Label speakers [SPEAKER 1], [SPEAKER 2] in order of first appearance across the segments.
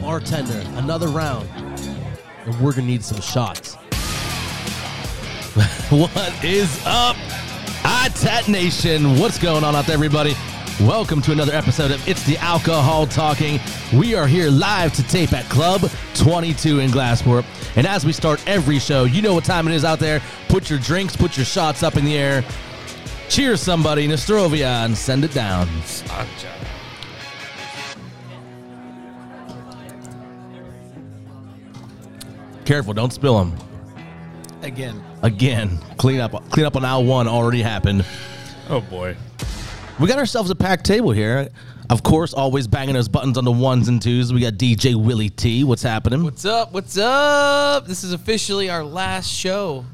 [SPEAKER 1] bartender another round, and we're gonna need some shots. what is up, ITAT Nation? What's going on out there, everybody? Welcome to another episode of It's the Alcohol Talking. We are here live to tape at Club 22 in Glassport. And as we start every show, you know what time it is out there. Put your drinks, put your shots up in the air. Cheers somebody, Nostrovia, and send it down. Careful, don't spill them.
[SPEAKER 2] Again.
[SPEAKER 1] Again, clean up. Clean up on aisle one already happened.
[SPEAKER 3] Oh boy.
[SPEAKER 1] We got ourselves a packed table here. Of course, always banging those buttons on the ones and twos. We got DJ Willie T. What's happening?
[SPEAKER 2] What's up? What's up? This is officially our last show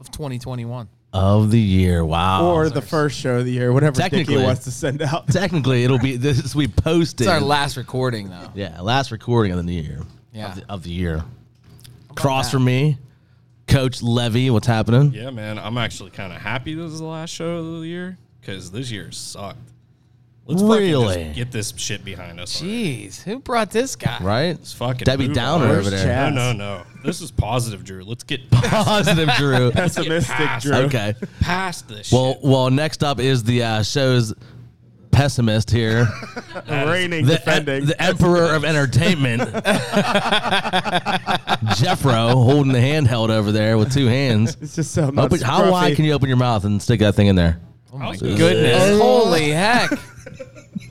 [SPEAKER 2] of 2021.
[SPEAKER 1] of the year? Wow.
[SPEAKER 4] or the first show of the year, whatever Dickie
[SPEAKER 1] Technically.
[SPEAKER 4] wants to send out.
[SPEAKER 1] technically, it'll be this we posted.
[SPEAKER 2] It's our last recording, though.
[SPEAKER 1] Yeah, last recording of the new year.
[SPEAKER 2] Yeah.
[SPEAKER 1] Of the, of the year. Cross
[SPEAKER 2] that?
[SPEAKER 1] for me, Coach Levy. What's happening?
[SPEAKER 3] Yeah, man. I'm actually kind of happy this is the last show of the year because this year sucked. Let's fucking just
[SPEAKER 1] Really?
[SPEAKER 3] get this shit behind us. already.
[SPEAKER 2] Jeez, who brought this guy?
[SPEAKER 1] Right?
[SPEAKER 3] Let's fucking
[SPEAKER 1] Debbie
[SPEAKER 3] move
[SPEAKER 1] Downer
[SPEAKER 3] on.
[SPEAKER 1] over there.
[SPEAKER 4] Chaz?
[SPEAKER 3] No, no, no. This is positive, Drew. Let's get past,
[SPEAKER 1] Positive, Drew.
[SPEAKER 4] Pessimistic
[SPEAKER 3] past.
[SPEAKER 4] Drew.
[SPEAKER 1] okay.
[SPEAKER 3] past this.
[SPEAKER 1] Well, well. Next up is the uh, show's pessimist here,
[SPEAKER 4] Reigning,
[SPEAKER 1] the, uh,
[SPEAKER 4] defending.
[SPEAKER 1] the emperor of entertainment, Jeffro, holding the handheld over there with two hands.
[SPEAKER 4] it's just so much.
[SPEAKER 1] Open, how wide can you open your mouth and stick that thing in there?
[SPEAKER 3] shit. I was
[SPEAKER 2] Goodness. Holy heck.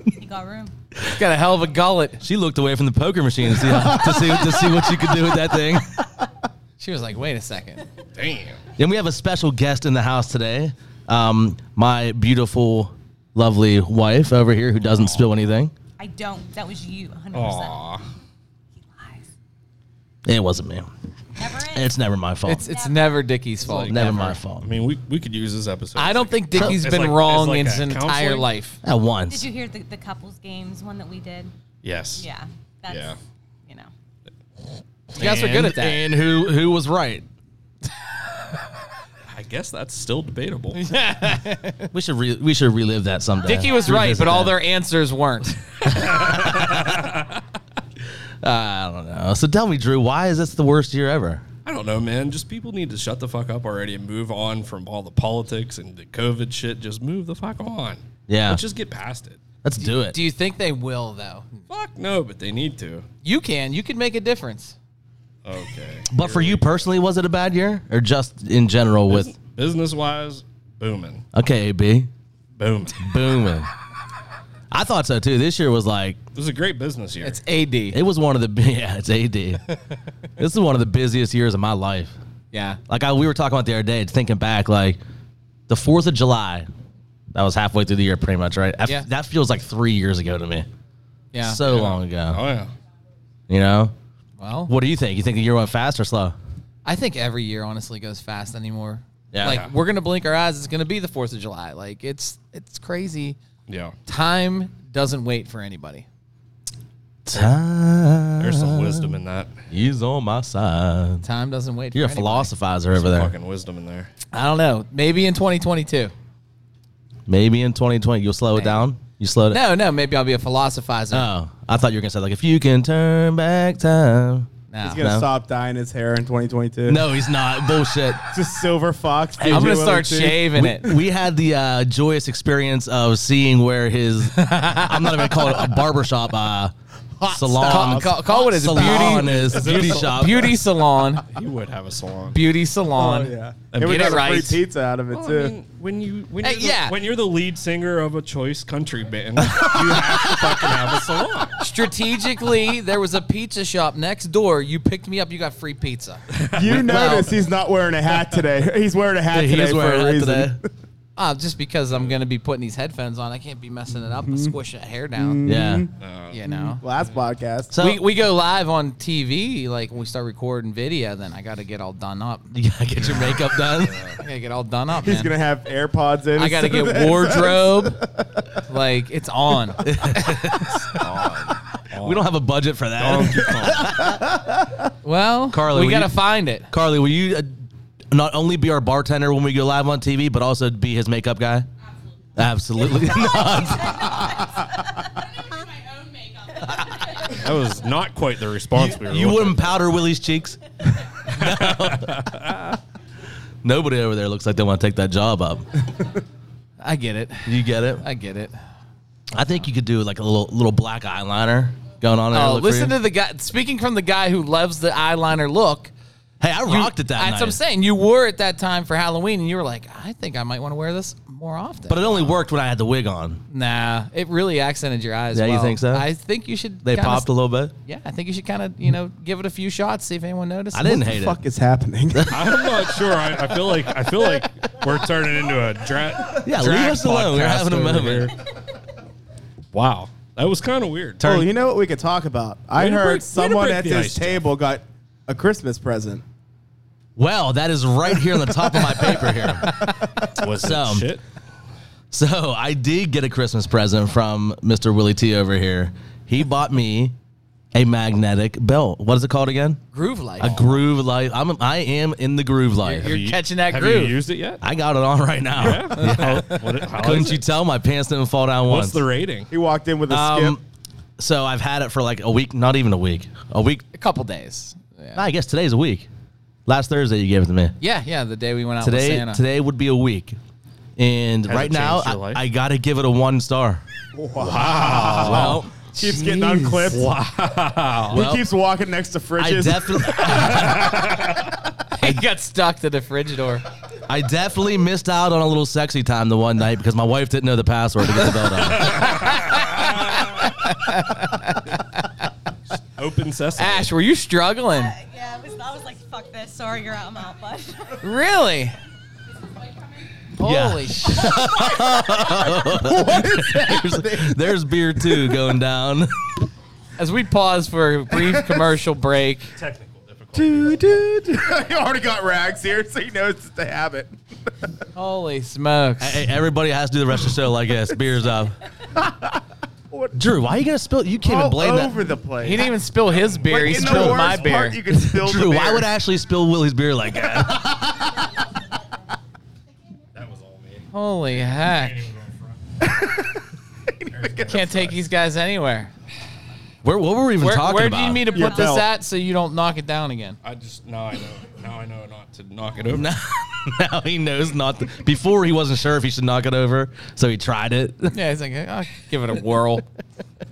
[SPEAKER 5] You got room.
[SPEAKER 2] He's got a hell of a gullet.
[SPEAKER 1] She looked away from the poker machine to see to see to see what you could do with that thing.
[SPEAKER 2] She was like, wait a second.
[SPEAKER 3] gonna- Damn.
[SPEAKER 1] And we have a special guest in the house today. Um, my beautiful, lovely wife over here who doesn't spill anything.
[SPEAKER 5] I don't. That was you, 100%.
[SPEAKER 3] Aw.
[SPEAKER 5] He lies.
[SPEAKER 1] It wasn't me.
[SPEAKER 5] Never in.
[SPEAKER 1] It's never my fault.
[SPEAKER 2] It's it's never Dickie's fault.
[SPEAKER 1] never my fault.
[SPEAKER 3] I mean, we, we could use this episode.
[SPEAKER 2] I don't think Dickie's
[SPEAKER 3] It's
[SPEAKER 2] been
[SPEAKER 3] like-
[SPEAKER 2] wrong in
[SPEAKER 3] it's
[SPEAKER 2] his
[SPEAKER 3] like a
[SPEAKER 2] entire
[SPEAKER 3] counseling?
[SPEAKER 2] life.
[SPEAKER 1] At once.
[SPEAKER 5] did you hear the, the couples games one that we did?
[SPEAKER 3] Yes.
[SPEAKER 5] Yeah. That's,
[SPEAKER 3] Yeah.
[SPEAKER 5] you know.
[SPEAKER 2] You guys are good at that.
[SPEAKER 1] And who who was right?
[SPEAKER 3] I guess that's still debatable.
[SPEAKER 1] We should re- we should relive that someday.
[SPEAKER 2] Dickie was right,
[SPEAKER 1] Revisit
[SPEAKER 2] but all
[SPEAKER 1] that.
[SPEAKER 2] their answers weren't.
[SPEAKER 1] I don't know. So tell me, Drew, why is this the worst year ever?
[SPEAKER 3] I don't know, man. Just people need to shut the fuck up already and move on from all the politics and the COVID shit. Just move the fuck on.
[SPEAKER 1] Yeah.
[SPEAKER 3] Let's just get past it.
[SPEAKER 1] Let's do it.
[SPEAKER 2] Do you think they will though?
[SPEAKER 3] Fuck no, but they need to.
[SPEAKER 2] You can. You can make a difference.
[SPEAKER 3] Okay.
[SPEAKER 1] but for you personally, was it a bad year, or just in general? With
[SPEAKER 3] business wise, booming,
[SPEAKER 1] okay, AB,
[SPEAKER 3] booming.
[SPEAKER 1] booming. I thought so too. This year was like
[SPEAKER 3] This is a great business year.
[SPEAKER 2] It's AD.
[SPEAKER 1] it was one of the yeah. It's AD. this is one of the busiest years of my life.
[SPEAKER 2] Yeah.
[SPEAKER 1] Like I, we were talking about the other day, thinking back, like the Fourth of July. That was halfway through the year, pretty much, right? That-
[SPEAKER 2] Yeah.
[SPEAKER 1] That feels like three years ago to me.
[SPEAKER 2] Yeah.
[SPEAKER 1] So long ago.
[SPEAKER 3] oh yeah.
[SPEAKER 1] You know.
[SPEAKER 2] well,
[SPEAKER 1] What do you think? You think the year went fast or slow?
[SPEAKER 2] I think every year honestly goes fast anymore.
[SPEAKER 1] Yeah.
[SPEAKER 2] Like we're gonna blink our eyes. It's gonna be the Fourth of July. Like it's it's crazy.
[SPEAKER 3] Yeah.
[SPEAKER 2] Time doesn't wait for anybody.
[SPEAKER 1] Time
[SPEAKER 3] There's some wisdom in that.
[SPEAKER 1] is on my side.
[SPEAKER 2] Time doesn't wait.
[SPEAKER 1] You're a
[SPEAKER 2] for anybody.
[SPEAKER 1] philosophizer over there.
[SPEAKER 3] Fucking wisdom in there.
[SPEAKER 2] I don't know. Maybe in 2022.
[SPEAKER 1] Maybe in 2020 you'll slow it down. You slowed it.
[SPEAKER 2] No, no. Maybe I'll be a philosophizer.
[SPEAKER 1] Oh, I thought you were gonna say like if you can turn back time.
[SPEAKER 2] No.
[SPEAKER 4] He's gonna
[SPEAKER 1] No.
[SPEAKER 4] stop dyeing his hair in 2022.
[SPEAKER 1] No, he's not. Bullshit.
[SPEAKER 4] it's just silver fox. DJ
[SPEAKER 2] I'm gonna
[SPEAKER 4] Willie
[SPEAKER 2] start
[SPEAKER 4] T.
[SPEAKER 2] shaving
[SPEAKER 1] We,
[SPEAKER 2] it.
[SPEAKER 1] we had the uh, joyous experience of seeing where his I'm not even gonna call it a barbershop uh, salon.
[SPEAKER 2] Call, call, call it his
[SPEAKER 1] salon
[SPEAKER 2] beauty
[SPEAKER 1] is beauty shop.
[SPEAKER 2] beauty salon.
[SPEAKER 3] You would have a salon.
[SPEAKER 2] Beauty salon.
[SPEAKER 4] Oh, yeah.
[SPEAKER 2] And
[SPEAKER 4] And we got
[SPEAKER 2] get it
[SPEAKER 4] a
[SPEAKER 2] right.
[SPEAKER 4] free pizza out of it
[SPEAKER 3] Well,
[SPEAKER 4] too.
[SPEAKER 3] I mean, when you when
[SPEAKER 2] Hey,
[SPEAKER 3] you're, the,
[SPEAKER 2] yeah.
[SPEAKER 3] when you're the lead singer of a choice country band, you have to fucking have a salon.
[SPEAKER 2] Strategically, there was a pizza shop next door. You picked me up. You got free pizza.
[SPEAKER 4] you notice he's not wearing a hat today. He's wearing a hat
[SPEAKER 1] He
[SPEAKER 4] today
[SPEAKER 1] is
[SPEAKER 4] for
[SPEAKER 1] wearing a
[SPEAKER 4] a
[SPEAKER 1] hat
[SPEAKER 4] reason.
[SPEAKER 1] today.
[SPEAKER 2] Uh, just because I'm gonna be putting these headphones on, I can't be messing it up and squish that hair down.
[SPEAKER 1] Yeah.
[SPEAKER 2] You know.
[SPEAKER 4] Last podcast.
[SPEAKER 1] So
[SPEAKER 2] Mm-hmm. we, we go live on TV, like when we start recording video, then I gotta get all done up.
[SPEAKER 1] you gotta get your makeup done.
[SPEAKER 2] I gotta get all done up.
[SPEAKER 4] he's
[SPEAKER 2] man.
[SPEAKER 4] gonna have AirPods in.
[SPEAKER 2] I gotta get wardrobe. like it's on.
[SPEAKER 1] we don't have a budget for that.
[SPEAKER 2] Well,
[SPEAKER 1] Carly,
[SPEAKER 2] we
[SPEAKER 1] will
[SPEAKER 2] gotta
[SPEAKER 1] you-
[SPEAKER 2] find it.
[SPEAKER 1] Carly, will you uh, not only be our bartender when we go live on TV, but also be his makeup guy? Absolutely not.
[SPEAKER 3] That was not quite the response we were.
[SPEAKER 1] You
[SPEAKER 3] looking
[SPEAKER 1] wouldn't powder Willie's cheeks? Nobody over there looks like they want to take that job up.
[SPEAKER 2] I get it.
[SPEAKER 1] You get it?
[SPEAKER 2] I get it.
[SPEAKER 1] I think you could do like a little little black eyeliner going on there.
[SPEAKER 2] Oh, listen to the guy. Speaking from the guy who loves the eyeliner look,
[SPEAKER 1] Hey, I
[SPEAKER 2] you-
[SPEAKER 1] rocked it that
[SPEAKER 2] That's
[SPEAKER 1] night.
[SPEAKER 2] what I'm saying. You were at that time for Halloween, and you were like, I think I might want to wear this more often.
[SPEAKER 1] But it only worked when I had the wig on.
[SPEAKER 2] nah, it really accented your eyes.
[SPEAKER 1] Yeah, you
[SPEAKER 2] well.
[SPEAKER 1] think so?
[SPEAKER 2] I think you should.
[SPEAKER 1] They
[SPEAKER 2] kinda-
[SPEAKER 1] popped a little bit.
[SPEAKER 2] Yeah, I think you should kind of you know give it a few shots, see if anyone noticed.
[SPEAKER 1] I didn't
[SPEAKER 4] What
[SPEAKER 1] hate
[SPEAKER 4] the
[SPEAKER 1] it.
[SPEAKER 4] fuck is happening?
[SPEAKER 3] I'm not sure. I, I feel like I feel like we're turning into a dra-
[SPEAKER 1] Yeah, leave
[SPEAKER 3] drag
[SPEAKER 1] us alone. We're
[SPEAKER 3] podcast
[SPEAKER 1] having a
[SPEAKER 3] over
[SPEAKER 1] moment.
[SPEAKER 3] here. Wow, that was kind of weird.
[SPEAKER 4] oh, you know what we could talk about? I
[SPEAKER 3] Way to
[SPEAKER 4] heard
[SPEAKER 3] break- way to
[SPEAKER 4] someone
[SPEAKER 3] break
[SPEAKER 4] at
[SPEAKER 3] the
[SPEAKER 4] this
[SPEAKER 3] ice, Jeff.
[SPEAKER 4] table got a Christmas present.
[SPEAKER 1] Well, that is right here on the top of my paper here.
[SPEAKER 3] was
[SPEAKER 1] so-
[SPEAKER 3] it shit?
[SPEAKER 1] So I did get a Christmas present from Mr. Willie T over here. He bought me a magnetic belt. What is it called again?
[SPEAKER 2] groove light.
[SPEAKER 1] A groove life. I'm I am in the groove life.
[SPEAKER 2] You're
[SPEAKER 3] Have you-
[SPEAKER 2] catching that
[SPEAKER 3] have
[SPEAKER 2] groove.
[SPEAKER 3] you used it yet?
[SPEAKER 1] I got it on right now.
[SPEAKER 3] How- what- how
[SPEAKER 1] Couldn't
[SPEAKER 3] is
[SPEAKER 1] you
[SPEAKER 3] it?
[SPEAKER 1] tell my pants didn't fall down
[SPEAKER 3] What's
[SPEAKER 1] once?
[SPEAKER 3] the rating?
[SPEAKER 4] He walked in with a
[SPEAKER 1] Um,
[SPEAKER 4] skip.
[SPEAKER 1] so I've had it for like a week, not even a week. A week.
[SPEAKER 2] a couple days. Yeah.
[SPEAKER 1] I guess today's a week. Last Thursday you gave it to me.
[SPEAKER 2] yeah, yeah. The day we went out with
[SPEAKER 1] Today
[SPEAKER 2] Santa.
[SPEAKER 1] today would be a week. And
[SPEAKER 3] it
[SPEAKER 1] right now
[SPEAKER 3] changed your
[SPEAKER 1] I,
[SPEAKER 3] life?
[SPEAKER 1] I got to give it a 1 star. Wow. Well,
[SPEAKER 4] Keeps getting unclipped.
[SPEAKER 1] well,
[SPEAKER 4] He keeps walking next to
[SPEAKER 1] I
[SPEAKER 4] fridges.
[SPEAKER 1] definitely
[SPEAKER 2] he got stuck to the fridge door.
[SPEAKER 1] I definitely missed out on a little sexy time the one night because my wife didn't know the password to get the belt on.
[SPEAKER 3] Open sesame.
[SPEAKER 1] Ah.
[SPEAKER 2] Ash, were you struggling?
[SPEAKER 5] Yeah, I was, I was like, fuck this. Sorry, you're out. I'm out, bud.
[SPEAKER 2] Really?
[SPEAKER 1] Yeah.
[SPEAKER 2] Holy shit.
[SPEAKER 1] There's, there's beer too going down.
[SPEAKER 2] As we pause for a brief commercial break,
[SPEAKER 3] Technical difficulty.
[SPEAKER 4] Dude, dude. he already got rags here, so he knows it's a habit.
[SPEAKER 2] holy smokes.
[SPEAKER 1] hey, everybody has to do the rest of the show like this. Beer's up. Drew, why are you gonna spill? You can't even
[SPEAKER 4] All
[SPEAKER 1] blame
[SPEAKER 4] over
[SPEAKER 1] that.
[SPEAKER 4] the place.
[SPEAKER 2] he didn't even spill his beer,
[SPEAKER 4] Like,
[SPEAKER 2] he
[SPEAKER 4] in the
[SPEAKER 2] spilled
[SPEAKER 4] worst
[SPEAKER 2] my beer.
[SPEAKER 4] Part, you can spill
[SPEAKER 1] Drew,
[SPEAKER 4] the
[SPEAKER 1] why
[SPEAKER 4] beer.
[SPEAKER 1] would Ashley spill Willie's beer like that?
[SPEAKER 3] That was all me.
[SPEAKER 2] holy heck. Can't take these guys anywhere.
[SPEAKER 1] Where, what were we even
[SPEAKER 2] Where,
[SPEAKER 1] talking
[SPEAKER 2] where do
[SPEAKER 1] about?
[SPEAKER 2] you need to
[SPEAKER 4] Your
[SPEAKER 2] put this
[SPEAKER 4] belt.
[SPEAKER 2] at so you don't knock it down again?
[SPEAKER 3] I just now I know now I know not to knock it over.
[SPEAKER 1] now he knows not. To, before he wasn't sure if he should knock it over, so he tried it.
[SPEAKER 2] Yeah, he's like, I'll give it a whirl.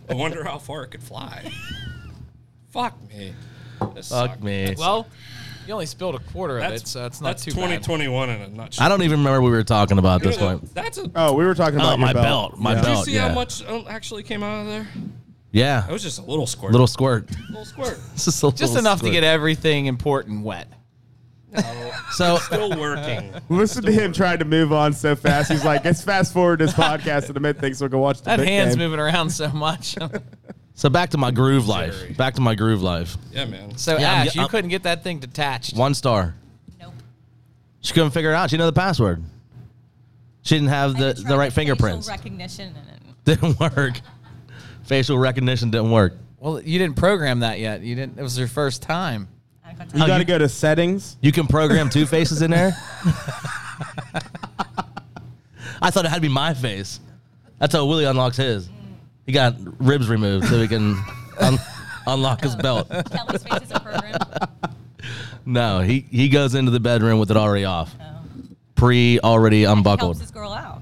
[SPEAKER 3] I wonder how far it could fly. Fuck me. This
[SPEAKER 1] Fuck
[SPEAKER 3] sucked.
[SPEAKER 1] me. uh,
[SPEAKER 2] well, you only spilled a quarter of it, so it's not
[SPEAKER 3] that's
[SPEAKER 2] too bad.
[SPEAKER 3] 2021 in a nutshell.
[SPEAKER 1] I don't even remember what we were talking about at
[SPEAKER 3] You
[SPEAKER 1] this
[SPEAKER 3] know,
[SPEAKER 1] point.
[SPEAKER 3] That's a. Did
[SPEAKER 4] Oh, we were talking about
[SPEAKER 1] Oh,
[SPEAKER 4] your
[SPEAKER 1] my
[SPEAKER 4] belt.
[SPEAKER 1] belt, my
[SPEAKER 4] Yeah.
[SPEAKER 1] belt.
[SPEAKER 3] you see
[SPEAKER 1] yeah.
[SPEAKER 3] how much um, actually came out of there? That
[SPEAKER 1] Yeah,
[SPEAKER 3] was just a little squirt.
[SPEAKER 1] little squirt.
[SPEAKER 3] little squirt.
[SPEAKER 1] Just, a
[SPEAKER 2] Just
[SPEAKER 1] little
[SPEAKER 2] enough
[SPEAKER 1] squirt.
[SPEAKER 2] to get everything important wet.
[SPEAKER 3] No,
[SPEAKER 1] So
[SPEAKER 3] still working.
[SPEAKER 4] Listen to him trying to move on so fast. He's like, let's fast forward this podcast in a minute thing so we can watch the
[SPEAKER 2] That
[SPEAKER 4] big
[SPEAKER 2] hand's
[SPEAKER 4] game.
[SPEAKER 2] moving around so much.
[SPEAKER 1] so back to my groove
[SPEAKER 3] Jerry.
[SPEAKER 1] life. Back to my groove life.
[SPEAKER 3] Yeah, man.
[SPEAKER 2] so
[SPEAKER 1] Yeah, I'm-
[SPEAKER 2] Ash, you
[SPEAKER 1] I'm-
[SPEAKER 2] couldn't get that thing detached.
[SPEAKER 1] One star.
[SPEAKER 5] Nope.
[SPEAKER 1] She couldn't figure it out. She didn't know the password. She didn't have
[SPEAKER 5] I
[SPEAKER 1] the,
[SPEAKER 5] had to try
[SPEAKER 1] the right
[SPEAKER 5] facial
[SPEAKER 1] fingerprints.
[SPEAKER 5] Recognition and it-
[SPEAKER 1] didn't work. Facial recognition didn't work.
[SPEAKER 2] Well, you didn't program that yet. You didn't. It was your first time.
[SPEAKER 5] I got
[SPEAKER 4] You
[SPEAKER 1] Oh,
[SPEAKER 4] got to
[SPEAKER 1] you-
[SPEAKER 4] go to settings.
[SPEAKER 1] You can program two faces in there. I thought it had to be my face. That's how Willie unlocks his. He got ribs removed so he can un- unlock his belt.
[SPEAKER 5] Kelly's face is a program.
[SPEAKER 1] No, he, he goes into the bedroom with it already off,
[SPEAKER 5] Oh.
[SPEAKER 1] pre already
[SPEAKER 5] Helps
[SPEAKER 1] unbuckled.
[SPEAKER 5] this girl out.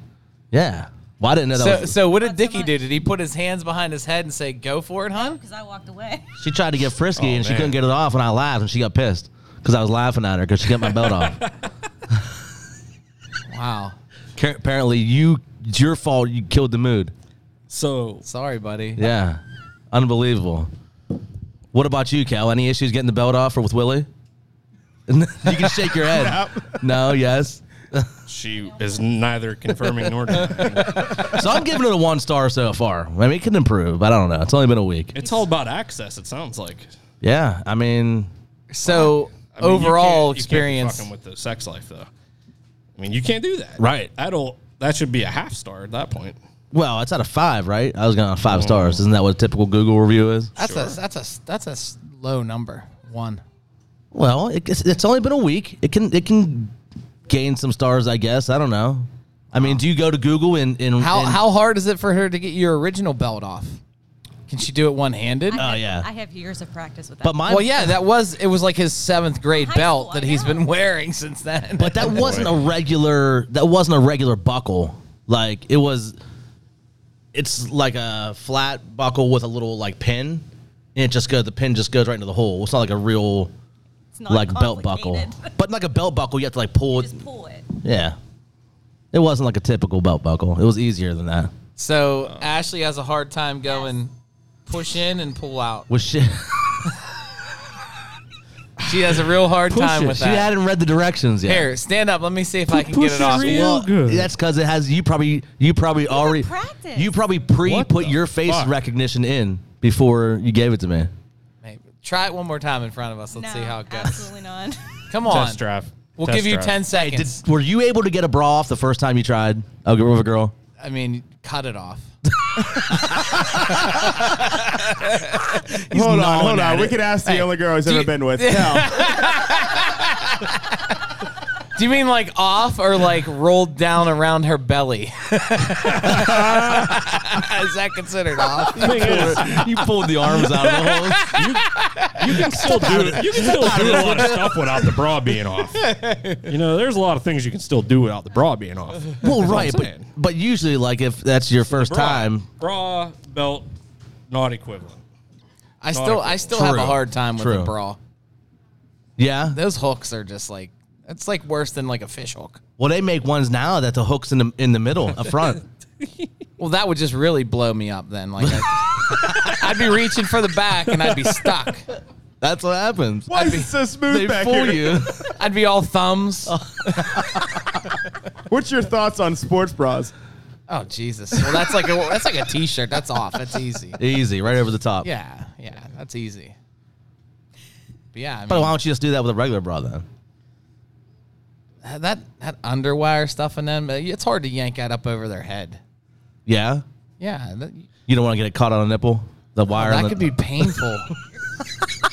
[SPEAKER 1] Yeah. Well, I didn't know that
[SPEAKER 2] So,
[SPEAKER 1] was.
[SPEAKER 2] so what did
[SPEAKER 5] Not so
[SPEAKER 2] Dickie do?
[SPEAKER 5] much.
[SPEAKER 2] Did he put his hands behind his head and say, "Go for it, hun"?
[SPEAKER 5] Because I walked away.
[SPEAKER 1] She tried to get frisky
[SPEAKER 3] Oh,
[SPEAKER 1] and she
[SPEAKER 3] man.
[SPEAKER 1] couldn't get it off, and I laughed and she got pissed because I was laughing at her because she got my belt off.
[SPEAKER 2] Wow.
[SPEAKER 1] Ca- Apparently, you it's your fault. You killed the mood.
[SPEAKER 3] So
[SPEAKER 2] Sorry, buddy.
[SPEAKER 1] Yeah, unbelievable. What about you, Cal? Any issues getting the belt off or with Willie? you can shake your head. no. yes.
[SPEAKER 3] she is neither confirming nor denying.
[SPEAKER 1] So I'm giving it a one star so far. I mean, it can improve. I don't know. It's only been a week.
[SPEAKER 3] It's all about access. It sounds like
[SPEAKER 1] Yeah, I mean,
[SPEAKER 2] So
[SPEAKER 3] I mean, you
[SPEAKER 2] overall
[SPEAKER 3] can't- you can't be
[SPEAKER 2] experience.
[SPEAKER 3] fucking with the sex life though. I mean, you can't do that.
[SPEAKER 1] Right.
[SPEAKER 3] That'll that should be a half star at that point.
[SPEAKER 1] well, it's out of five, right? I was going to five stars. Isn't that what a typical Google review is?
[SPEAKER 2] that's a that's a that's a s- low number. One.
[SPEAKER 1] Well, it, it's, it's only been a week. It can it can gain some stars, I guess. I don't know. I mean, do you go to Google and, and
[SPEAKER 2] How
[SPEAKER 1] and-
[SPEAKER 2] how hard is it for her to get your original belt off? Can she do it one handed?
[SPEAKER 1] Oh, yeah.
[SPEAKER 5] I have years of practice with that.
[SPEAKER 1] But my
[SPEAKER 2] well, yeah, that was it. Was like his seventh grade
[SPEAKER 5] High
[SPEAKER 2] belt
[SPEAKER 5] school,
[SPEAKER 2] that
[SPEAKER 5] I
[SPEAKER 2] he's
[SPEAKER 5] know.
[SPEAKER 2] been wearing since then.
[SPEAKER 1] But that wasn't a regular. That wasn't a regular buckle. Like it was. It's like a flat buckle with a little like pin, and it just goes. The pin just goes right into the hole. It's not like a real
[SPEAKER 5] it's not
[SPEAKER 1] like belt buckle,
[SPEAKER 5] complicated.
[SPEAKER 1] but like a belt buckle, you have to like pull it.
[SPEAKER 5] Just pull it.
[SPEAKER 1] Yeah, it wasn't like a typical belt buckle. It was easier than that.
[SPEAKER 2] so Ashley has a hard time going push in and pull out.
[SPEAKER 1] Was she?
[SPEAKER 2] She has a real hard
[SPEAKER 3] Push
[SPEAKER 2] time
[SPEAKER 3] it.
[SPEAKER 2] with
[SPEAKER 1] she
[SPEAKER 2] that.
[SPEAKER 1] hadn't read the directions yet.
[SPEAKER 2] Here, stand up. Let me see if I can get
[SPEAKER 3] Push
[SPEAKER 2] it
[SPEAKER 3] it
[SPEAKER 2] off.
[SPEAKER 3] real-
[SPEAKER 1] Well,
[SPEAKER 3] good.
[SPEAKER 1] that's because it has. You probably you probably already
[SPEAKER 5] practice.
[SPEAKER 1] you probably pre
[SPEAKER 3] What
[SPEAKER 1] put
[SPEAKER 3] the
[SPEAKER 1] your face
[SPEAKER 3] fuck?
[SPEAKER 1] recognition in before you gave it to me.
[SPEAKER 2] Maybe. Try it one more time in front of us. Let's
[SPEAKER 5] no,
[SPEAKER 2] see how it goes.
[SPEAKER 5] Absolutely not.
[SPEAKER 2] Come on.
[SPEAKER 3] Test drive.
[SPEAKER 2] We'll
[SPEAKER 3] Test
[SPEAKER 2] give you
[SPEAKER 3] drive.
[SPEAKER 2] 10
[SPEAKER 1] Did,
[SPEAKER 2] seconds.
[SPEAKER 1] were you able to get a bra off the first time you tried? Oh, with a girl.
[SPEAKER 2] I mean, cut it off.
[SPEAKER 6] hold on,
[SPEAKER 1] gnawing
[SPEAKER 6] hold
[SPEAKER 1] at
[SPEAKER 6] on. We
[SPEAKER 1] it.
[SPEAKER 6] could ask the
[SPEAKER 2] Hey,
[SPEAKER 6] only girl he's ever
[SPEAKER 2] you-
[SPEAKER 6] been with. No.
[SPEAKER 2] Do you mean like off or like rolled down around her belly? Is that considered off?
[SPEAKER 3] Thing is,
[SPEAKER 1] you pulled the arms out of the hole.
[SPEAKER 3] you can still do it. You can still do a lot of stuff without the bra being off. You know, there's a lot of things you can still do without the bra being off.
[SPEAKER 1] Well, right,
[SPEAKER 3] I'm
[SPEAKER 1] but,
[SPEAKER 3] saying.
[SPEAKER 1] but usually, like if that's your first
[SPEAKER 3] Bra,
[SPEAKER 1] time,
[SPEAKER 3] bra, belt, not equivalent.
[SPEAKER 2] I still I still have a
[SPEAKER 1] True.
[SPEAKER 2] hard time with
[SPEAKER 1] True.
[SPEAKER 2] a bra.
[SPEAKER 1] yeah.
[SPEAKER 2] Those hooks are just like it's like worse than like a fish hook.
[SPEAKER 1] Well, they make ones now that the hooks in the in the middle, up front.
[SPEAKER 2] Well, that would just really blow me up then. Like I, I'd be reaching for the back and I'd be stuck.
[SPEAKER 1] That's what happens.
[SPEAKER 6] Why is
[SPEAKER 2] be-
[SPEAKER 6] it so smooth
[SPEAKER 1] They
[SPEAKER 6] back
[SPEAKER 1] fool
[SPEAKER 6] here?
[SPEAKER 1] you.
[SPEAKER 2] I'd be all thumbs.
[SPEAKER 6] What's your thoughts on sports bras?
[SPEAKER 2] Oh Jesus! Well, that's like a that's like a t-shirt. That's off. That's easy.
[SPEAKER 1] Easy, right over the top.
[SPEAKER 2] Yeah, yeah, that's easy. But yeah, I mean,
[SPEAKER 1] But why don't you just do that with a regular bra then?
[SPEAKER 2] that that underwire stuff in them, uh, it's hard to yank that up over their head.
[SPEAKER 1] Yeah.
[SPEAKER 2] Yeah, that,
[SPEAKER 1] You don't want to get it caught on a nipple. The wire.
[SPEAKER 2] Oh, that
[SPEAKER 1] and the-
[SPEAKER 2] could be painful.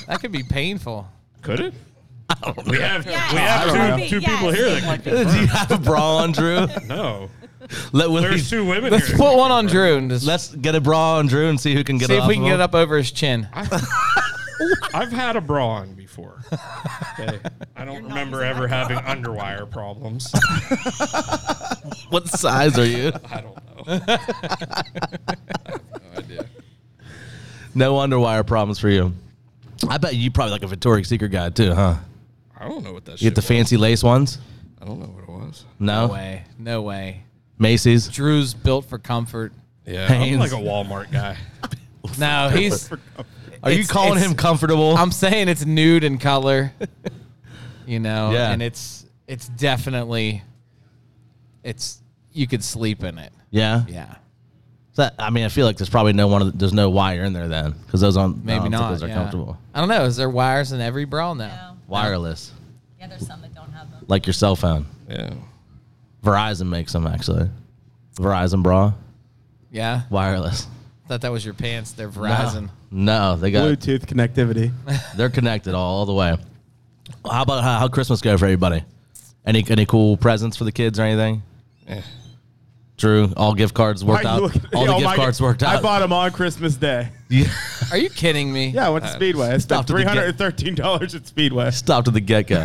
[SPEAKER 2] that could be painful.
[SPEAKER 3] Could it? We have,
[SPEAKER 5] Yes.
[SPEAKER 3] we
[SPEAKER 5] I don't
[SPEAKER 3] have
[SPEAKER 5] know.
[SPEAKER 3] two, two people
[SPEAKER 5] Yes.
[SPEAKER 3] here that can
[SPEAKER 1] Do you have a bra on, Drew?
[SPEAKER 3] No.
[SPEAKER 1] Let Willie,
[SPEAKER 3] There's two women
[SPEAKER 2] Let's
[SPEAKER 3] here.
[SPEAKER 2] put one on Drew and just
[SPEAKER 1] Let's get a bra on Drew and see who can get
[SPEAKER 2] see
[SPEAKER 1] it
[SPEAKER 2] if
[SPEAKER 1] off
[SPEAKER 2] we can
[SPEAKER 1] of
[SPEAKER 2] get it
[SPEAKER 1] him.
[SPEAKER 2] up over his chin.
[SPEAKER 3] I've had a bra on before. Okay. I don't remember ever having underwire problems.
[SPEAKER 1] What size are you?
[SPEAKER 3] I don't know. I have no idea.
[SPEAKER 1] No underwire problems for you. I bet you probably like a Victoria's Secret guy too, huh?
[SPEAKER 3] I don't know what that
[SPEAKER 1] You get
[SPEAKER 3] shit
[SPEAKER 1] the fancy lace ones?
[SPEAKER 3] was. I don't know what it was.
[SPEAKER 1] No.
[SPEAKER 2] No way, no way.
[SPEAKER 1] Macy's.
[SPEAKER 2] Drew's built for comfort.
[SPEAKER 3] Yeah.
[SPEAKER 1] Hanes.
[SPEAKER 3] I'm like a Walmart guy.
[SPEAKER 2] No, he's.
[SPEAKER 1] Are you
[SPEAKER 2] It's-
[SPEAKER 1] calling
[SPEAKER 2] it's-
[SPEAKER 1] him comfortable?
[SPEAKER 2] I'm saying it's nude in color, you know,
[SPEAKER 1] Yeah.
[SPEAKER 2] and it's it's definitely it's you could sleep in it.
[SPEAKER 1] yeah.
[SPEAKER 2] Yeah.
[SPEAKER 1] So that- I mean, I feel like there's probably no one. Of the, there's no wire in there then, because those aren't. I
[SPEAKER 2] Maybe
[SPEAKER 1] don't think
[SPEAKER 2] not.
[SPEAKER 1] Those are
[SPEAKER 2] yeah.
[SPEAKER 1] comfortable.
[SPEAKER 2] I don't know. Is there wires in every bra now?
[SPEAKER 5] No.
[SPEAKER 1] Wireless,
[SPEAKER 5] Yeah, there's some that don't have them.
[SPEAKER 1] like your cell phone.
[SPEAKER 3] Yeah.
[SPEAKER 1] Verizon makes them actually. Verizon bra,
[SPEAKER 2] Yeah.
[SPEAKER 1] wireless.
[SPEAKER 2] Thought that was your pants. They're Verizon.
[SPEAKER 1] No, they got
[SPEAKER 6] Bluetooth connectivity.
[SPEAKER 1] They're connected all, all the way. How about how, how Christmas go for everybody? Any any cool presents for the kids or anything?
[SPEAKER 3] Eh.
[SPEAKER 1] Drew, all gift cards worked
[SPEAKER 6] Why you
[SPEAKER 1] out.
[SPEAKER 6] looking-
[SPEAKER 1] all
[SPEAKER 6] Oh
[SPEAKER 1] the
[SPEAKER 6] my
[SPEAKER 1] gift cards
[SPEAKER 6] God.
[SPEAKER 1] worked out.
[SPEAKER 6] I bought them on Christmas Day.
[SPEAKER 2] Are you kidding me?
[SPEAKER 6] Yeah, I went to Speedway. I spent
[SPEAKER 1] Uh, stopped at the gate.
[SPEAKER 6] $313 at Speedway.
[SPEAKER 1] Stopped at the get go.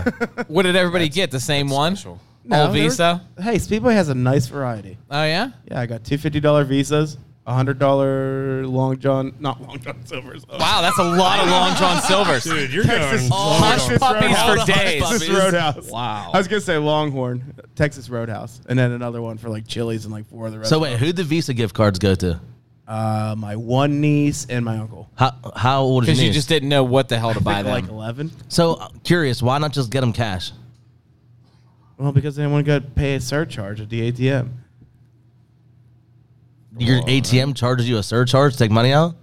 [SPEAKER 2] What did everybody get? The same one?
[SPEAKER 3] Special.
[SPEAKER 2] All Visa?
[SPEAKER 6] Hey, Speedway has a nice variety.
[SPEAKER 2] Oh yeah.
[SPEAKER 6] Yeah, I got two fifty dollar visas, a hundred dollar long john, not long john silvers.
[SPEAKER 2] Wow, Oh, that's a lot of Long John Silver's.
[SPEAKER 3] Dude, you're
[SPEAKER 6] Texas,
[SPEAKER 3] going.
[SPEAKER 2] Hush
[SPEAKER 6] Texas
[SPEAKER 2] puppies
[SPEAKER 6] Roadhouse.
[SPEAKER 2] for days.
[SPEAKER 6] Texas Roadhouse.
[SPEAKER 3] Wow.
[SPEAKER 6] I was gonna say Longhorn, Texas Roadhouse, and then another one for like Chili's and like four of the rest.
[SPEAKER 1] so wait, who'd the Visa gift cards go to?
[SPEAKER 6] uh, my one niece and my uncle.
[SPEAKER 1] How how old is
[SPEAKER 2] Because
[SPEAKER 1] your
[SPEAKER 2] you
[SPEAKER 1] niece?
[SPEAKER 2] just didn't know what the hell to buy
[SPEAKER 6] Like, like
[SPEAKER 2] them.
[SPEAKER 6] eleven.
[SPEAKER 1] so uh, curious? Why not just get them cash?
[SPEAKER 6] Well, because they didn't want to go pay a surcharge at the ATM.
[SPEAKER 1] Your ATM charges you a surcharge to take money out.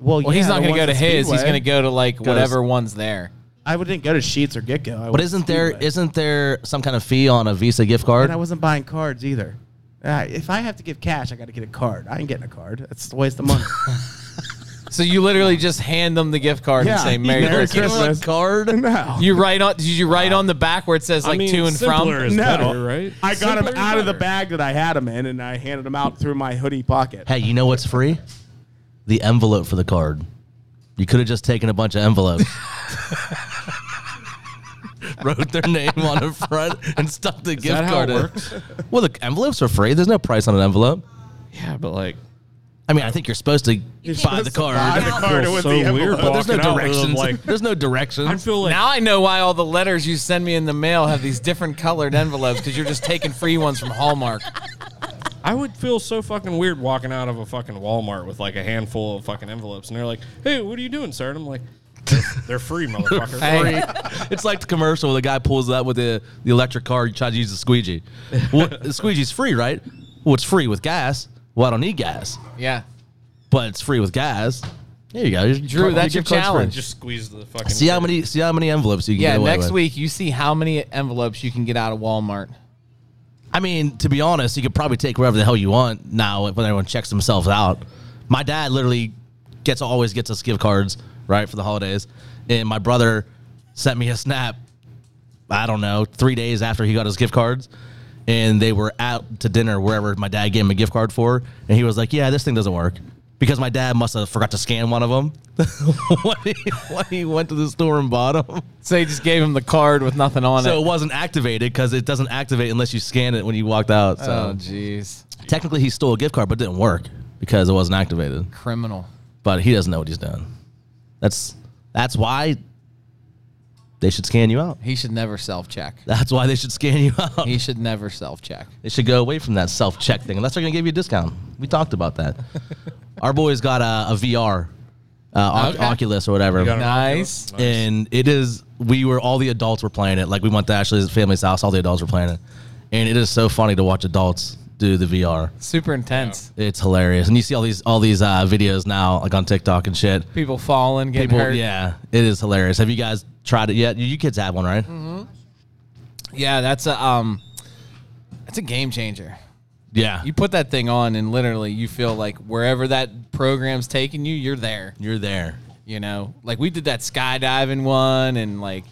[SPEAKER 2] Well, he's
[SPEAKER 6] yeah,
[SPEAKER 2] not going
[SPEAKER 6] the
[SPEAKER 2] to
[SPEAKER 6] ones
[SPEAKER 2] go to
[SPEAKER 6] at
[SPEAKER 2] his. He's
[SPEAKER 6] Speedway.
[SPEAKER 2] going to go to like whatever one's there.
[SPEAKER 6] I would- didn't go to Sheets or Gitgo. I went
[SPEAKER 1] But
[SPEAKER 6] to
[SPEAKER 1] isn't there
[SPEAKER 6] Speedway.
[SPEAKER 1] not there some kind of fee on a Visa gift card?
[SPEAKER 6] And I wasn't buying cards either. Uh, if I have to give cash, I got to get a card. I ain't getting a card. That's a waste of money.
[SPEAKER 2] So you literally just hand them the gift card and
[SPEAKER 6] Yeah.
[SPEAKER 2] say Merry,
[SPEAKER 6] Merry
[SPEAKER 2] Christmas.
[SPEAKER 6] Christmas.
[SPEAKER 1] card.
[SPEAKER 6] no.
[SPEAKER 2] You write on? Did you write on the back where it says
[SPEAKER 3] I
[SPEAKER 2] like
[SPEAKER 3] mean,
[SPEAKER 2] to and from?
[SPEAKER 3] simpler is
[SPEAKER 6] no.
[SPEAKER 3] better, right?
[SPEAKER 6] I got
[SPEAKER 3] Simpler is
[SPEAKER 6] them out of the
[SPEAKER 3] better.
[SPEAKER 6] bag that I had them in, and I handed them out through my hoodie pocket.
[SPEAKER 1] Hey, you know what's free? the envelope for the card. You could have just taken a bunch of envelopes. Wrote their name on the front and stuck the gift
[SPEAKER 3] that how
[SPEAKER 1] card
[SPEAKER 3] it
[SPEAKER 1] in.
[SPEAKER 3] works?
[SPEAKER 1] Well, the envelopes are free. There's no price on an envelope.
[SPEAKER 2] Yeah, but like,
[SPEAKER 1] I mean, I think you're supposed to buy
[SPEAKER 5] supposed
[SPEAKER 1] the
[SPEAKER 5] to buy
[SPEAKER 1] card.
[SPEAKER 5] the
[SPEAKER 4] The card
[SPEAKER 3] Feels
[SPEAKER 4] with
[SPEAKER 3] so
[SPEAKER 4] the
[SPEAKER 3] weird,
[SPEAKER 4] envelope.
[SPEAKER 3] Bob.
[SPEAKER 1] There's no
[SPEAKER 3] Walking out with
[SPEAKER 1] directions.
[SPEAKER 3] them, like-
[SPEAKER 1] There's no
[SPEAKER 3] I
[SPEAKER 1] directions.
[SPEAKER 3] feel like
[SPEAKER 2] now I know why all the letters you send me in the mail have these different colored envelopes because you're just taking free ones from Hallmark.
[SPEAKER 3] I would feel so fucking weird walking out of a fucking Walmart with like a handful of fucking envelopes, and they're like, "Hey, what are you doing, sir?" And I'm like, "They're free, motherfucker."
[SPEAKER 2] Hey,
[SPEAKER 1] It's like the commercial where the guy pulls up with the, the electric car. You try to use the squeegee. Well, the squeegee's free, right? Well, it's free with gas. Well, I don't need gas,
[SPEAKER 2] yeah.
[SPEAKER 1] but it's free with gas. There you go.
[SPEAKER 2] Drew, that's your
[SPEAKER 1] gift card's free.
[SPEAKER 2] challenge.
[SPEAKER 3] Just squeeze the fucking.
[SPEAKER 1] See how many see how many envelopes you can
[SPEAKER 2] Yeah,
[SPEAKER 1] get away
[SPEAKER 2] next
[SPEAKER 1] with.
[SPEAKER 2] week you see how many envelopes you can get out of Walmart.
[SPEAKER 1] I mean, to be honest, you could probably take wherever the hell you want now when everyone checks themselves out. My dad literally gets always gets us gift cards, right, for the holidays. And my brother sent me a snap, I don't know, three days after he got his gift cards. And they were out to dinner wherever my dad gave him a gift card for. And he was like, Yeah, this thing doesn't work. Because my dad must have forgot to scan one of them when, he, when he went to the store and bought them.
[SPEAKER 2] So you just gave him the card with nothing on
[SPEAKER 1] So it
[SPEAKER 2] it.
[SPEAKER 1] wasn't activated because it doesn't activate unless you scan it when you walked out. So
[SPEAKER 2] Oh, jeez.
[SPEAKER 1] Technically, he stole a gift card, but it didn't work because it wasn't activated.
[SPEAKER 2] Criminal.
[SPEAKER 1] But he doesn't know what he's doing. That's that's why they should scan you out.
[SPEAKER 2] He should never self check.
[SPEAKER 1] That's why they should scan you out.
[SPEAKER 2] He should never self check.
[SPEAKER 1] They should go away from that self check thing unless they're going to give you a discount. We talked about that. Our boys got a, a VR, uh, Oc-
[SPEAKER 2] Okay.
[SPEAKER 1] Oculus or whatever.
[SPEAKER 3] got
[SPEAKER 2] Nice.
[SPEAKER 1] and it is we were all the adults were playing it. Like we went to Ashley's family's house, all the adults were playing it, and it is so funny to watch adults do the VR.
[SPEAKER 2] Super intense.
[SPEAKER 1] It's hilarious, and you see all these all these uh, videos now, like on TikTok and shit.
[SPEAKER 2] People falling, getting
[SPEAKER 1] People,
[SPEAKER 2] hurt.
[SPEAKER 1] yeah, it is hilarious. Have you guys tried it yet? You- You kids have one, right?
[SPEAKER 2] Yeah, that's a um that's a game changer.
[SPEAKER 1] Yeah,
[SPEAKER 2] You put that thing on and literally you feel like wherever that program's taking you, you're there.
[SPEAKER 1] you're there.
[SPEAKER 2] You know? Like we did that skydiving one and like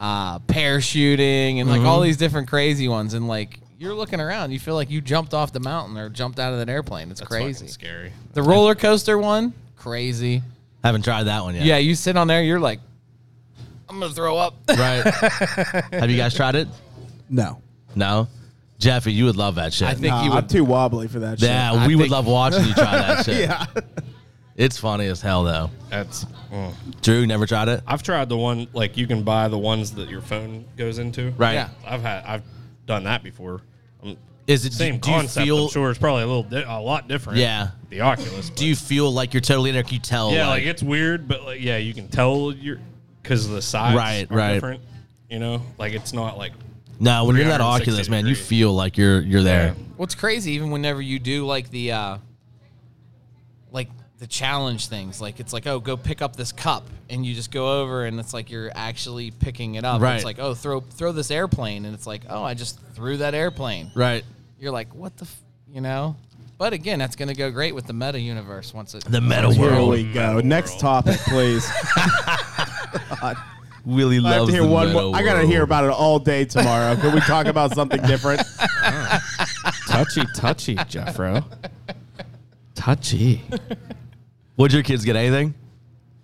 [SPEAKER 2] uh parachuting and like all these different crazy ones and like you're looking around, you feel like you jumped off the mountain or jumped out of that airplane. It's crazy.
[SPEAKER 3] Scary.
[SPEAKER 2] The roller coaster one, crazy.
[SPEAKER 1] Haven't tried that one yet.
[SPEAKER 2] Yeah, you sit on there, you're like, I'm gonna throw up.
[SPEAKER 1] right. have you guys tried it?
[SPEAKER 6] No.
[SPEAKER 1] No, Jeffy, you would love that shit.
[SPEAKER 2] I think
[SPEAKER 6] Nah,
[SPEAKER 2] you
[SPEAKER 6] I'm
[SPEAKER 2] would.
[SPEAKER 6] too wobbly for that shit.
[SPEAKER 1] yeah,
[SPEAKER 2] I
[SPEAKER 1] we would
[SPEAKER 2] think-
[SPEAKER 1] love watching you try that shit.
[SPEAKER 6] Yeah.
[SPEAKER 1] It's funny as hell though.
[SPEAKER 3] That's. mm.
[SPEAKER 1] Drew, you never tried it?
[SPEAKER 3] I've tried the one like you can buy the ones that your phone goes into.
[SPEAKER 1] Right.
[SPEAKER 2] Yeah.
[SPEAKER 3] I've had. I've done that before. Um,
[SPEAKER 1] Is it
[SPEAKER 3] Same
[SPEAKER 1] do, do
[SPEAKER 3] concept.
[SPEAKER 1] You feel,
[SPEAKER 3] I'm sure it's probably a little, di- a lot different.
[SPEAKER 1] Yeah.
[SPEAKER 3] The Oculus.
[SPEAKER 1] Do you feel like you're totally in there? Can you tell?
[SPEAKER 3] Yeah, like, it's weird, but like, yeah, you can tell you're because the sides
[SPEAKER 1] Right,
[SPEAKER 3] are
[SPEAKER 1] right.
[SPEAKER 3] different. You know, like it's not like
[SPEAKER 1] no, when you're in that
[SPEAKER 3] 360
[SPEAKER 1] Oculus, man, you
[SPEAKER 3] degree.
[SPEAKER 1] feel like you're you're there.
[SPEAKER 3] Yeah.
[SPEAKER 2] What's crazy, even whenever you do like the, uh, like the challenge things, like it's like, oh, go pick up this cup, and you just go over, and it's like you're actually picking it up.
[SPEAKER 1] Right.
[SPEAKER 2] It's like, oh, throw throw this airplane, and it's like, oh, I just threw that airplane.
[SPEAKER 1] Right.
[SPEAKER 2] You're like, what the, f-? you know? But again, that's gonna go great with the meta universe once it.
[SPEAKER 1] The meta
[SPEAKER 6] Here
[SPEAKER 1] world.
[SPEAKER 6] we go. Next topic, please.
[SPEAKER 1] Willie
[SPEAKER 4] I have
[SPEAKER 1] loves
[SPEAKER 4] to hear
[SPEAKER 1] the
[SPEAKER 4] one
[SPEAKER 1] meta
[SPEAKER 4] more. I gotta hear
[SPEAKER 1] world.
[SPEAKER 4] about it all day tomorrow. Can we talk about something different?
[SPEAKER 7] Touchy, touchy, Jeffro. Touchy.
[SPEAKER 1] Would your kids get anything?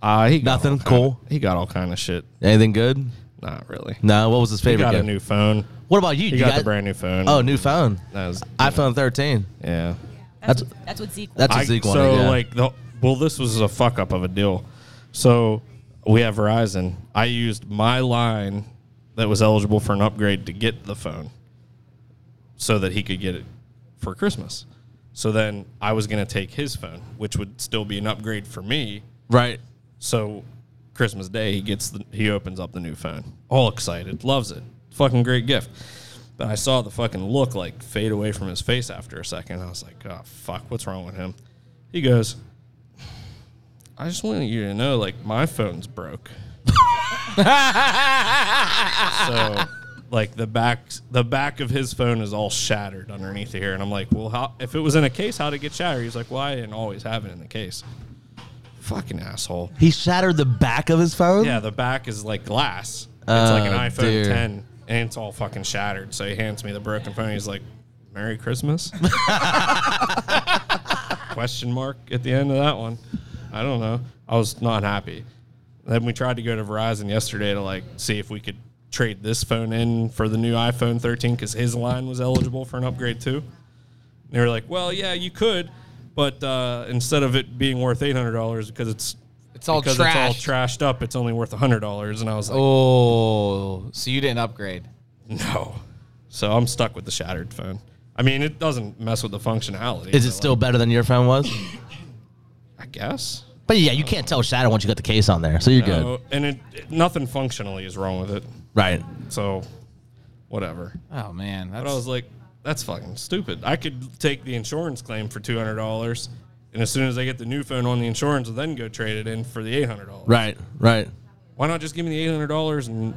[SPEAKER 7] Uh, he got
[SPEAKER 1] Nothing
[SPEAKER 7] all kind-
[SPEAKER 1] cool.
[SPEAKER 7] he got all kind of shit.
[SPEAKER 1] Anything good?
[SPEAKER 7] Not really.
[SPEAKER 1] No. What was his
[SPEAKER 3] he
[SPEAKER 1] favorite?
[SPEAKER 3] got a
[SPEAKER 1] gift?
[SPEAKER 3] new phone.
[SPEAKER 1] what about you?
[SPEAKER 3] He
[SPEAKER 1] You
[SPEAKER 3] got,
[SPEAKER 1] got-
[SPEAKER 3] the brand new phone.
[SPEAKER 1] Oh, new phone.
[SPEAKER 7] That was,
[SPEAKER 1] iPhone 13.
[SPEAKER 7] yeah.
[SPEAKER 5] That's,
[SPEAKER 1] That's-
[SPEAKER 5] what- that's what Zeke
[SPEAKER 1] That's
[SPEAKER 5] wants.
[SPEAKER 1] a
[SPEAKER 3] I,
[SPEAKER 1] Zeke
[SPEAKER 3] so
[SPEAKER 1] one. yeah.
[SPEAKER 3] like the well, this was a fuck up of a deal. So we have Verizon. I used my line that was eligible for an upgrade to get the phone, so that he could get it for Christmas. So then I was gonna take his phone, which would still be an upgrade for me.
[SPEAKER 1] right.
[SPEAKER 3] So Christmas Day, he gets the he opens up the new phone, all excited, loves it, fucking great gift. But I saw the fucking look like fade away from his face after a second. I was like, oh fuck, what's wrong with him? He goes, I just want you to know, like my phone's broke. so, like the back the back of his phone is all shattered underneath here, and I'm like, well, how if it was in a case, how'd it get shattered? He's like, well, I didn't always have it in the case. Fucking asshole.
[SPEAKER 1] He shattered the back of his phone.
[SPEAKER 3] Yeah, the back is like glass. It's like an
[SPEAKER 1] Oh,
[SPEAKER 3] iPhone
[SPEAKER 1] dear.
[SPEAKER 3] 10, and it's all fucking shattered. So he hands me the broken phone. He's like, "Merry Christmas?" Question mark at the end of that one. I don't know. I was not happy. Then we tried to go to Verizon yesterday to like see if we could trade this phone in for the new iPhone 13 because his line was eligible for an upgrade too. And they were like, "Well, yeah, you could, but uh, instead of it being worth eight hundred dollars because it's
[SPEAKER 2] It's all
[SPEAKER 3] because
[SPEAKER 2] trash.
[SPEAKER 3] it's all trashed up, it's only worth hundred dollars." And I was like,
[SPEAKER 2] Oh, so you didn't upgrade.
[SPEAKER 3] "No," so I'm stuck with the shattered phone. I mean, it doesn't mess with the functionality.
[SPEAKER 1] Is it
[SPEAKER 3] but,
[SPEAKER 1] still better than your phone was?
[SPEAKER 3] like, I guess.
[SPEAKER 1] But yeah, you can't tell shadow once you got the case on there, so you're good.
[SPEAKER 3] No, and it, it- nothing functionally is wrong with it.
[SPEAKER 1] Right.
[SPEAKER 3] So, whatever.
[SPEAKER 2] Oh man, that's
[SPEAKER 3] But I was like, that's fucking stupid. I could take the insurance claim for two hundred dollars, and as soon as I get the new phone on the insurance, then go trade it in for the eight hundred dollars.
[SPEAKER 1] Right. Right.
[SPEAKER 3] Why not just give me the eight hundred dollars and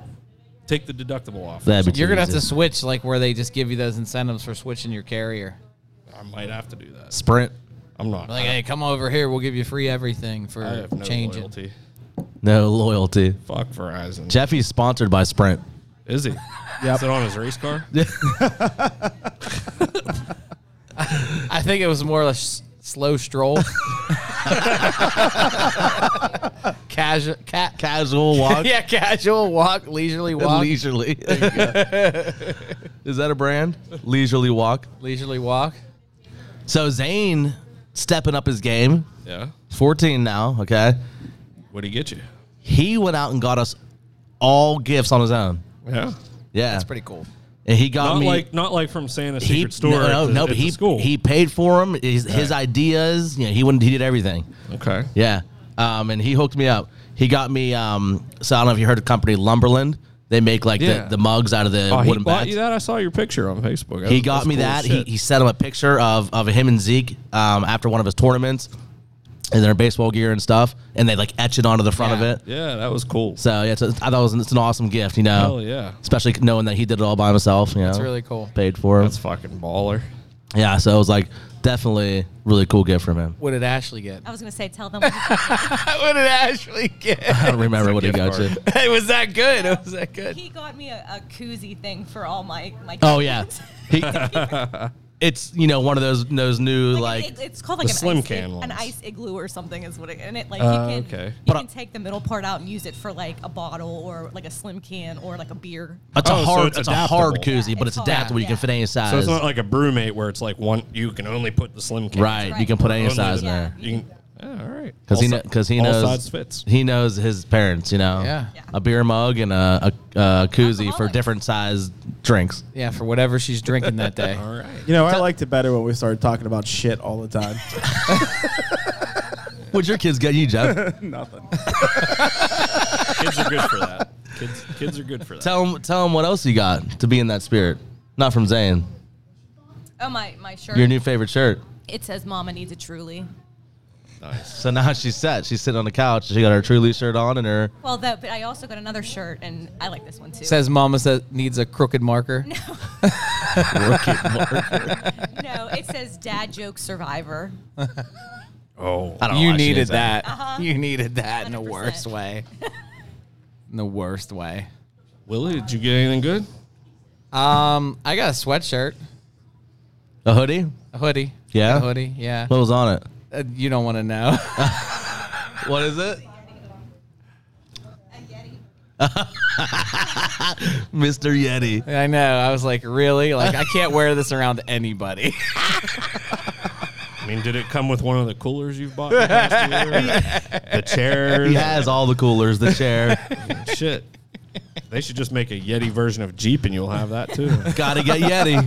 [SPEAKER 3] take the deductible off?
[SPEAKER 1] That'd be
[SPEAKER 2] you're
[SPEAKER 1] too
[SPEAKER 2] gonna have to
[SPEAKER 1] easy.
[SPEAKER 2] switch like where they just give you those incentives for switching your carrier.
[SPEAKER 3] I might have to do that.
[SPEAKER 1] sprint.
[SPEAKER 3] I'm not.
[SPEAKER 2] Like, hey, come over here. We'll give you free everything for
[SPEAKER 3] I have no
[SPEAKER 2] changing.
[SPEAKER 3] loyalty.
[SPEAKER 1] No loyalty.
[SPEAKER 3] Fuck Verizon.
[SPEAKER 1] Jeffy's sponsored by Sprint.
[SPEAKER 3] Is he? Is it on his race car?
[SPEAKER 2] I think it was more a s- slow stroll. casual, ca-
[SPEAKER 1] Casual walk.
[SPEAKER 2] yeah, casual walk, leisurely walk,
[SPEAKER 1] Leisurely. Is that a brand? Leisurely walk.
[SPEAKER 2] leisurely walk.
[SPEAKER 1] So Zane stepping up his game.
[SPEAKER 3] yeah.
[SPEAKER 1] 14 now, okay?
[SPEAKER 3] What do he get you?
[SPEAKER 1] He went out and got us all gifts on his own.
[SPEAKER 3] Yeah.
[SPEAKER 1] Yeah.
[SPEAKER 2] That's pretty cool.
[SPEAKER 1] And he got
[SPEAKER 3] Not
[SPEAKER 1] me
[SPEAKER 3] like not like from Santa's
[SPEAKER 1] he,
[SPEAKER 3] secret store.
[SPEAKER 1] No, no,
[SPEAKER 3] at the-
[SPEAKER 1] no,
[SPEAKER 3] at
[SPEAKER 1] but
[SPEAKER 3] the
[SPEAKER 1] he
[SPEAKER 3] school.
[SPEAKER 1] he paid for him. His, his ideas, you know, he went he did everything.
[SPEAKER 3] okay.
[SPEAKER 1] Yeah. Um, and he hooked me up. He got me um, so I don't know if you heard of the company Lumberland. They make like
[SPEAKER 3] Yeah.
[SPEAKER 1] the, the mugs out of the
[SPEAKER 3] Oh, he
[SPEAKER 1] wooden
[SPEAKER 3] bought
[SPEAKER 1] bags.
[SPEAKER 3] you that? I saw your picture on Facebook. That
[SPEAKER 1] He
[SPEAKER 3] was-
[SPEAKER 1] got
[SPEAKER 3] that's
[SPEAKER 1] me
[SPEAKER 3] cool
[SPEAKER 1] that.
[SPEAKER 3] as
[SPEAKER 1] He,
[SPEAKER 3] shit.
[SPEAKER 1] he sent him a picture of, of him and Zeke um, after one of his tournaments in their baseball gear and stuff. And they like etch it onto the front
[SPEAKER 2] Yeah.
[SPEAKER 1] of it.
[SPEAKER 3] yeah, that was cool.
[SPEAKER 1] So yeah, so I thought it was an, it's an awesome gift, you know.
[SPEAKER 3] Hell yeah.
[SPEAKER 1] Especially knowing that he did it all by himself. You know,
[SPEAKER 2] That's really cool.
[SPEAKER 1] Paid for him.
[SPEAKER 3] That's fucking baller.
[SPEAKER 1] yeah, so it was like definitely really cool gift from him.
[SPEAKER 2] What did Ashley get?
[SPEAKER 5] I was gonna say, tell them. What you
[SPEAKER 2] what did Ashley get?
[SPEAKER 1] I don't remember what he got you.
[SPEAKER 2] Hey, was that good? Was that good?
[SPEAKER 5] he got me a, a koozie thing for all my my.
[SPEAKER 1] Oh yeah,
[SPEAKER 5] kids.
[SPEAKER 1] he, it's you know one of those those new
[SPEAKER 5] Like,
[SPEAKER 1] like
[SPEAKER 5] it- it's called like
[SPEAKER 3] the
[SPEAKER 5] an
[SPEAKER 3] slim
[SPEAKER 5] ice
[SPEAKER 3] can
[SPEAKER 5] ig-
[SPEAKER 3] ones.
[SPEAKER 5] an ice igloo or something is what it and it like
[SPEAKER 3] Uh,
[SPEAKER 5] you can
[SPEAKER 3] okay.
[SPEAKER 5] you
[SPEAKER 1] But I-
[SPEAKER 5] can take the middle part out and use it for like a bottle or like a slim can or like a beer.
[SPEAKER 1] it's
[SPEAKER 3] Oh,
[SPEAKER 1] a
[SPEAKER 3] so
[SPEAKER 1] hard
[SPEAKER 3] it's
[SPEAKER 1] it's, a hard
[SPEAKER 3] adaptable.
[SPEAKER 1] koozie,
[SPEAKER 5] Yeah,
[SPEAKER 1] but it's
[SPEAKER 5] it's hard,
[SPEAKER 1] adaptable. You can
[SPEAKER 5] yeah.
[SPEAKER 1] fit any size.
[SPEAKER 3] So it's not like a brewmate where it's like one you can only put the slim can.
[SPEAKER 1] right, you
[SPEAKER 5] Right.
[SPEAKER 1] can put any
[SPEAKER 3] Only
[SPEAKER 1] size
[SPEAKER 3] the-
[SPEAKER 1] in there.
[SPEAKER 5] Yeah.
[SPEAKER 3] You can, yeah, all right.
[SPEAKER 1] Because he
[SPEAKER 3] All
[SPEAKER 1] kn-
[SPEAKER 3] si-
[SPEAKER 1] cause he
[SPEAKER 3] all
[SPEAKER 1] knows
[SPEAKER 3] sides fits.
[SPEAKER 1] he knows his parents, you know.
[SPEAKER 2] Yeah.
[SPEAKER 5] Yeah.
[SPEAKER 1] A beer mug and a, a, a koozie for
[SPEAKER 5] Alcoholics.
[SPEAKER 1] different sized drinks.
[SPEAKER 2] Yeah, for whatever she's drinking that day.
[SPEAKER 3] All right.
[SPEAKER 6] You know, I liked it better when we started talking about shit all the time.
[SPEAKER 1] Would your kids get you, Jeff?
[SPEAKER 6] Nothing.
[SPEAKER 3] Kids are good for that. Kids, kids are good for that.
[SPEAKER 1] tell him tell him what else you got to be in that spirit. Not from Zane.
[SPEAKER 5] Oh my my shirt.
[SPEAKER 1] Your new favorite shirt.
[SPEAKER 5] it says "Mama needs a truly."
[SPEAKER 3] nice.
[SPEAKER 1] So now she's set. She's sitting on the couch. She got her Truly shirt on and her.
[SPEAKER 5] Well, that but I also got another shirt and I like this one too.
[SPEAKER 2] Says Mama says needs a crooked marker.
[SPEAKER 5] no, it says "Dad joke survivor."
[SPEAKER 3] Oh,
[SPEAKER 1] I don't know
[SPEAKER 2] you
[SPEAKER 1] why she
[SPEAKER 2] needed
[SPEAKER 1] needs
[SPEAKER 2] that. You needed that in the
[SPEAKER 5] 100%.
[SPEAKER 2] worst way. In the worst way.
[SPEAKER 3] Willie, did you get anything good?
[SPEAKER 2] Um, I got a sweatshirt,
[SPEAKER 1] A hoodie.
[SPEAKER 2] a hoodie.
[SPEAKER 1] Yeah?
[SPEAKER 2] a hoodie. Yeah,
[SPEAKER 1] What was on it?
[SPEAKER 2] Uh, you don't want to know.
[SPEAKER 1] What is it? Mr. Yeti.
[SPEAKER 2] I know. I was like, really? Like, I can't wear this around anybody.
[SPEAKER 3] I mean, did it come with one of the coolers you've bought? in the past year? the chairs.
[SPEAKER 1] He has all the coolers, the chair.
[SPEAKER 3] Shit. They should just make a Yeti version of Jeep, and you'll have that too.
[SPEAKER 1] Gotta get Yeti.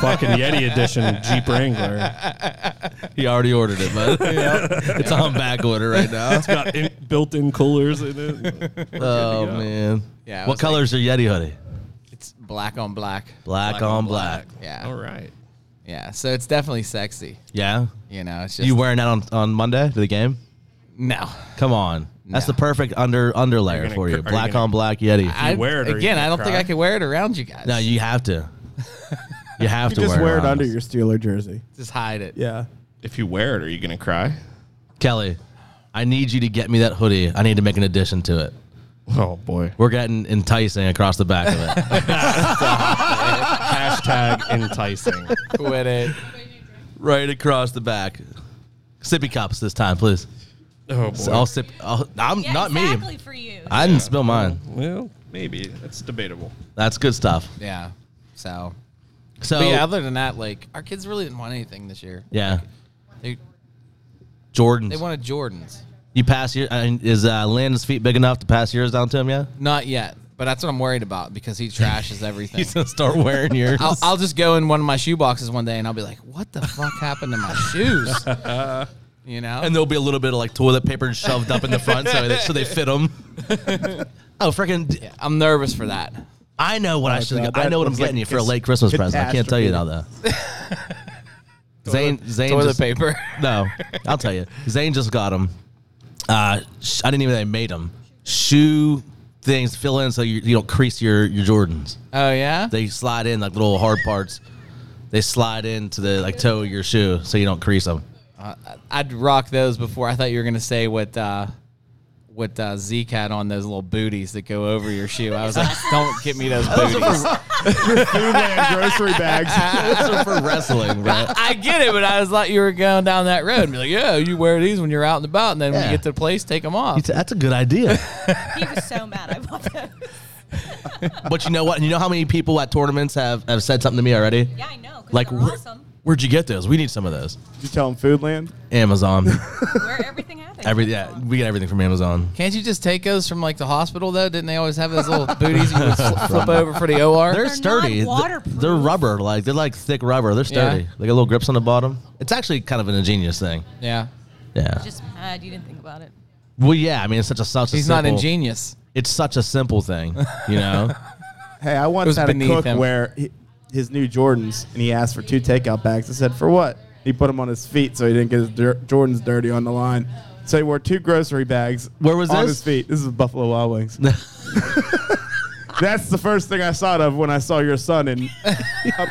[SPEAKER 3] Fucking Yeti edition Jeep Wrangler.
[SPEAKER 1] He already ordered it, but it's on back order right now.
[SPEAKER 3] It's got in, built-in coolers in it.
[SPEAKER 1] Oh man.
[SPEAKER 2] Yeah, I
[SPEAKER 1] What
[SPEAKER 2] was like-
[SPEAKER 1] color's your Yeti hoodie?
[SPEAKER 2] it's black on black.
[SPEAKER 1] Black, on black.
[SPEAKER 2] Yeah,
[SPEAKER 3] All right.
[SPEAKER 2] yeah. So it's definitely sexy.
[SPEAKER 1] Yeah.
[SPEAKER 2] You know, it's just
[SPEAKER 1] You wearing that on, on Monday to the game?
[SPEAKER 2] no.
[SPEAKER 1] Come on. That's
[SPEAKER 2] No.
[SPEAKER 1] the perfect under underlayer
[SPEAKER 3] gonna
[SPEAKER 1] for
[SPEAKER 3] cr-
[SPEAKER 1] you.
[SPEAKER 3] are you
[SPEAKER 1] black
[SPEAKER 3] gonna-
[SPEAKER 1] on black Yeti.
[SPEAKER 2] I
[SPEAKER 3] wear it or you
[SPEAKER 2] again.
[SPEAKER 3] gonna
[SPEAKER 2] I don't think
[SPEAKER 3] cry?
[SPEAKER 2] I could wear it around you guys.
[SPEAKER 1] no, you have to. You have
[SPEAKER 6] You
[SPEAKER 1] to
[SPEAKER 6] just
[SPEAKER 1] wear,
[SPEAKER 6] wear it
[SPEAKER 1] on
[SPEAKER 6] under
[SPEAKER 1] us.
[SPEAKER 6] your Steeler jersey.
[SPEAKER 2] just hide it.
[SPEAKER 6] Yeah.
[SPEAKER 3] If you wear it, are you gonna cry?
[SPEAKER 1] Kelly. I need you to get me that hoodie. I need to make an addition to it.
[SPEAKER 3] Oh boy.
[SPEAKER 1] We're getting enticing across the back of it.
[SPEAKER 3] Hashtag enticing.
[SPEAKER 2] Quit it.
[SPEAKER 1] right across the back. Sippy cups this time, please.
[SPEAKER 3] Oh boy.
[SPEAKER 1] So I'll sip. I'll, I'm
[SPEAKER 5] Yeah,
[SPEAKER 1] not
[SPEAKER 5] exactly
[SPEAKER 1] me.
[SPEAKER 5] for you.
[SPEAKER 1] I didn't spill mine.
[SPEAKER 3] well, maybe that's debatable.
[SPEAKER 1] That's good stuff.
[SPEAKER 2] Yeah. So,
[SPEAKER 1] So
[SPEAKER 2] but yeah, other than that, like our kids really didn't want anything this year.
[SPEAKER 1] yeah,
[SPEAKER 2] They
[SPEAKER 1] Jordan's.
[SPEAKER 2] they wanted Jordans.
[SPEAKER 1] you pass your uh, is uh, Landon's feet big enough to pass yours down to him? Yeah.
[SPEAKER 2] Not yet, but that's what I'm worried about because he trashes everything.
[SPEAKER 1] He's gonna start wearing yours.
[SPEAKER 2] I'll, I'll just go in one of my shoe boxes one day and I'll be like, what the fuck happened to my shoes? You know?
[SPEAKER 1] and there'll be a little bit of like toilet paper shoved up in the front so they, so they fit them. oh, freaking!
[SPEAKER 2] Yeah, I'm nervous for that.
[SPEAKER 1] I know what I should.
[SPEAKER 6] God,
[SPEAKER 1] I know
[SPEAKER 6] that
[SPEAKER 1] what I'm
[SPEAKER 6] looks
[SPEAKER 1] getting
[SPEAKER 6] like
[SPEAKER 1] you for a late Christmas present. I can't tell you now though. Zane, Zane,
[SPEAKER 2] Toilet
[SPEAKER 1] just-
[SPEAKER 2] paper.
[SPEAKER 1] No, I'll tell you. Zane just got them. Uh, sh- I didn't even know they made them. Shoe things fill in so you, you don't crease your, your Jordans.
[SPEAKER 2] Oh, yeah?
[SPEAKER 1] They slide in like little hard parts. They slide into the like toe of your shoe so you don't crease them.
[SPEAKER 2] I'd rock those before. I thought you were going to say what, uh, what uh, Zeke had on those little booties that go over your shoe. I was like, don't get me those booties.
[SPEAKER 4] Foodland grocery bags.
[SPEAKER 1] Those are for wrestling, right?
[SPEAKER 2] I get it, but I was like, you were going down that road and be like, yeah, you wear these when you're out and about. And then when
[SPEAKER 1] Yeah.
[SPEAKER 2] you get to the place, take them off.
[SPEAKER 1] That's a good idea.
[SPEAKER 5] He was so mad I bought those.
[SPEAKER 1] But you know what? And you know how many people at tournaments have, have said something to me already?
[SPEAKER 5] Yeah, I know. 'cause
[SPEAKER 1] Like,
[SPEAKER 5] they're
[SPEAKER 1] where,
[SPEAKER 5] awesome.
[SPEAKER 1] where'd you get those? We need some of those.
[SPEAKER 6] Did you tell him Foodland?
[SPEAKER 1] Amazon.
[SPEAKER 5] Where everything happens.
[SPEAKER 1] Every, yeah, we get everything from Amazon.
[SPEAKER 2] Can't you just take those from like the hospital though? Didn't they always have those little booties you would fl- flip over for the OR?
[SPEAKER 1] They're,
[SPEAKER 5] They're
[SPEAKER 1] sturdy. Th-
[SPEAKER 5] non-waterproof.
[SPEAKER 1] They're rubber, like they're like thick rubber. They're sturdy.
[SPEAKER 2] Yeah.
[SPEAKER 1] They got little grips on the bottom. It's actually kind of an ingenious thing.
[SPEAKER 2] yeah,
[SPEAKER 1] Yeah.
[SPEAKER 5] Just mad you didn't think about it.
[SPEAKER 1] well, yeah. I mean, it's such a such.
[SPEAKER 2] he's
[SPEAKER 1] a simple,
[SPEAKER 2] not ingenious.
[SPEAKER 1] It's such a simple thing, you know.
[SPEAKER 6] Hey, I once
[SPEAKER 2] was
[SPEAKER 6] had a
[SPEAKER 2] beneath
[SPEAKER 6] cook
[SPEAKER 2] him.
[SPEAKER 6] wear hi- his new Jordans, and he asked for two takeout bags. I said, for what? He put them on his feet so he didn't get his dir- Jordans dirty on the line. So he wore two grocery bags.
[SPEAKER 1] Where was
[SPEAKER 6] on
[SPEAKER 1] this?
[SPEAKER 6] his feet? This is Buffalo Wild Wings. That's the first thing I thought of when I saw your son in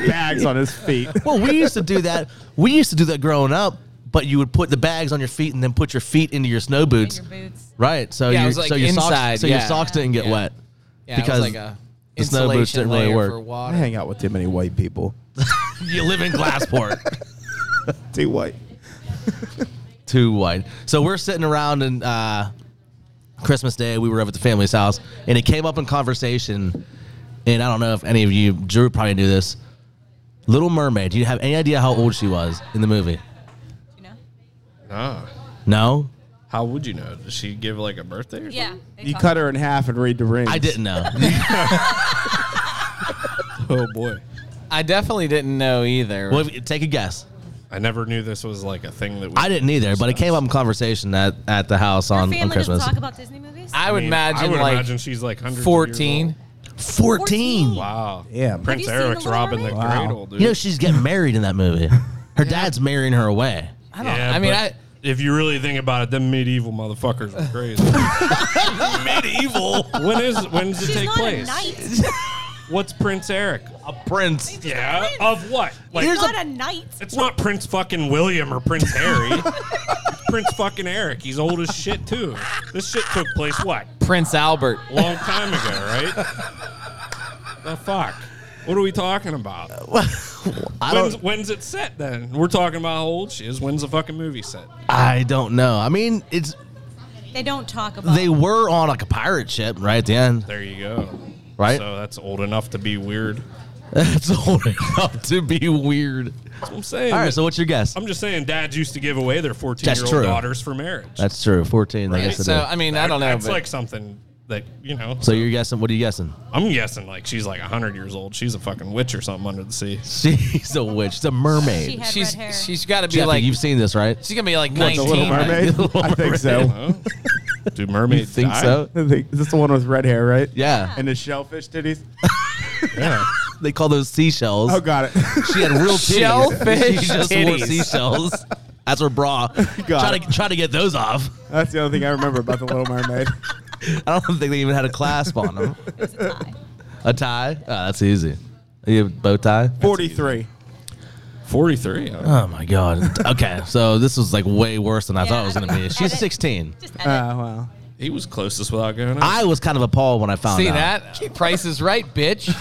[SPEAKER 6] bags on his feet.
[SPEAKER 1] well, we used to do that. We used to do that growing up, but you would put the bags on your feet and then put your feet into your snow
[SPEAKER 5] In
[SPEAKER 1] boots,
[SPEAKER 5] your boots.
[SPEAKER 1] right? So
[SPEAKER 2] Yeah, it
[SPEAKER 1] your
[SPEAKER 2] was, like,
[SPEAKER 1] so your
[SPEAKER 2] inside,
[SPEAKER 1] socks so your
[SPEAKER 2] yeah.
[SPEAKER 1] socks didn't get
[SPEAKER 2] Yeah.
[SPEAKER 1] wet.
[SPEAKER 2] Yeah, it was
[SPEAKER 1] Because
[SPEAKER 2] like a
[SPEAKER 1] the snow boots
[SPEAKER 2] insulation
[SPEAKER 1] didn't really
[SPEAKER 2] layer
[SPEAKER 1] work.
[SPEAKER 2] for
[SPEAKER 6] I
[SPEAKER 2] water.
[SPEAKER 6] hang out with too many white people.
[SPEAKER 1] You live in Glassport.
[SPEAKER 6] Too white.
[SPEAKER 1] too wide. So we're sitting around and uh, Christmas Day, we were over at the family's house, and it came up in conversation. And I don't know if any of you, Drew probably knew this. Little Mermaid. Do you have any idea how old she was in the movie?
[SPEAKER 5] You know?
[SPEAKER 3] Nah.
[SPEAKER 1] No,
[SPEAKER 3] Ah. How would you know? Does she give like a birthday? Or
[SPEAKER 5] Yeah. they
[SPEAKER 6] You
[SPEAKER 5] talk
[SPEAKER 6] cut her in half and read the rings.
[SPEAKER 1] I didn't know.
[SPEAKER 3] Something? Oh boy.
[SPEAKER 2] I definitely didn't know either.
[SPEAKER 1] well, if you- take a guess.
[SPEAKER 3] I never knew this was like a thing that we
[SPEAKER 1] I didn't either, but it came up in conversation at, at the house
[SPEAKER 5] Your
[SPEAKER 1] on,
[SPEAKER 5] family
[SPEAKER 1] on
[SPEAKER 5] doesn't
[SPEAKER 1] Christmas.
[SPEAKER 5] talk about Disney movies?
[SPEAKER 2] I would
[SPEAKER 3] mean,
[SPEAKER 2] imagine
[SPEAKER 3] I would
[SPEAKER 2] like
[SPEAKER 3] imagine she's like hundreds of years
[SPEAKER 2] 14.
[SPEAKER 3] old.
[SPEAKER 1] 14.
[SPEAKER 3] Wow.
[SPEAKER 6] Damn.
[SPEAKER 3] Prince
[SPEAKER 5] Have you seen
[SPEAKER 3] Eric's
[SPEAKER 5] The Little
[SPEAKER 3] robbing the
[SPEAKER 5] Mermaid?
[SPEAKER 6] Wow.
[SPEAKER 3] cradle, dude.
[SPEAKER 1] You know, she's getting married in that movie. Her dad's marrying her away.
[SPEAKER 2] I don't. I mean, I.
[SPEAKER 3] if you really think about it, them medieval motherfuckers were crazy. medieval. When is when does it
[SPEAKER 5] She's
[SPEAKER 3] take
[SPEAKER 5] not
[SPEAKER 3] place?
[SPEAKER 5] a knight.
[SPEAKER 3] What's Prince Eric?
[SPEAKER 1] A prince.
[SPEAKER 3] Yeah. Of what? Like
[SPEAKER 5] She's not a, knight.
[SPEAKER 3] it's not Prince fucking William or Prince Harry. It's Prince fucking Eric. He's old as shit too. This shit took place what?
[SPEAKER 2] Prince Albert.
[SPEAKER 3] Long time ago, right? the fuck. What are we talking about?
[SPEAKER 1] I
[SPEAKER 3] When's,
[SPEAKER 1] don't,
[SPEAKER 3] when's it set then? We're talking about how old she is. When's the fucking movie set?
[SPEAKER 1] I don't know. I mean, it's
[SPEAKER 5] They don't talk about
[SPEAKER 1] they were on like a pirate ship right at the end,
[SPEAKER 3] There you go.
[SPEAKER 1] right?
[SPEAKER 3] So that's old enough to be weird.
[SPEAKER 1] That's old enough to be weird.
[SPEAKER 3] That's what I'm saying.
[SPEAKER 1] All right, so what's your guess?
[SPEAKER 3] I'm just saying dads used to give away their 14 year
[SPEAKER 1] That's true.
[SPEAKER 3] old daughters for marriage.
[SPEAKER 1] That's true. Fourteen. I
[SPEAKER 2] Yeah,
[SPEAKER 1] guess it
[SPEAKER 2] so
[SPEAKER 1] is.
[SPEAKER 2] I mean, I don't know.
[SPEAKER 3] That's
[SPEAKER 2] But
[SPEAKER 3] like something that, you know.
[SPEAKER 1] so you're guessing? What are you guessing?
[SPEAKER 3] I'm guessing like she's like 100 years old. She's a fucking witch or something under the sea.
[SPEAKER 1] She's a witch. She's a mermaid.
[SPEAKER 5] She had
[SPEAKER 2] she's
[SPEAKER 5] red hair.
[SPEAKER 2] she's got to be
[SPEAKER 1] Jeffy,
[SPEAKER 2] like
[SPEAKER 1] you've seen this, right?
[SPEAKER 2] she's gonna be like
[SPEAKER 6] The Little
[SPEAKER 2] nineteen. right?
[SPEAKER 6] Mermaid? I think so.
[SPEAKER 3] Huh? Do mermaids
[SPEAKER 1] You think
[SPEAKER 3] die?
[SPEAKER 1] so?
[SPEAKER 6] I think- Is this the one with red hair, right?
[SPEAKER 1] Yeah.
[SPEAKER 6] And the shellfish titties?
[SPEAKER 3] Yeah.
[SPEAKER 1] They call those seashells.
[SPEAKER 6] Oh, got it.
[SPEAKER 1] She had real titties.
[SPEAKER 2] Shellfish
[SPEAKER 1] She just wore
[SPEAKER 2] titties.
[SPEAKER 1] seashells. That's her bra.
[SPEAKER 6] Got
[SPEAKER 1] Try to try to get those off.
[SPEAKER 6] That's the only thing I remember about the Little Mermaid.
[SPEAKER 1] I don't think they even had a clasp on them.
[SPEAKER 5] it was a tie.
[SPEAKER 1] A tie? Oh, that's easy. You have a bow tie?
[SPEAKER 6] Forty-three.
[SPEAKER 3] 43. huh?
[SPEAKER 1] Oh my god. Okay, so this was like way worse than I
[SPEAKER 5] Yeah,
[SPEAKER 1] thought it was
[SPEAKER 5] I don't
[SPEAKER 1] gonna be.
[SPEAKER 5] know.
[SPEAKER 1] She's
[SPEAKER 5] Edit.
[SPEAKER 1] 16.
[SPEAKER 5] Just
[SPEAKER 6] Oh
[SPEAKER 5] edit.
[SPEAKER 6] wow.
[SPEAKER 3] he was closest without going out.
[SPEAKER 1] I was kind of appalled when I found
[SPEAKER 2] See
[SPEAKER 1] out.
[SPEAKER 2] that? Price is right, bitch.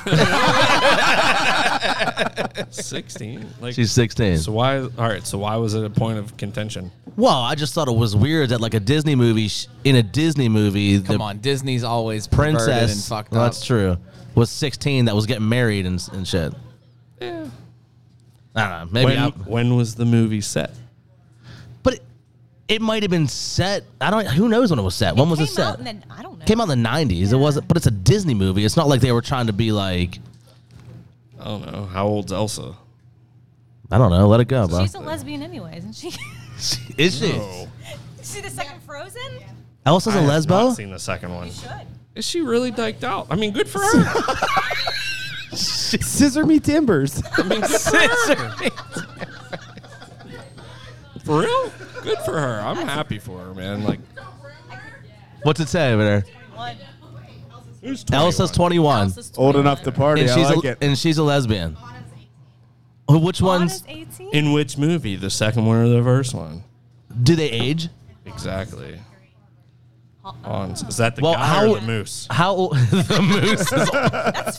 [SPEAKER 3] 16. Like
[SPEAKER 1] She's 16.
[SPEAKER 3] So why? All right. So why was it a point of contention?
[SPEAKER 1] Well, I just thought it was weird that like a Disney movie sh- in a Disney movie
[SPEAKER 2] Come
[SPEAKER 1] the
[SPEAKER 2] on, Disney's always perverted
[SPEAKER 1] princess
[SPEAKER 2] and fucked
[SPEAKER 1] well,
[SPEAKER 2] up.
[SPEAKER 1] that's true was 16 that was getting married and, and shit. Yeah. I don't know. Maybe
[SPEAKER 3] When,
[SPEAKER 1] I,
[SPEAKER 3] when was the movie set?
[SPEAKER 1] but it, it might have been set. I don't who knows when it was set. When was
[SPEAKER 5] came
[SPEAKER 1] it set?
[SPEAKER 5] Out and then, I don't know.
[SPEAKER 1] came out in the 90s. It wasn't but it's a Disney movie. It's not like they were trying to be like
[SPEAKER 3] I don't know. How old's Elsa?
[SPEAKER 1] I don't know, let it go, bro.
[SPEAKER 5] She's a lesbian anyway, isn't she?
[SPEAKER 1] Is she?
[SPEAKER 5] See the second Frozen?
[SPEAKER 1] Elsa's a
[SPEAKER 3] I have Not
[SPEAKER 1] lesbo?
[SPEAKER 3] seen the second one.
[SPEAKER 5] Should.
[SPEAKER 3] Is she really dyked out? I mean, good for her.
[SPEAKER 6] Scissor me timbers.
[SPEAKER 3] I mean, good for her. For real? Good for her. I'm happy for her, man. Like,
[SPEAKER 1] What's it say over there?
[SPEAKER 5] One.
[SPEAKER 3] who's
[SPEAKER 1] Elsa's 21
[SPEAKER 5] Elsa's
[SPEAKER 6] Old enough to party.
[SPEAKER 1] and
[SPEAKER 6] I
[SPEAKER 1] she's
[SPEAKER 6] like
[SPEAKER 1] a,
[SPEAKER 6] it.
[SPEAKER 1] and she's a lesbian. Who- Which ones
[SPEAKER 5] Anna's 18.
[SPEAKER 3] In which movie? The second one or the first one?
[SPEAKER 1] do they age?
[SPEAKER 3] Exactly. Hans. Is that the
[SPEAKER 1] Well,
[SPEAKER 3] guy
[SPEAKER 1] how-
[SPEAKER 3] or the moose?
[SPEAKER 1] How old the moose is
[SPEAKER 5] That's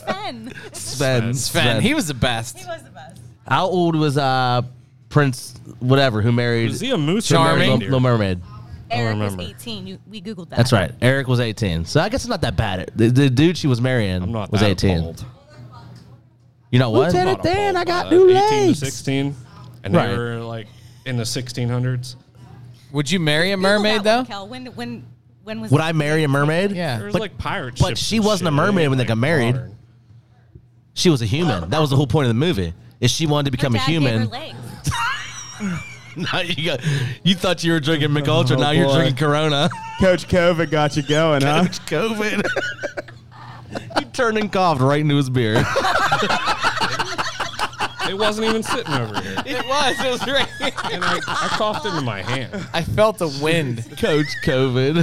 [SPEAKER 5] Sven.
[SPEAKER 1] Sven.
[SPEAKER 2] Sven, he was the best.
[SPEAKER 5] he was the best.
[SPEAKER 1] How old was uh Prince whatever who married
[SPEAKER 3] Is he a moose?
[SPEAKER 2] Charming.
[SPEAKER 1] Little,
[SPEAKER 3] Or a
[SPEAKER 1] Little
[SPEAKER 3] reindeer?
[SPEAKER 1] Mermaid?
[SPEAKER 5] Eric
[SPEAKER 3] remember.
[SPEAKER 5] was 18. You, we Googled that.
[SPEAKER 1] That's right. Eric was 18. So I guess it's not that bad. The, the dude she was marrying
[SPEAKER 3] I'm not
[SPEAKER 1] was
[SPEAKER 3] that
[SPEAKER 1] 18.
[SPEAKER 3] bold.
[SPEAKER 1] You know what?
[SPEAKER 6] Lieutenant-
[SPEAKER 3] Not appalled
[SPEAKER 6] Dan, I got
[SPEAKER 3] by that.
[SPEAKER 6] new
[SPEAKER 3] 18
[SPEAKER 6] legs.
[SPEAKER 3] to 16, and
[SPEAKER 1] Right.
[SPEAKER 3] they were like in the 1600s.
[SPEAKER 2] Would you marry a
[SPEAKER 5] Google
[SPEAKER 2] mermaid
[SPEAKER 5] that one,
[SPEAKER 2] though?
[SPEAKER 5] Kel. When, when, when was
[SPEAKER 1] Would I marry a mermaid?
[SPEAKER 3] There
[SPEAKER 2] Yeah.
[SPEAKER 3] was
[SPEAKER 1] But-
[SPEAKER 3] like pirate
[SPEAKER 1] but
[SPEAKER 3] ships
[SPEAKER 1] she
[SPEAKER 3] and
[SPEAKER 1] wasn't a
[SPEAKER 3] shit.
[SPEAKER 1] mermaid
[SPEAKER 3] They
[SPEAKER 1] when they
[SPEAKER 3] ain't,
[SPEAKER 1] got
[SPEAKER 3] like,
[SPEAKER 1] married.
[SPEAKER 3] modern.
[SPEAKER 1] She was a human. That was the whole point of the movie. Is she wanted to
[SPEAKER 5] Her
[SPEAKER 1] become a
[SPEAKER 5] dad gave her
[SPEAKER 1] human?
[SPEAKER 5] legs.
[SPEAKER 1] Now you, got, you thought you were drinking McUltra.
[SPEAKER 6] Oh,
[SPEAKER 1] now you're
[SPEAKER 6] boy.
[SPEAKER 1] drinking Corona.
[SPEAKER 6] Coach Covid got you going, huh?
[SPEAKER 1] It's COVID. he turned and coughed right into his beer.
[SPEAKER 3] It wasn't even sitting over here.
[SPEAKER 2] It was. It was right.
[SPEAKER 3] And I, I coughed into my hand.
[SPEAKER 2] I felt the wind.
[SPEAKER 1] Coach COVID.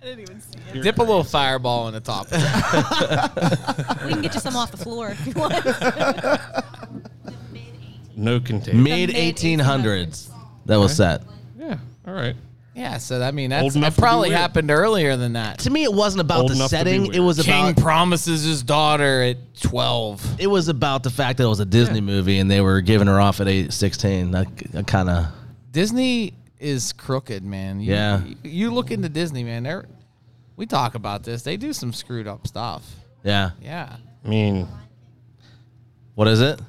[SPEAKER 5] I didn't even see it.
[SPEAKER 2] Dip a little fireball in the top.
[SPEAKER 5] We can get you some off the floor if you want.
[SPEAKER 3] No contagion.
[SPEAKER 1] Mid 1800s. That was set.
[SPEAKER 3] Yeah. All right.
[SPEAKER 2] yeah. So I mean, that's
[SPEAKER 3] Old
[SPEAKER 2] that
[SPEAKER 3] enough to be
[SPEAKER 2] probably
[SPEAKER 3] weird.
[SPEAKER 2] happened earlier than that.
[SPEAKER 1] To me, it wasn't about
[SPEAKER 3] Old
[SPEAKER 1] the
[SPEAKER 3] enough to be
[SPEAKER 1] setting.
[SPEAKER 3] weird.
[SPEAKER 1] It was
[SPEAKER 2] King
[SPEAKER 1] about
[SPEAKER 2] promises his daughter at twelve.
[SPEAKER 1] it was about the fact that it was a Disney movie and they were giving her off at eight sixteen. I, I kind of
[SPEAKER 2] Disney is crooked, man. You,
[SPEAKER 1] Yeah.
[SPEAKER 2] You, you look into Disney, man. They're, we talk about this. They do some screwed up stuff.
[SPEAKER 1] yeah.
[SPEAKER 2] Yeah.
[SPEAKER 3] I mean,
[SPEAKER 1] What is it?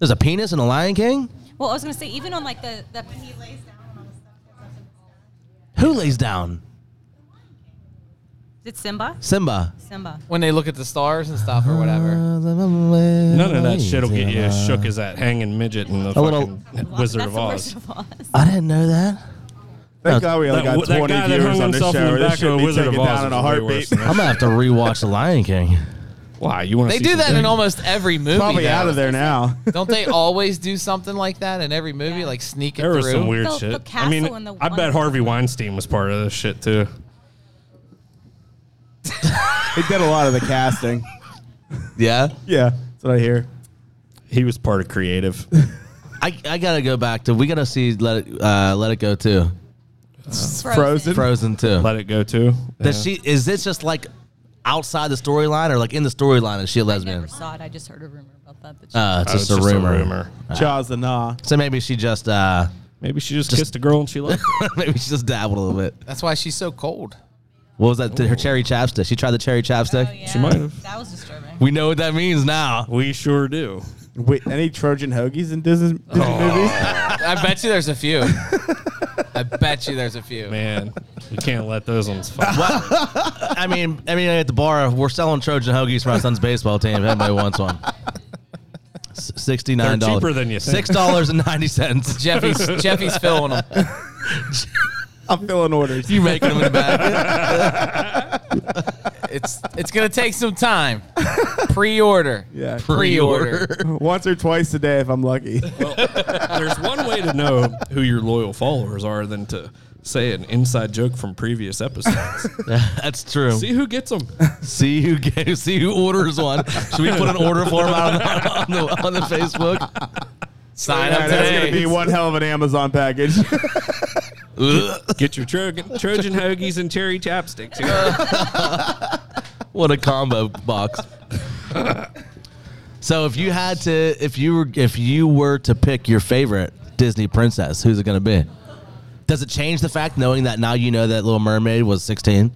[SPEAKER 1] There's a penis in the Lion King.
[SPEAKER 5] Well, I was gonna say even on like the the he lays down.
[SPEAKER 1] Who lays down?
[SPEAKER 5] Is it Simba?
[SPEAKER 1] Simba.
[SPEAKER 5] Simba.
[SPEAKER 2] When they look at the stars and stuff or whatever.
[SPEAKER 1] None
[SPEAKER 3] none of that shit will get you as shook as that hanging midget in the
[SPEAKER 1] A little-
[SPEAKER 3] fucking Wizard
[SPEAKER 5] That's
[SPEAKER 3] of
[SPEAKER 5] the
[SPEAKER 3] Oz.
[SPEAKER 5] Wizard of Oz.
[SPEAKER 1] I didn't know that.
[SPEAKER 6] Thank God we only
[SPEAKER 3] That w-
[SPEAKER 6] got
[SPEAKER 3] that
[SPEAKER 6] 20
[SPEAKER 3] guy that
[SPEAKER 6] viewers
[SPEAKER 3] hung
[SPEAKER 6] on this
[SPEAKER 3] himself in the
[SPEAKER 6] show.
[SPEAKER 3] back
[SPEAKER 6] This
[SPEAKER 3] of
[SPEAKER 6] should
[SPEAKER 3] the
[SPEAKER 6] be
[SPEAKER 3] Wizard of
[SPEAKER 6] taken
[SPEAKER 3] Oz
[SPEAKER 6] down
[SPEAKER 3] is
[SPEAKER 6] in a
[SPEAKER 3] way
[SPEAKER 6] heartbeat.
[SPEAKER 3] worse than that.
[SPEAKER 1] I'm gonna have to rewatch the Lion King.
[SPEAKER 3] Why? You want to
[SPEAKER 2] They do that in almost every movie.
[SPEAKER 6] Probably
[SPEAKER 2] now.
[SPEAKER 6] out of there now.
[SPEAKER 2] Don't they always do something like that in every movie?
[SPEAKER 5] Yeah.
[SPEAKER 2] Like sneak it
[SPEAKER 3] There
[SPEAKER 2] through.
[SPEAKER 3] was some weird
[SPEAKER 5] The- the
[SPEAKER 3] shit. I
[SPEAKER 5] castle
[SPEAKER 3] mean,
[SPEAKER 5] and the
[SPEAKER 3] I
[SPEAKER 5] one-
[SPEAKER 3] bet Harvey Weinstein was part of this shit too.
[SPEAKER 6] He did a lot of the casting.
[SPEAKER 1] Yeah.
[SPEAKER 6] Yeah, that's what I hear.
[SPEAKER 3] He was part of creative.
[SPEAKER 1] I, I gotta go back to we gotta see let it uh, let it go too.
[SPEAKER 6] Frozen.
[SPEAKER 1] Frozen too.
[SPEAKER 3] Let it go too.
[SPEAKER 1] Does she is this just like outside the storyline or like in the storyline is she a
[SPEAKER 5] I never
[SPEAKER 1] lesbian?
[SPEAKER 5] saw it. I just heard a rumor about that.
[SPEAKER 1] Uh, it's
[SPEAKER 5] But
[SPEAKER 3] Oh,
[SPEAKER 1] Uh, just,
[SPEAKER 3] it's
[SPEAKER 1] a,
[SPEAKER 3] just a
[SPEAKER 1] rumor.
[SPEAKER 3] rumor.
[SPEAKER 6] Jaws the Nah.
[SPEAKER 1] So maybe she just uh
[SPEAKER 3] Maybe she just, kissed a girl and she loved it.
[SPEAKER 1] maybe she just dabbled a little bit.
[SPEAKER 2] That's why she's so cold.
[SPEAKER 1] What was that? Her cherry chapstick. She tried the cherry
[SPEAKER 3] Oh,
[SPEAKER 1] chapstick.
[SPEAKER 5] she
[SPEAKER 3] might have.
[SPEAKER 5] Oh, That was disturbing.
[SPEAKER 1] We know what that means now.
[SPEAKER 3] We sure do.
[SPEAKER 6] Wait, any Trojan hoagies in Disney, Disney movies?
[SPEAKER 2] I bet you there's a few. I bet you there's a few.
[SPEAKER 3] Man, we can't let those ones fuck.
[SPEAKER 1] I mean, I mean, at the bar, we're selling Trojan hoagies for my son's baseball team. If anybody wants one, sixty nine dollars.
[SPEAKER 3] cheaper than you think.
[SPEAKER 1] Six dollars and ninety cents.
[SPEAKER 2] Jeffy's Jeffy's filling them.
[SPEAKER 6] I'm filling orders.
[SPEAKER 2] You making them in the back. it's it's gonna take some time. Pre-order.
[SPEAKER 6] Yeah.
[SPEAKER 2] Pre-order.
[SPEAKER 6] Once or twice a day if I'm lucky.
[SPEAKER 3] There's one way to know who your loyal followers are than to say an inside joke from previous episodes.
[SPEAKER 1] That's true.
[SPEAKER 3] See who gets them.
[SPEAKER 1] See who gave, see who orders one. Should we put an order form out on the, on the, on the Facebook?
[SPEAKER 2] Sign
[SPEAKER 6] Yeah,
[SPEAKER 2] up
[SPEAKER 6] that's going to be
[SPEAKER 2] today.
[SPEAKER 6] one hell of an Amazon package.
[SPEAKER 3] Get your Trojan, Trojan hoagies and cherry chapsticks.
[SPEAKER 2] Uh,
[SPEAKER 3] Here.
[SPEAKER 1] What a combo box. so if you had to if you were if you were to pick your favorite Disney princess, who's it gonna be? Does it change the fact knowing that now you know that Little Mermaid was sixteen?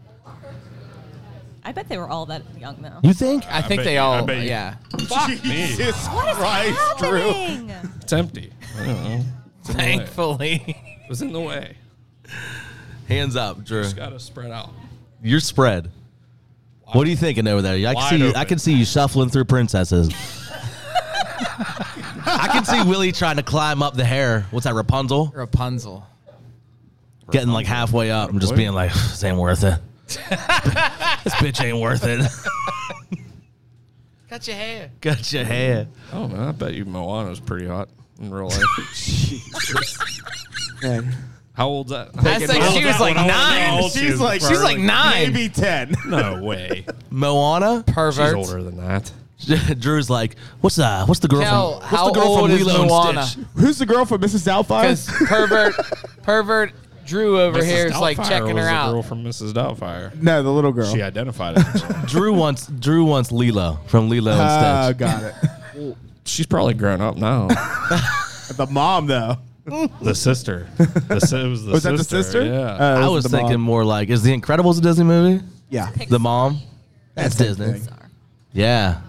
[SPEAKER 5] I bet they were all that young though.
[SPEAKER 1] You think?
[SPEAKER 2] I think
[SPEAKER 3] bet
[SPEAKER 2] they
[SPEAKER 3] you- I
[SPEAKER 2] all,
[SPEAKER 3] bet you-
[SPEAKER 2] yeah.
[SPEAKER 4] Jesus
[SPEAKER 5] what is
[SPEAKER 4] Christ, Drew.
[SPEAKER 5] happening?
[SPEAKER 3] It's empty. I don't know. It's in the way.
[SPEAKER 2] Thankfully.
[SPEAKER 3] It was in the way.
[SPEAKER 1] Hands up, Drew.
[SPEAKER 3] Just gotta spread out.
[SPEAKER 1] You're spread. What are you thinking over there? I can
[SPEAKER 3] Wide
[SPEAKER 1] see you, I
[SPEAKER 3] open.
[SPEAKER 1] can see you shuffling through princesses. I can see Willie trying to climb up the hair. What's that, Rapunzel?
[SPEAKER 2] Rapunzel.
[SPEAKER 1] Getting like halfway up and just being like, this ain't worth it. this bitch ain't worth it.
[SPEAKER 2] Cut your hair.
[SPEAKER 1] Got your hair.
[SPEAKER 3] I don't know. I bet you Moana's pretty hot in real life.
[SPEAKER 6] Man.
[SPEAKER 3] How old's that?
[SPEAKER 2] I think she was like nine.
[SPEAKER 3] She's like
[SPEAKER 2] She's like nine.
[SPEAKER 6] Maybe 10.
[SPEAKER 3] no way.
[SPEAKER 1] Moana?
[SPEAKER 3] She's
[SPEAKER 2] Pervert.
[SPEAKER 3] older than that.
[SPEAKER 1] Drew's like, what's uh what's the girl
[SPEAKER 2] Kel,
[SPEAKER 1] from
[SPEAKER 2] how
[SPEAKER 1] what's the girl
[SPEAKER 2] old
[SPEAKER 1] from
[SPEAKER 2] is
[SPEAKER 1] Lilo
[SPEAKER 2] Moana?
[SPEAKER 1] and Stitch?
[SPEAKER 6] Who's the girl from Mrs. Doubtfire?
[SPEAKER 2] Because pervert, pervert Drew over
[SPEAKER 3] Mrs.
[SPEAKER 2] here is like
[SPEAKER 3] Doubtfire
[SPEAKER 2] checking
[SPEAKER 3] was
[SPEAKER 2] her
[SPEAKER 3] the
[SPEAKER 2] out.
[SPEAKER 3] Girl from Mrs. Doubtfire.
[SPEAKER 6] No, the little girl.
[SPEAKER 3] She identified it.
[SPEAKER 1] Drew wants Drew wants Lilo from Lilo and Stitch.
[SPEAKER 2] Ah,
[SPEAKER 6] Oh, got it.
[SPEAKER 3] She's probably grown up now.
[SPEAKER 6] the mom, though.
[SPEAKER 3] The sister. The, si- it was the
[SPEAKER 6] Was
[SPEAKER 3] sister.
[SPEAKER 6] that the sister?
[SPEAKER 3] Yeah.
[SPEAKER 6] Uh,
[SPEAKER 1] I
[SPEAKER 6] it
[SPEAKER 1] was
[SPEAKER 6] the mom.
[SPEAKER 1] thinking more like, is The Incredibles a Disney movie?
[SPEAKER 6] Yeah.
[SPEAKER 1] The mom? That's Disney. Yeah.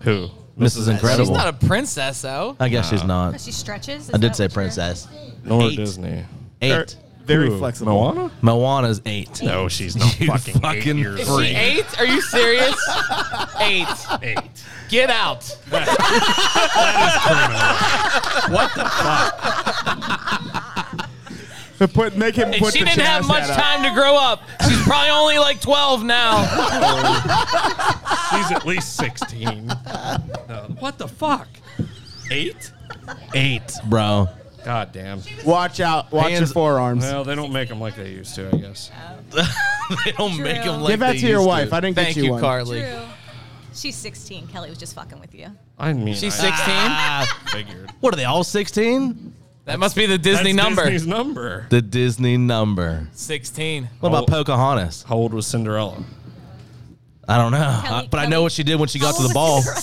[SPEAKER 3] Who?
[SPEAKER 1] Mrs.
[SPEAKER 2] She's
[SPEAKER 1] Incredible.
[SPEAKER 2] not a princess though.
[SPEAKER 1] I guess she's not.
[SPEAKER 5] She stretches.
[SPEAKER 1] I did say princess.
[SPEAKER 3] Nora
[SPEAKER 1] Eight.
[SPEAKER 3] Disney.
[SPEAKER 1] Eight.
[SPEAKER 6] Very
[SPEAKER 3] Who?
[SPEAKER 6] flexible.
[SPEAKER 3] Moana?
[SPEAKER 1] Moana's eight.
[SPEAKER 3] No, she's not
[SPEAKER 1] You
[SPEAKER 3] fucking,
[SPEAKER 1] fucking
[SPEAKER 3] eight years
[SPEAKER 2] She eight? Are you serious? eight.
[SPEAKER 3] Eight.
[SPEAKER 2] Get out.
[SPEAKER 6] Put, make him
[SPEAKER 2] If
[SPEAKER 6] put
[SPEAKER 2] she
[SPEAKER 6] the
[SPEAKER 2] didn't have
[SPEAKER 6] Chaz
[SPEAKER 2] much
[SPEAKER 6] hat up.
[SPEAKER 2] time to grow up. She's probably only like twelve now.
[SPEAKER 3] She's at least 16. No, what the fuck? Eight?
[SPEAKER 1] Eight, bro.
[SPEAKER 3] God damn.
[SPEAKER 6] Watch out. Watch your
[SPEAKER 1] Hands-
[SPEAKER 6] forearms.
[SPEAKER 3] Well, they don't make them like they used to, I guess.
[SPEAKER 1] they don't
[SPEAKER 5] True.
[SPEAKER 1] make them like
[SPEAKER 6] Give that
[SPEAKER 1] they
[SPEAKER 6] to your
[SPEAKER 1] used
[SPEAKER 6] wife. I didn't
[SPEAKER 2] Thank
[SPEAKER 6] get you,
[SPEAKER 2] you,
[SPEAKER 6] one.
[SPEAKER 2] Carly.
[SPEAKER 5] True. She's 16. Kelly was just fucking with you.
[SPEAKER 3] I mean,
[SPEAKER 2] She's
[SPEAKER 3] I
[SPEAKER 2] sixteen.
[SPEAKER 1] Ah,
[SPEAKER 3] figured.
[SPEAKER 1] what are they all sixteen?
[SPEAKER 2] That must be the Disney
[SPEAKER 3] That's
[SPEAKER 2] number.
[SPEAKER 3] Disney's number.
[SPEAKER 1] The Disney number.
[SPEAKER 2] Sixteen.
[SPEAKER 1] What about
[SPEAKER 3] Oh.
[SPEAKER 1] Pocahontas?
[SPEAKER 3] How old was Cinderella?
[SPEAKER 1] I don't know, I-
[SPEAKER 5] Kelly-
[SPEAKER 1] but I know
[SPEAKER 5] Kelly-
[SPEAKER 1] what she did when she got
[SPEAKER 5] How
[SPEAKER 1] to the
[SPEAKER 5] old
[SPEAKER 1] ball.
[SPEAKER 5] was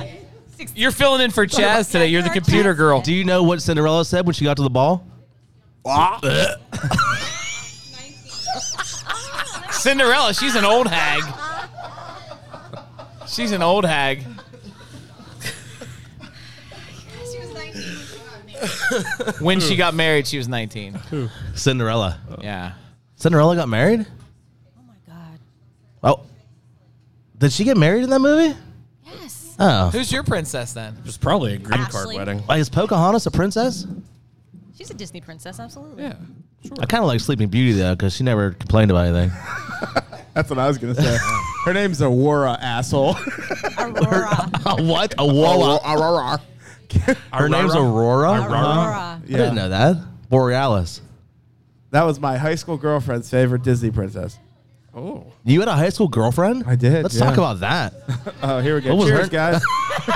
[SPEAKER 2] Sixteen.
[SPEAKER 5] 16.
[SPEAKER 2] You're filling in for Chaz today. You're the computer girl.
[SPEAKER 1] Do you know what Cinderella said when she got to the ball?
[SPEAKER 2] Cinderella, she's an old hag. She's an old hag.
[SPEAKER 5] She was 19.
[SPEAKER 2] When she got married, she was 19.
[SPEAKER 1] Cinderella.
[SPEAKER 2] Yeah.
[SPEAKER 1] Cinderella got married.
[SPEAKER 5] Oh my god.
[SPEAKER 1] Oh, did she get married in that movie?
[SPEAKER 5] Yes.
[SPEAKER 1] Oh,
[SPEAKER 2] Who's your princess then?
[SPEAKER 3] It was probably a green
[SPEAKER 5] Ashley.
[SPEAKER 3] card wedding.
[SPEAKER 1] Like, is Pocahontas a princess?
[SPEAKER 5] She's a Disney princess, absolutely.
[SPEAKER 3] Yeah. Sure.
[SPEAKER 1] I kind of like Sleeping Beauty though, because she never complained about anything.
[SPEAKER 6] That's what I was going to say. Her name's Aurora, asshole.
[SPEAKER 5] Aurora.
[SPEAKER 1] a what? Oh, A walla.
[SPEAKER 6] Aurora.
[SPEAKER 1] Her name's Aurora.
[SPEAKER 5] Aurora.
[SPEAKER 1] I didn't know that. Borealis.
[SPEAKER 6] That was my high school girlfriend's favorite Disney princess.
[SPEAKER 3] Oh.
[SPEAKER 1] You had a high school girlfriend?
[SPEAKER 6] I did,
[SPEAKER 1] Let's
[SPEAKER 6] yeah.
[SPEAKER 1] talk about that.
[SPEAKER 6] Oh, here we go.
[SPEAKER 1] What was
[SPEAKER 6] Cheers,
[SPEAKER 1] her-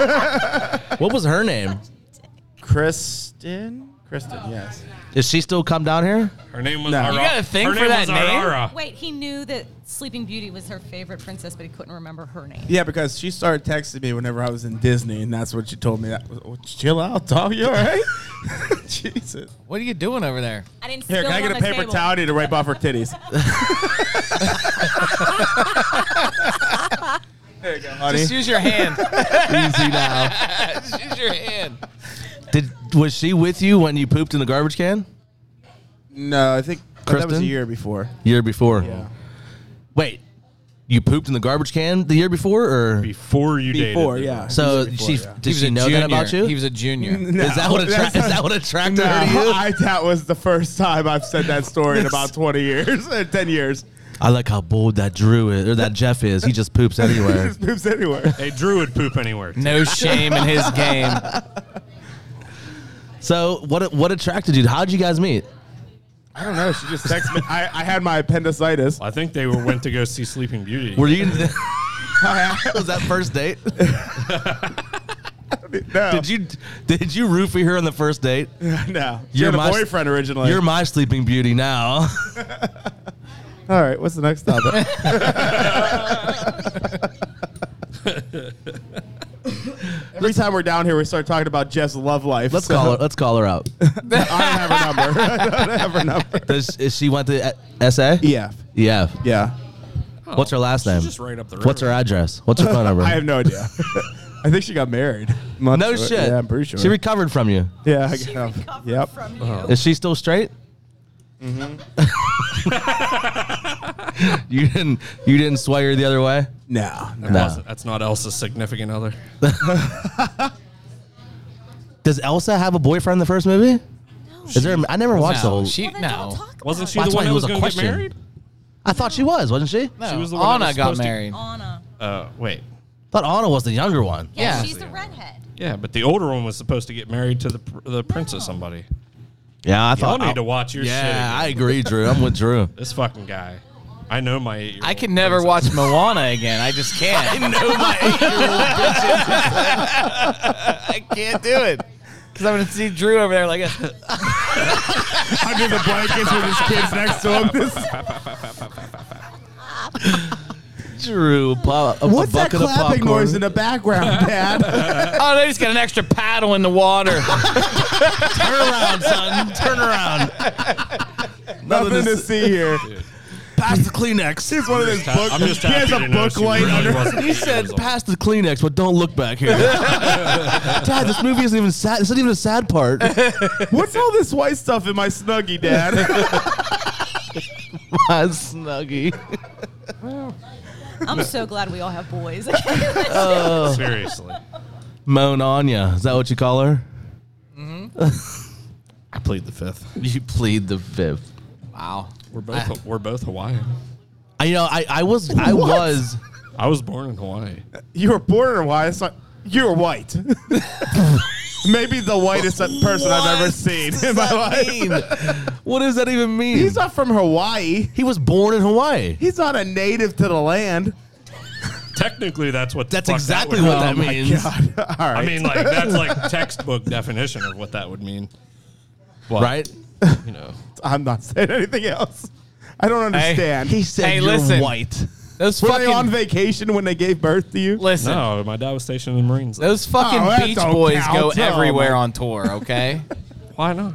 [SPEAKER 6] guys.
[SPEAKER 1] What was her name?
[SPEAKER 6] Kristen? Kristen, yes.
[SPEAKER 1] Is she still come down here?
[SPEAKER 3] Her name was
[SPEAKER 6] No.
[SPEAKER 3] Aurora.
[SPEAKER 6] You
[SPEAKER 2] got a thing
[SPEAKER 3] her
[SPEAKER 2] for
[SPEAKER 3] name
[SPEAKER 2] that
[SPEAKER 3] was
[SPEAKER 2] name?
[SPEAKER 3] Aurora.
[SPEAKER 5] Wait, he knew that Sleeping Beauty was her favorite princess, but he couldn't remember her name.
[SPEAKER 6] Yeah, because she started texting me whenever I was in Disney, and that's what she told me. That was, "Oh, chill out, dog. You all right? Jesus.
[SPEAKER 2] What are you doing over there?
[SPEAKER 5] I didn't.
[SPEAKER 6] Here,
[SPEAKER 5] spill
[SPEAKER 6] can I
[SPEAKER 5] it
[SPEAKER 6] get
[SPEAKER 5] on
[SPEAKER 6] a
[SPEAKER 5] the
[SPEAKER 6] paper
[SPEAKER 5] table.
[SPEAKER 6] towel to wipe off her titties? there you go, honey.
[SPEAKER 2] Just use your hand.
[SPEAKER 1] Easy now.
[SPEAKER 2] Just use your hand.
[SPEAKER 1] Did was she with you when you pooped in the garbage can?
[SPEAKER 6] No, I think but that was
[SPEAKER 1] Kristen?
[SPEAKER 6] a year before.
[SPEAKER 1] Year before. Wait. You pooped in the garbage can the year before or
[SPEAKER 3] Before you dated.
[SPEAKER 6] Before,
[SPEAKER 3] them.
[SPEAKER 6] yeah.
[SPEAKER 1] so
[SPEAKER 6] It was
[SPEAKER 1] she
[SPEAKER 6] before, yeah.
[SPEAKER 1] did she know that about you?
[SPEAKER 2] He was a junior.
[SPEAKER 6] No,
[SPEAKER 1] is that what attra-
[SPEAKER 6] that's
[SPEAKER 1] is
[SPEAKER 6] not-
[SPEAKER 1] that what attracted
[SPEAKER 6] No,
[SPEAKER 1] her to you? I,
[SPEAKER 6] I, that was the first time I've said that story in about 20 years, or 10 years.
[SPEAKER 1] like how bold that Drew is or that Jeff is. He just poops anywhere.
[SPEAKER 6] Just poops anywhere.
[SPEAKER 3] Hey, Drew would poop anywhere. too.
[SPEAKER 2] No shame in his game.
[SPEAKER 1] so what what attracted you? How'd you guys meet?
[SPEAKER 6] I don't know. She just texted me. I, I had my appendicitis.
[SPEAKER 3] I think they were, went to go see Sleeping Beauty.
[SPEAKER 1] Were you was that first date?
[SPEAKER 4] No.
[SPEAKER 1] Did you did you root for her on the first date?
[SPEAKER 4] No.
[SPEAKER 1] You're
[SPEAKER 4] You're
[SPEAKER 1] my-
[SPEAKER 4] a boyfriend originally.
[SPEAKER 1] You're my sleeping beauty now.
[SPEAKER 6] All right, what's the next topic? Every time we're down here, we start talking about Jeff's love life.
[SPEAKER 1] Let's
[SPEAKER 6] so
[SPEAKER 1] call her. Let's call her out.
[SPEAKER 6] I don't have her number. I don't have her number.
[SPEAKER 1] Does is she went to uh, SA?
[SPEAKER 6] Yeah,
[SPEAKER 1] Yeah.
[SPEAKER 6] yeah.
[SPEAKER 1] What's her last name?
[SPEAKER 3] just right up the road.
[SPEAKER 1] What's her address? What's her phone number?
[SPEAKER 6] I have no idea. I think she got married. Months
[SPEAKER 1] no
[SPEAKER 6] ago.
[SPEAKER 1] shit.
[SPEAKER 6] Yeah, I'm pretty sure.
[SPEAKER 1] She recovered from you.
[SPEAKER 6] yeah, I
[SPEAKER 5] She
[SPEAKER 6] got-
[SPEAKER 5] recovered
[SPEAKER 6] yep.
[SPEAKER 5] from you.
[SPEAKER 1] Is she still straight? you didn't. You didn't sway her the other way.
[SPEAKER 6] No, no.
[SPEAKER 1] No.
[SPEAKER 3] That's not Elsa's significant other.
[SPEAKER 1] Does Elsa have a boyfriend in the first movie? Is there? I never watched the
[SPEAKER 2] no,
[SPEAKER 1] whole.
[SPEAKER 2] she
[SPEAKER 5] Well, then don't
[SPEAKER 2] no.
[SPEAKER 5] talk about
[SPEAKER 3] Wasn't she
[SPEAKER 1] Well,
[SPEAKER 3] the
[SPEAKER 1] that's why
[SPEAKER 3] one
[SPEAKER 1] it was
[SPEAKER 3] that was
[SPEAKER 1] a
[SPEAKER 3] going to get
[SPEAKER 1] question.
[SPEAKER 3] married?
[SPEAKER 1] I thought she was, wasn't she?
[SPEAKER 2] no.
[SPEAKER 3] She was the one that
[SPEAKER 2] Anna
[SPEAKER 3] was
[SPEAKER 2] got
[SPEAKER 3] supposed to-
[SPEAKER 2] married.
[SPEAKER 5] Anna.
[SPEAKER 3] Uh, wait.
[SPEAKER 1] Thought Anna was the younger one.
[SPEAKER 5] Yeah,
[SPEAKER 2] Yeah.
[SPEAKER 5] she's the redhead.
[SPEAKER 3] Yeah, but the older one was supposed to get married to the pr- the princess somebody.
[SPEAKER 1] Yeah, I
[SPEAKER 3] Y'all
[SPEAKER 1] thought.
[SPEAKER 3] need to watch your shit.
[SPEAKER 1] yeah, I agree, Drew. I'm with Drew.
[SPEAKER 3] This fucking guy. I know my. eight-year-old
[SPEAKER 2] I can never
[SPEAKER 3] princess.
[SPEAKER 2] watch Moana again. I just can't. I know my I can't do it. Because I'm going to see Drew over there like, this.
[SPEAKER 4] under the blankets with his kids next to him. This-
[SPEAKER 1] Drew, pop, a,
[SPEAKER 6] What's
[SPEAKER 1] a
[SPEAKER 6] that
[SPEAKER 1] bucket of
[SPEAKER 6] clapping
[SPEAKER 1] popcorn.
[SPEAKER 6] noise in the background, Dad?
[SPEAKER 2] oh, they just got an extra paddle in the water.
[SPEAKER 1] Turn around, son. Turn around.
[SPEAKER 6] Nothing to see here.
[SPEAKER 1] Pass the Kleenex.
[SPEAKER 4] He's one of those book.
[SPEAKER 3] I'm just
[SPEAKER 4] he
[SPEAKER 3] happy
[SPEAKER 4] has a
[SPEAKER 3] to know
[SPEAKER 4] book
[SPEAKER 3] she
[SPEAKER 4] light
[SPEAKER 3] really
[SPEAKER 4] under.
[SPEAKER 3] wasn't
[SPEAKER 1] He
[SPEAKER 3] eight
[SPEAKER 1] said,
[SPEAKER 3] years old.
[SPEAKER 1] "Pass the Kleenex, but don't look back here." Dad, this movie isn't even sad. It's not even a sad part.
[SPEAKER 6] What's all this white stuff in my snuggie, Dad?
[SPEAKER 1] My snuggie.
[SPEAKER 5] I'm so glad we all have boys.
[SPEAKER 3] Seriously.
[SPEAKER 1] Moan Anya. Is that what you call her?
[SPEAKER 3] I plead the fifth.
[SPEAKER 1] You plead the fifth.
[SPEAKER 2] wow.
[SPEAKER 3] We're both we're both Hawaiian.
[SPEAKER 1] I you know. I, I was. I was.
[SPEAKER 3] I was born in Hawaii.
[SPEAKER 6] you were born in white. It's not, you were white. Maybe the whitest person I've ever seen in my life.
[SPEAKER 1] What does that even mean?
[SPEAKER 6] He's not from Hawaii.
[SPEAKER 1] he was born in Hawaii.
[SPEAKER 6] He's not a native to the land.
[SPEAKER 3] Technically, that's what. the
[SPEAKER 1] That's
[SPEAKER 3] fuck
[SPEAKER 1] exactly
[SPEAKER 3] would
[SPEAKER 1] what
[SPEAKER 3] mean.
[SPEAKER 1] that Oh means.
[SPEAKER 6] All right.
[SPEAKER 3] I mean, like that's like textbook definition of what that would mean. But,
[SPEAKER 1] Right?
[SPEAKER 3] You know,
[SPEAKER 6] I'm not saying anything else. I don't understand.
[SPEAKER 1] He said
[SPEAKER 2] Hey,
[SPEAKER 1] you're
[SPEAKER 2] listen.
[SPEAKER 1] white.
[SPEAKER 2] Those
[SPEAKER 6] were
[SPEAKER 2] fucking.
[SPEAKER 6] they on vacation when they gave birth to you?
[SPEAKER 2] listen.
[SPEAKER 3] no, my dad was stationed in the Marines.
[SPEAKER 2] Those fucking
[SPEAKER 6] Oh, that
[SPEAKER 2] Beach
[SPEAKER 6] don't
[SPEAKER 2] Boys
[SPEAKER 6] count.
[SPEAKER 2] go
[SPEAKER 6] Oh,
[SPEAKER 2] everywhere
[SPEAKER 6] my-
[SPEAKER 2] on tour, okay?
[SPEAKER 3] Why not?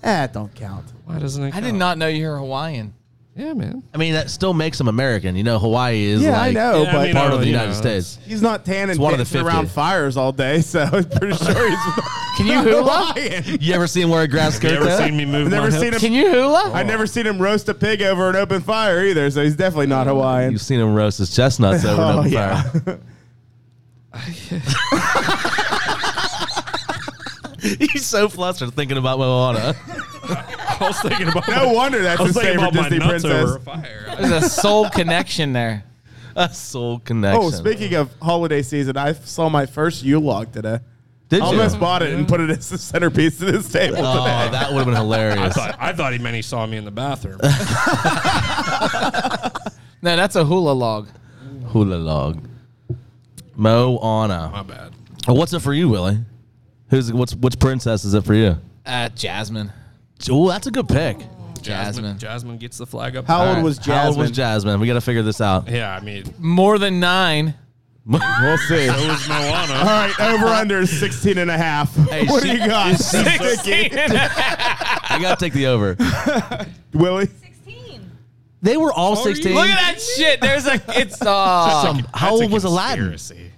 [SPEAKER 6] That Eh, don't count.
[SPEAKER 3] Why doesn't it?
[SPEAKER 2] I did
[SPEAKER 3] count?
[SPEAKER 2] not know you were Hawaiian.
[SPEAKER 3] Yeah, man.
[SPEAKER 1] I mean, that still makes him American. You know, Hawaii is
[SPEAKER 6] Yeah, I
[SPEAKER 1] like
[SPEAKER 6] know,
[SPEAKER 3] Yeah, I
[SPEAKER 6] but
[SPEAKER 3] mean,
[SPEAKER 1] part of the
[SPEAKER 3] You know,
[SPEAKER 1] United
[SPEAKER 3] it's-
[SPEAKER 1] States.
[SPEAKER 6] he's not tanning
[SPEAKER 1] one of the
[SPEAKER 6] dancing around
[SPEAKER 1] 50.
[SPEAKER 6] fires all day, so I'm pretty sure he's.
[SPEAKER 2] Can you hula?
[SPEAKER 6] Hawaiian.
[SPEAKER 1] You ever seen him wear a grass
[SPEAKER 3] You
[SPEAKER 1] skirt?
[SPEAKER 3] ever
[SPEAKER 1] though?
[SPEAKER 3] seen me move?
[SPEAKER 6] I've never
[SPEAKER 3] my
[SPEAKER 6] seen
[SPEAKER 3] hips?
[SPEAKER 2] Can
[SPEAKER 6] him.
[SPEAKER 2] you hula?
[SPEAKER 6] I've never seen him roast a pig over an open fire either, so he's definitely not Hawaiian.
[SPEAKER 1] You've seen him roast his chestnuts over an
[SPEAKER 6] Oh,
[SPEAKER 1] open
[SPEAKER 6] yeah.
[SPEAKER 1] fire. He's so flustered thinking about Moana.
[SPEAKER 3] I was thinking about.
[SPEAKER 6] No wonder that's
[SPEAKER 3] I was
[SPEAKER 6] his
[SPEAKER 3] thinking
[SPEAKER 6] favorite
[SPEAKER 3] about my
[SPEAKER 6] Disney
[SPEAKER 3] nuts over
[SPEAKER 6] princess.
[SPEAKER 3] a fire.
[SPEAKER 2] There's a soul connection there.
[SPEAKER 1] A soul connection.
[SPEAKER 6] Oh, speaking of holiday season, I saw my first U log today.
[SPEAKER 1] Did you?
[SPEAKER 6] Almost bought it and put it as the centerpiece to this table.
[SPEAKER 1] Oh, that would have been
[SPEAKER 3] I
[SPEAKER 1] hilarious.
[SPEAKER 3] thought I thought he meant he saw me in the bathroom.
[SPEAKER 2] No, that's a hula log.
[SPEAKER 1] Hula log. Moana.
[SPEAKER 3] My bad.
[SPEAKER 1] Oh, What's it for you, Willie? Who's what's which princess is it for you?
[SPEAKER 2] Uh, Jasmine.
[SPEAKER 1] Oh, that's a good pick.
[SPEAKER 2] Jasmine.
[SPEAKER 3] Jasmine. Jasmine gets the flag up.
[SPEAKER 6] How
[SPEAKER 2] right.
[SPEAKER 6] old was Jasmine?
[SPEAKER 1] How old was Jasmine? We got to figure this out.
[SPEAKER 3] yeah, I mean, so
[SPEAKER 2] More than nine.
[SPEAKER 6] We'll see. All
[SPEAKER 3] was Moana.
[SPEAKER 6] right, over under is 16 and a half. what do you got?
[SPEAKER 1] I got to take the over.
[SPEAKER 6] Willie?
[SPEAKER 5] 16.
[SPEAKER 1] They were all 16.
[SPEAKER 2] Look at that shit. There's a. It's uh.
[SPEAKER 1] Some- how
[SPEAKER 3] That's a
[SPEAKER 1] old was Aladdin?
[SPEAKER 3] conspiracy.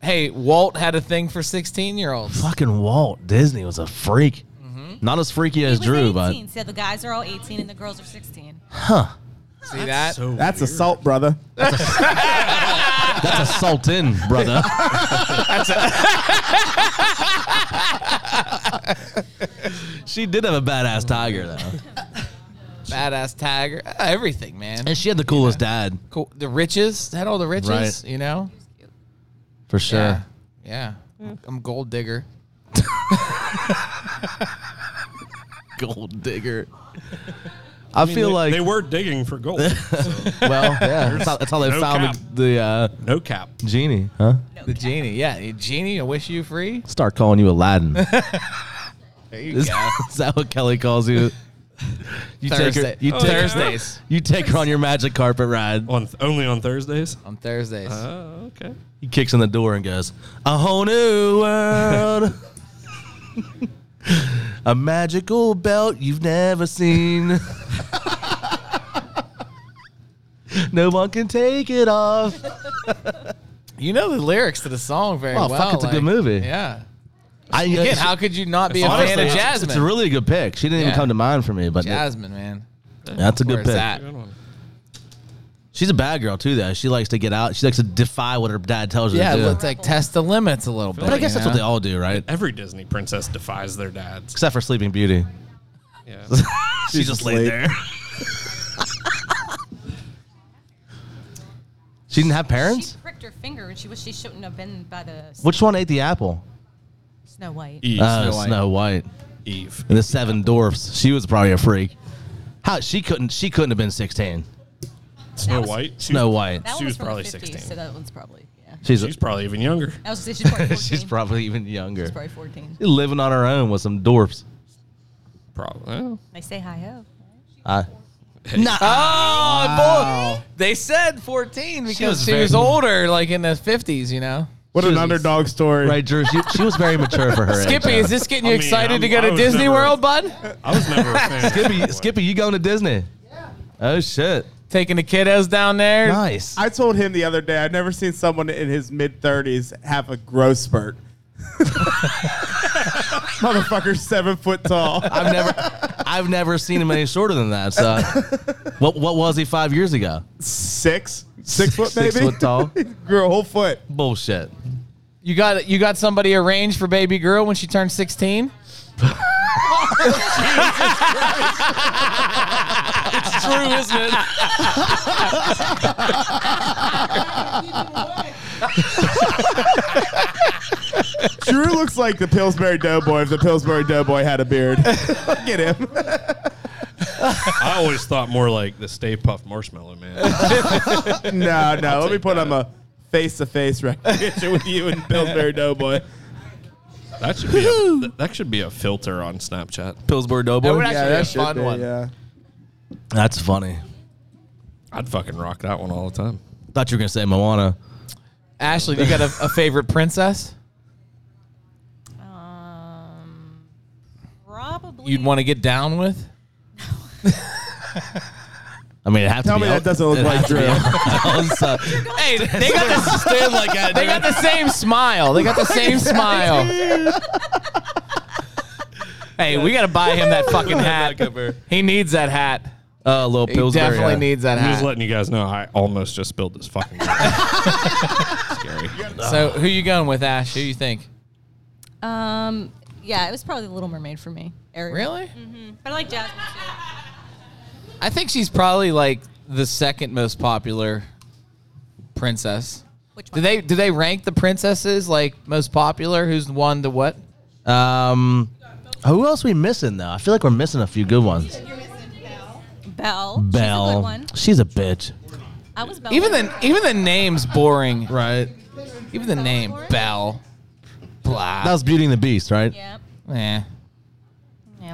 [SPEAKER 2] hey, Walt had a thing for 16 year olds.
[SPEAKER 1] Fucking Walt Disney was a freak. Mm-hmm. Not as freaky as
[SPEAKER 5] He was
[SPEAKER 1] Drew,
[SPEAKER 5] 18,
[SPEAKER 1] but
[SPEAKER 5] so the guys are all 18 and the girls are 16.
[SPEAKER 2] See that?
[SPEAKER 3] So
[SPEAKER 6] That's assault, brother.
[SPEAKER 1] that's a salt in, brother. she did have a badass tiger, though.
[SPEAKER 2] Badass tiger. Uh, everything, man.
[SPEAKER 1] And she had the coolest dad,
[SPEAKER 2] Cool. The riches. Had all the riches,
[SPEAKER 1] Right.
[SPEAKER 2] you know?
[SPEAKER 1] for sure.
[SPEAKER 2] Yeah. Yeah. I'm gold digger.
[SPEAKER 1] Gold digger. I, feel like
[SPEAKER 3] they were digging for gold. so,
[SPEAKER 1] well, yeah, that's how, that's how they
[SPEAKER 3] no
[SPEAKER 1] found
[SPEAKER 3] cap.
[SPEAKER 1] the, the uh,
[SPEAKER 3] no cap.
[SPEAKER 1] genie, huh?
[SPEAKER 5] No
[SPEAKER 2] The
[SPEAKER 5] cap.
[SPEAKER 2] genie, yeah, genie. I wish you free.
[SPEAKER 1] Start calling you Aladdin.
[SPEAKER 2] There you
[SPEAKER 1] Is,
[SPEAKER 2] go.
[SPEAKER 1] is that what Kelly calls you? You take her,
[SPEAKER 2] Thursday- Oh,
[SPEAKER 1] you take
[SPEAKER 2] Thursdays
[SPEAKER 1] you take her on your magic carpet ride.
[SPEAKER 3] On only on Thursdays.
[SPEAKER 2] on Thursdays.
[SPEAKER 1] Uh-huh.
[SPEAKER 3] Oh, okay.
[SPEAKER 1] He kicks in the door and goes, "A whole new world, a magical belt you've never seen. no one can take it off."
[SPEAKER 2] You know the lyrics to the song very
[SPEAKER 1] Oh,
[SPEAKER 2] well.
[SPEAKER 1] fuck, it's a good movie.
[SPEAKER 2] Yeah.
[SPEAKER 1] I,
[SPEAKER 2] Again, how could you not be a
[SPEAKER 1] honestly,
[SPEAKER 2] fan of
[SPEAKER 1] it's-
[SPEAKER 2] Jasmine?
[SPEAKER 1] It's a really good pick. She didn't even
[SPEAKER 2] Yeah.
[SPEAKER 1] come to mind for me, but
[SPEAKER 2] Jasmine, man.
[SPEAKER 1] that's a good
[SPEAKER 2] Where's
[SPEAKER 1] pick.
[SPEAKER 2] that?
[SPEAKER 1] She's a bad girl too, though. She likes to get out. She likes to defy what her dad tells her
[SPEAKER 2] Yeah,
[SPEAKER 1] to do.
[SPEAKER 2] let's like test the limits a little bit.
[SPEAKER 1] but I guess
[SPEAKER 2] you
[SPEAKER 1] that's what they
[SPEAKER 2] know?
[SPEAKER 1] all do, right?
[SPEAKER 3] Every Disney princess defies their dads.
[SPEAKER 1] Except for Sleeping Beauty.
[SPEAKER 3] Yeah.
[SPEAKER 1] She just, laid there. she didn't have parents.
[SPEAKER 5] She pricked her finger and she wished she shouldn't have been by the s-
[SPEAKER 1] Which one ate the apple?
[SPEAKER 5] Snow White.
[SPEAKER 3] Eve.
[SPEAKER 1] Oh, Snow White.
[SPEAKER 3] Eve.
[SPEAKER 1] And the Seven Dwarfs. She was probably a freak. How she couldn't? She couldn't have been sixteen.
[SPEAKER 3] Snow
[SPEAKER 5] was-
[SPEAKER 3] White. She-
[SPEAKER 1] Snow White.
[SPEAKER 5] That
[SPEAKER 3] She
[SPEAKER 5] one
[SPEAKER 3] was
[SPEAKER 5] from
[SPEAKER 3] probably
[SPEAKER 5] the 50s,
[SPEAKER 3] 16.
[SPEAKER 5] So that one's probably yeah.
[SPEAKER 1] She's
[SPEAKER 3] She's probably even younger.
[SPEAKER 5] I was just she's probably 14.
[SPEAKER 1] she's probably even younger.
[SPEAKER 5] She's probably 14.
[SPEAKER 1] She's living on her own with some dwarfs.
[SPEAKER 3] Probably.
[SPEAKER 5] They say hi ho.
[SPEAKER 1] I, nah,
[SPEAKER 2] Oh, boy. They said 14 because she
[SPEAKER 1] was
[SPEAKER 2] was,
[SPEAKER 1] very-
[SPEAKER 2] older, like in the 50s, you know?
[SPEAKER 6] What an
[SPEAKER 1] Jesus.
[SPEAKER 6] underdog story.
[SPEAKER 1] right, Drew. She, she was very mature for her age.
[SPEAKER 2] Skippy,
[SPEAKER 1] though.
[SPEAKER 2] is this getting you
[SPEAKER 3] I mean,
[SPEAKER 2] excited to
[SPEAKER 3] I'm-
[SPEAKER 2] go
[SPEAKER 3] I
[SPEAKER 2] to
[SPEAKER 3] was
[SPEAKER 2] Disney
[SPEAKER 3] never-
[SPEAKER 2] World, bud?
[SPEAKER 3] I was never a fan.
[SPEAKER 1] Skippy? Skippy, you going to Disney? Oh shit!
[SPEAKER 2] Taking the kiddos down there.
[SPEAKER 1] Nice.
[SPEAKER 6] I told him the other day I'd never seen someone in his mid 30s have a growth spurt. Motherfucker's seven foot tall.
[SPEAKER 1] I've never, I've never seen him any shorter than that. So, what what was he five years ago?
[SPEAKER 6] Six, six foot maybe.
[SPEAKER 1] Six foot tall.
[SPEAKER 6] Grew a whole foot.
[SPEAKER 1] Bullshit.
[SPEAKER 2] You got you got somebody arranged for baby girl when she turns 16?
[SPEAKER 1] True, isn't it?
[SPEAKER 6] Drew looks like the Pillsbury Doughboy if the Pillsbury Doughboy had a beard. Get him.
[SPEAKER 3] I always thought more like the Stay Puff Marshmallow Man.
[SPEAKER 6] No, no. Let me put him a face to face recognition with you and Pillsbury Doughboy.
[SPEAKER 3] That should be a, th- that should be a filter on Snapchat.
[SPEAKER 1] Pillsbury
[SPEAKER 2] That would
[SPEAKER 1] Doughboy.
[SPEAKER 2] actually be a fun one.
[SPEAKER 6] Yeah.
[SPEAKER 1] That's funny.
[SPEAKER 3] I'd fucking rock that one all the time.
[SPEAKER 1] Thought you were gonna say Moana.
[SPEAKER 2] Ashley, you got a, a favorite princess
[SPEAKER 5] Um, probably.
[SPEAKER 2] you'd want to get down with?
[SPEAKER 1] I mean, it have
[SPEAKER 6] Tell
[SPEAKER 1] to be
[SPEAKER 6] me
[SPEAKER 1] El-
[SPEAKER 6] that doesn't look
[SPEAKER 1] it'd
[SPEAKER 6] like
[SPEAKER 1] have to be
[SPEAKER 6] Drew.
[SPEAKER 1] Elsa.
[SPEAKER 2] Hey, they got the stand like that. They got the same smile. They got the same smile. hey, we gotta buy him that fucking hat. He needs that hat.
[SPEAKER 1] Uh, little
[SPEAKER 2] He
[SPEAKER 1] Pillsbury.
[SPEAKER 2] definitely
[SPEAKER 1] yeah.
[SPEAKER 2] needs that
[SPEAKER 3] I'm just
[SPEAKER 2] hat.
[SPEAKER 3] letting you guys know I almost just spilled this fucking. Scary.
[SPEAKER 2] So, who you going with, Ash? Who you think?
[SPEAKER 5] Um, yeah, it was probably the Little Mermaid for me. Ariel.
[SPEAKER 2] Really?
[SPEAKER 5] But I like Jasmine too.
[SPEAKER 2] I think she's probably like the second most popular princess.
[SPEAKER 5] Which
[SPEAKER 2] Do they do they rank the princesses like most popular? Who's one to what?
[SPEAKER 1] Um, who else we missing though? I feel like we're missing a few good ones.
[SPEAKER 5] Belle. She's a good
[SPEAKER 1] Belle.
[SPEAKER 5] one.
[SPEAKER 1] She's a bitch.
[SPEAKER 5] I was Belle.
[SPEAKER 2] Even the even the name's boring.
[SPEAKER 1] Right.
[SPEAKER 2] Even the name Belle. Blah.
[SPEAKER 1] That was Beauty and the Beast, right?
[SPEAKER 5] Yeah.
[SPEAKER 2] Eh.
[SPEAKER 5] yeah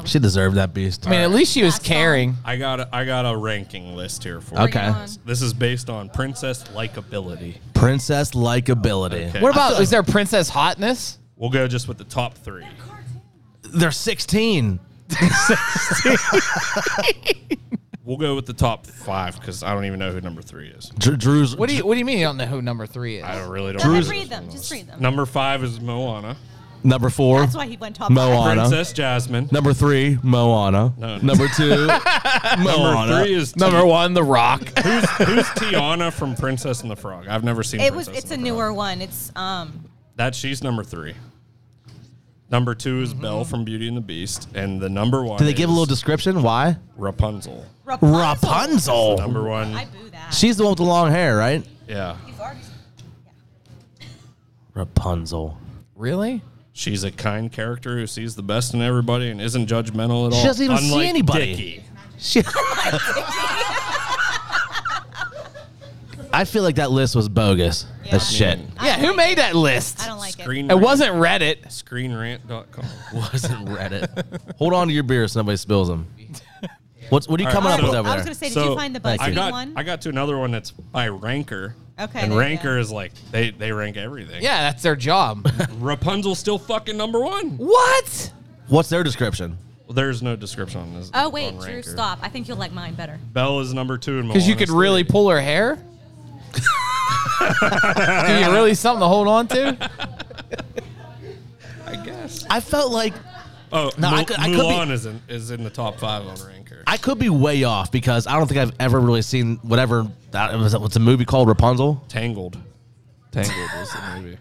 [SPEAKER 1] She deserved that beast.
[SPEAKER 2] I mean, at least she was
[SPEAKER 5] Last song.
[SPEAKER 2] caring.
[SPEAKER 3] I got a, I got a ranking list here for
[SPEAKER 1] Okay.
[SPEAKER 3] you.
[SPEAKER 5] Bring it on.
[SPEAKER 3] This is based on princess likability.
[SPEAKER 1] Princess likability.
[SPEAKER 3] Okay.
[SPEAKER 2] What about is there princess hotness?
[SPEAKER 3] We'll go just with the top three.
[SPEAKER 1] They're sixteen.
[SPEAKER 3] We'll go with the top five because I don't even know who number three is.
[SPEAKER 1] Dr- Drew's.
[SPEAKER 2] What do you What do you mean you don't know who number three is?
[SPEAKER 3] I don't really don't.
[SPEAKER 5] Go ahead,
[SPEAKER 3] know
[SPEAKER 5] read
[SPEAKER 3] this
[SPEAKER 5] them.
[SPEAKER 3] one.
[SPEAKER 5] Just read them.
[SPEAKER 3] Number five is Moana.
[SPEAKER 1] number four?
[SPEAKER 5] That's why he went top
[SPEAKER 1] Moana.
[SPEAKER 5] five.
[SPEAKER 3] Princess Jasmine.
[SPEAKER 1] Number three, Moana.
[SPEAKER 3] No, no.
[SPEAKER 1] Number two, Moana.
[SPEAKER 3] Number three is
[SPEAKER 2] Number one, The Rock.
[SPEAKER 3] who's, who's Tiana from Princess and the Frog? I've never seen.
[SPEAKER 5] It was.
[SPEAKER 3] Princess
[SPEAKER 5] It's a
[SPEAKER 3] and the Frog.
[SPEAKER 5] newer one. It's um.
[SPEAKER 3] That she's number three. Number two is Belle from Beauty and the Beast, and the number one.
[SPEAKER 1] Did they give a
[SPEAKER 3] is
[SPEAKER 1] little description? Why?
[SPEAKER 3] Rapunzel?
[SPEAKER 5] Rapunzel.
[SPEAKER 1] Rapunzel.
[SPEAKER 3] Number
[SPEAKER 5] I
[SPEAKER 3] one,
[SPEAKER 5] boo that.
[SPEAKER 1] She's the one with the long hair, right?
[SPEAKER 3] yeah,
[SPEAKER 5] You've already-
[SPEAKER 1] Rapunzel.
[SPEAKER 2] Really?
[SPEAKER 3] she's a kind character who sees the best in everybody and isn't judgmental at all.
[SPEAKER 1] She doesn't even see
[SPEAKER 3] unlike
[SPEAKER 1] anybody.
[SPEAKER 3] Dickie.
[SPEAKER 1] She- I feel like that list was bogus.
[SPEAKER 5] Yeah.
[SPEAKER 1] That's shit.
[SPEAKER 2] Yeah, who made that list?
[SPEAKER 5] I don't like it.
[SPEAKER 3] Screen
[SPEAKER 2] It wasn't Reddit.
[SPEAKER 3] screenrant.com.
[SPEAKER 1] Wasn't Reddit. Hold on to your beer so nobody spills them. What's what are you
[SPEAKER 3] All right,
[SPEAKER 1] coming
[SPEAKER 5] I
[SPEAKER 1] up
[SPEAKER 5] was,
[SPEAKER 1] with
[SPEAKER 5] I
[SPEAKER 1] over
[SPEAKER 5] was
[SPEAKER 1] there?
[SPEAKER 5] gonna say, did
[SPEAKER 3] So,
[SPEAKER 5] you find the
[SPEAKER 1] Thank
[SPEAKER 5] BuzzFeed
[SPEAKER 1] you.
[SPEAKER 3] I got
[SPEAKER 5] one?
[SPEAKER 3] I got to another one that's by Ranker.
[SPEAKER 5] Okay,
[SPEAKER 3] And
[SPEAKER 5] there you
[SPEAKER 3] Ranker
[SPEAKER 5] go.
[SPEAKER 3] is like they they rank everything.
[SPEAKER 2] Yeah, that's their job.
[SPEAKER 3] Rapunzel still fucking number one.
[SPEAKER 2] what?
[SPEAKER 1] What's their description?
[SPEAKER 3] There's no description on this.
[SPEAKER 5] oh wait,
[SPEAKER 3] on
[SPEAKER 5] Drew,
[SPEAKER 3] Ranker.
[SPEAKER 5] stop. I think you'll like mine better.
[SPEAKER 3] Belle is number two in
[SPEAKER 2] Because you could
[SPEAKER 3] Moana's
[SPEAKER 2] really
[SPEAKER 3] three.
[SPEAKER 2] pull her hair. Give you really something to hold on to?
[SPEAKER 3] I guess.
[SPEAKER 1] I felt like
[SPEAKER 3] Oh,
[SPEAKER 1] No,
[SPEAKER 3] Mu-
[SPEAKER 1] I could- I could be-
[SPEAKER 3] Mulan is in is in the top five on Ranker.
[SPEAKER 1] I could be way off because I don't think I've ever really seen whatever that it was. What's a movie called Rapunzel?
[SPEAKER 3] Tangled. Tangled was the movie.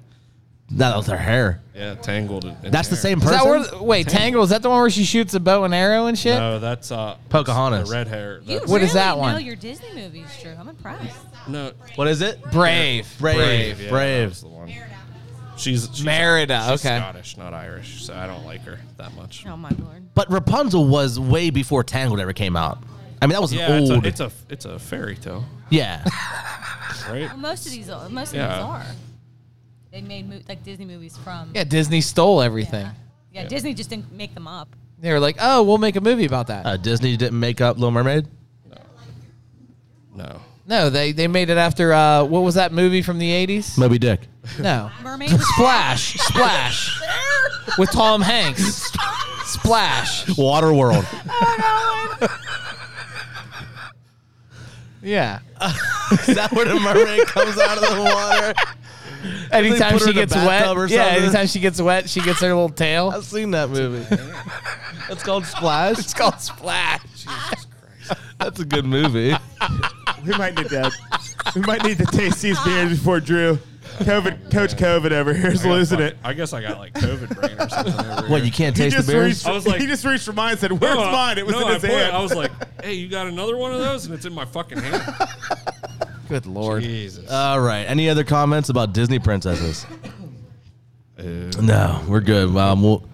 [SPEAKER 1] No, that was her hair.
[SPEAKER 3] Yeah, Tangled. and- and
[SPEAKER 1] That's the
[SPEAKER 3] Hair.
[SPEAKER 1] same
[SPEAKER 2] Is
[SPEAKER 1] person.
[SPEAKER 2] that where, wait, Tangle, is that the one where she shoots a bow and arrow and shit?
[SPEAKER 3] No, that's uh,
[SPEAKER 1] Pocahontas.
[SPEAKER 3] The red hair.
[SPEAKER 5] You
[SPEAKER 3] That's,
[SPEAKER 2] What
[SPEAKER 5] really
[SPEAKER 2] is that
[SPEAKER 5] Know
[SPEAKER 2] one?
[SPEAKER 5] your Disney movies, Drew. I'm impressed.
[SPEAKER 3] no,
[SPEAKER 1] what is it?
[SPEAKER 2] Brave.
[SPEAKER 1] Brave.
[SPEAKER 3] yeah,
[SPEAKER 1] Brave.
[SPEAKER 3] that's the one. She's, she's
[SPEAKER 2] Merida,
[SPEAKER 3] she's
[SPEAKER 2] okay.
[SPEAKER 3] Scottish, not Irish, so I don't like her that much.
[SPEAKER 5] Oh my lord.
[SPEAKER 1] But Rapunzel was way before Tangled ever came out. I mean, that was
[SPEAKER 3] Yeah,
[SPEAKER 1] an
[SPEAKER 3] it's
[SPEAKER 1] old.
[SPEAKER 3] a, it's a it's a fairy tale,
[SPEAKER 1] yeah.
[SPEAKER 3] right?
[SPEAKER 5] Well, most of these, are, most of
[SPEAKER 3] Yeah.
[SPEAKER 5] these are. They made mo- like Disney movies from.
[SPEAKER 2] Yeah, Disney stole
[SPEAKER 5] yeah.
[SPEAKER 2] everything.
[SPEAKER 5] Yeah, Disney just didn't make them up.
[SPEAKER 2] They were like, oh, we'll make a movie about that.
[SPEAKER 1] uh, Disney didn't make up Little Mermaid.
[SPEAKER 3] No,
[SPEAKER 2] no, they, they made it after, uh, what was that movie from the 80s?
[SPEAKER 1] Moby Dick.
[SPEAKER 2] No.
[SPEAKER 5] Mermaid. was-
[SPEAKER 2] Splash. Splash. With Tom Hanks. Splash.
[SPEAKER 1] Waterworld.
[SPEAKER 2] Yeah.
[SPEAKER 1] is that where the mermaid comes out of the water?
[SPEAKER 2] Anytime
[SPEAKER 1] put her
[SPEAKER 2] she
[SPEAKER 1] in a
[SPEAKER 2] gets
[SPEAKER 1] bathtub
[SPEAKER 2] wet.
[SPEAKER 1] or
[SPEAKER 2] Yeah,
[SPEAKER 1] something?
[SPEAKER 2] anytime she gets wet, she gets her little tail.
[SPEAKER 1] I've seen that movie. it's called Splash.
[SPEAKER 2] It's called Splash.
[SPEAKER 1] That's a good movie.
[SPEAKER 6] We might need that. we might need to taste these beers before Drew. COVID, Coach COVID over here is
[SPEAKER 3] I got
[SPEAKER 6] losing
[SPEAKER 3] fucking-
[SPEAKER 6] it.
[SPEAKER 3] I guess I got like COVID brain or something. Over
[SPEAKER 1] what
[SPEAKER 3] here.
[SPEAKER 1] you can't
[SPEAKER 6] He
[SPEAKER 1] taste the
[SPEAKER 6] just,
[SPEAKER 1] beers?
[SPEAKER 6] reached,
[SPEAKER 3] I was like-
[SPEAKER 6] he just reached for mine and said, Where's
[SPEAKER 3] No, I-
[SPEAKER 6] mine? It was
[SPEAKER 3] no,
[SPEAKER 6] in his
[SPEAKER 3] I, put it-
[SPEAKER 6] hand.
[SPEAKER 3] I was like, "Hey, you got another one of those?" And it's in my fucking hand.
[SPEAKER 2] Good lord.
[SPEAKER 3] Jesus.
[SPEAKER 1] All right. Any other comments about Disney princesses?
[SPEAKER 3] Uh,
[SPEAKER 1] no, we're good. Um, we'll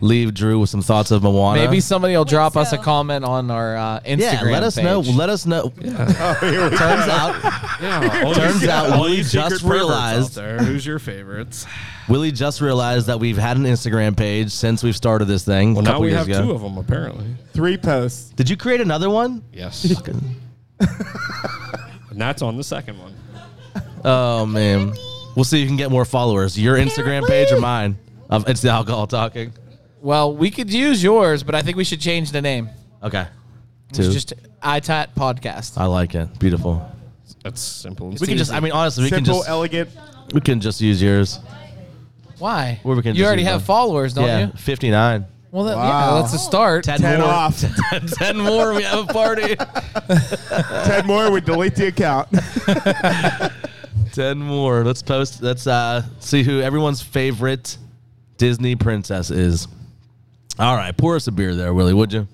[SPEAKER 1] leave Drew with some thoughts of Moana.
[SPEAKER 2] Maybe somebody will drop us a
[SPEAKER 5] so-
[SPEAKER 2] comment on our uh, Instagram.
[SPEAKER 1] yeah. Let us know.
[SPEAKER 2] page.
[SPEAKER 1] Let us know.
[SPEAKER 3] Oh,
[SPEAKER 1] Turns out,
[SPEAKER 3] yeah. all
[SPEAKER 1] turns
[SPEAKER 3] you-
[SPEAKER 1] out
[SPEAKER 3] all
[SPEAKER 1] Willie
[SPEAKER 3] you secret
[SPEAKER 1] just
[SPEAKER 3] perverts out
[SPEAKER 1] realized-
[SPEAKER 3] there, who's your favorites?
[SPEAKER 1] Willie just realized that we've had an Instagram page since we've started this thing.
[SPEAKER 3] Well,
[SPEAKER 1] a
[SPEAKER 3] now
[SPEAKER 1] couple
[SPEAKER 3] we
[SPEAKER 1] years
[SPEAKER 3] have
[SPEAKER 1] ago.
[SPEAKER 3] two of them apparently.
[SPEAKER 6] Three posts.
[SPEAKER 1] Did you create another one?
[SPEAKER 3] Yes. and that's on the second one.
[SPEAKER 1] Oh man, we'll see if you can get more followers. Your Instagram page or mine? Of it's the alcohol talking.
[SPEAKER 2] well, we could use yours, but I think we should change the name.
[SPEAKER 1] Okay,
[SPEAKER 2] It's
[SPEAKER 1] Two.
[SPEAKER 2] just ITAT Podcast.
[SPEAKER 1] I like it. Beautiful.
[SPEAKER 3] That's simple. And
[SPEAKER 1] We can just. I mean, honestly, we
[SPEAKER 6] Simple,
[SPEAKER 1] can just.
[SPEAKER 6] elegant.
[SPEAKER 1] we can just use yours.
[SPEAKER 2] Why?
[SPEAKER 1] Or we can
[SPEAKER 2] you
[SPEAKER 1] just
[SPEAKER 2] already
[SPEAKER 1] use
[SPEAKER 2] have
[SPEAKER 1] mine.
[SPEAKER 2] followers, don't
[SPEAKER 1] yeah,
[SPEAKER 2] you?
[SPEAKER 1] fifty nine.
[SPEAKER 2] Well, that,
[SPEAKER 6] Wow.
[SPEAKER 2] yeah, that's a start.
[SPEAKER 6] Ten off.
[SPEAKER 1] ten more. We have a party.
[SPEAKER 6] Ten more would delete the account.
[SPEAKER 1] ten more. Let's post. Let's uh, see who everyone's favorite Disney princess is. All right, pour us a beer there, Willie, would you?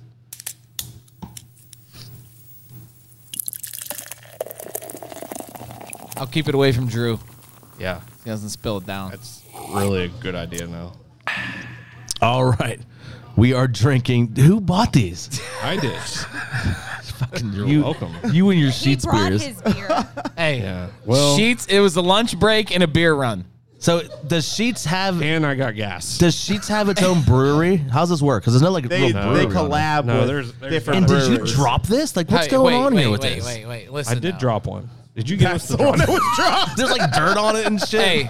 [SPEAKER 2] I'll keep it away from Drew.
[SPEAKER 3] Yeah,
[SPEAKER 2] He doesn't spill it down.
[SPEAKER 3] that's really a good idea now.
[SPEAKER 1] All right. We are drinking. Who bought these?
[SPEAKER 3] I did.
[SPEAKER 1] You're
[SPEAKER 3] welcome.
[SPEAKER 1] You and your
[SPEAKER 5] He
[SPEAKER 1] sheets
[SPEAKER 5] brought
[SPEAKER 1] beers.
[SPEAKER 5] his beer.
[SPEAKER 2] Hey,
[SPEAKER 3] Yeah. Well,
[SPEAKER 2] Sheets, it was a lunch break and a beer run.
[SPEAKER 1] So does Sheets have
[SPEAKER 3] and I got gas.
[SPEAKER 1] does Sheets have its own brewery? How's this work? Because there's no like
[SPEAKER 6] They,
[SPEAKER 1] real
[SPEAKER 6] they
[SPEAKER 1] brewery on it.
[SPEAKER 6] collab
[SPEAKER 3] No,
[SPEAKER 6] with
[SPEAKER 3] there's- there's
[SPEAKER 6] different
[SPEAKER 1] And did you
[SPEAKER 6] brewers.
[SPEAKER 1] drop this? Like what's
[SPEAKER 2] Hey,
[SPEAKER 1] going
[SPEAKER 2] wait,
[SPEAKER 1] on
[SPEAKER 2] wait,
[SPEAKER 1] here with
[SPEAKER 2] wait,
[SPEAKER 1] this?
[SPEAKER 2] Wait, wait,
[SPEAKER 3] I
[SPEAKER 2] Listen.
[SPEAKER 3] did
[SPEAKER 2] now.
[SPEAKER 3] drop one. Did you give us the drop?
[SPEAKER 1] There's like dirt on it and shit.
[SPEAKER 2] Hey,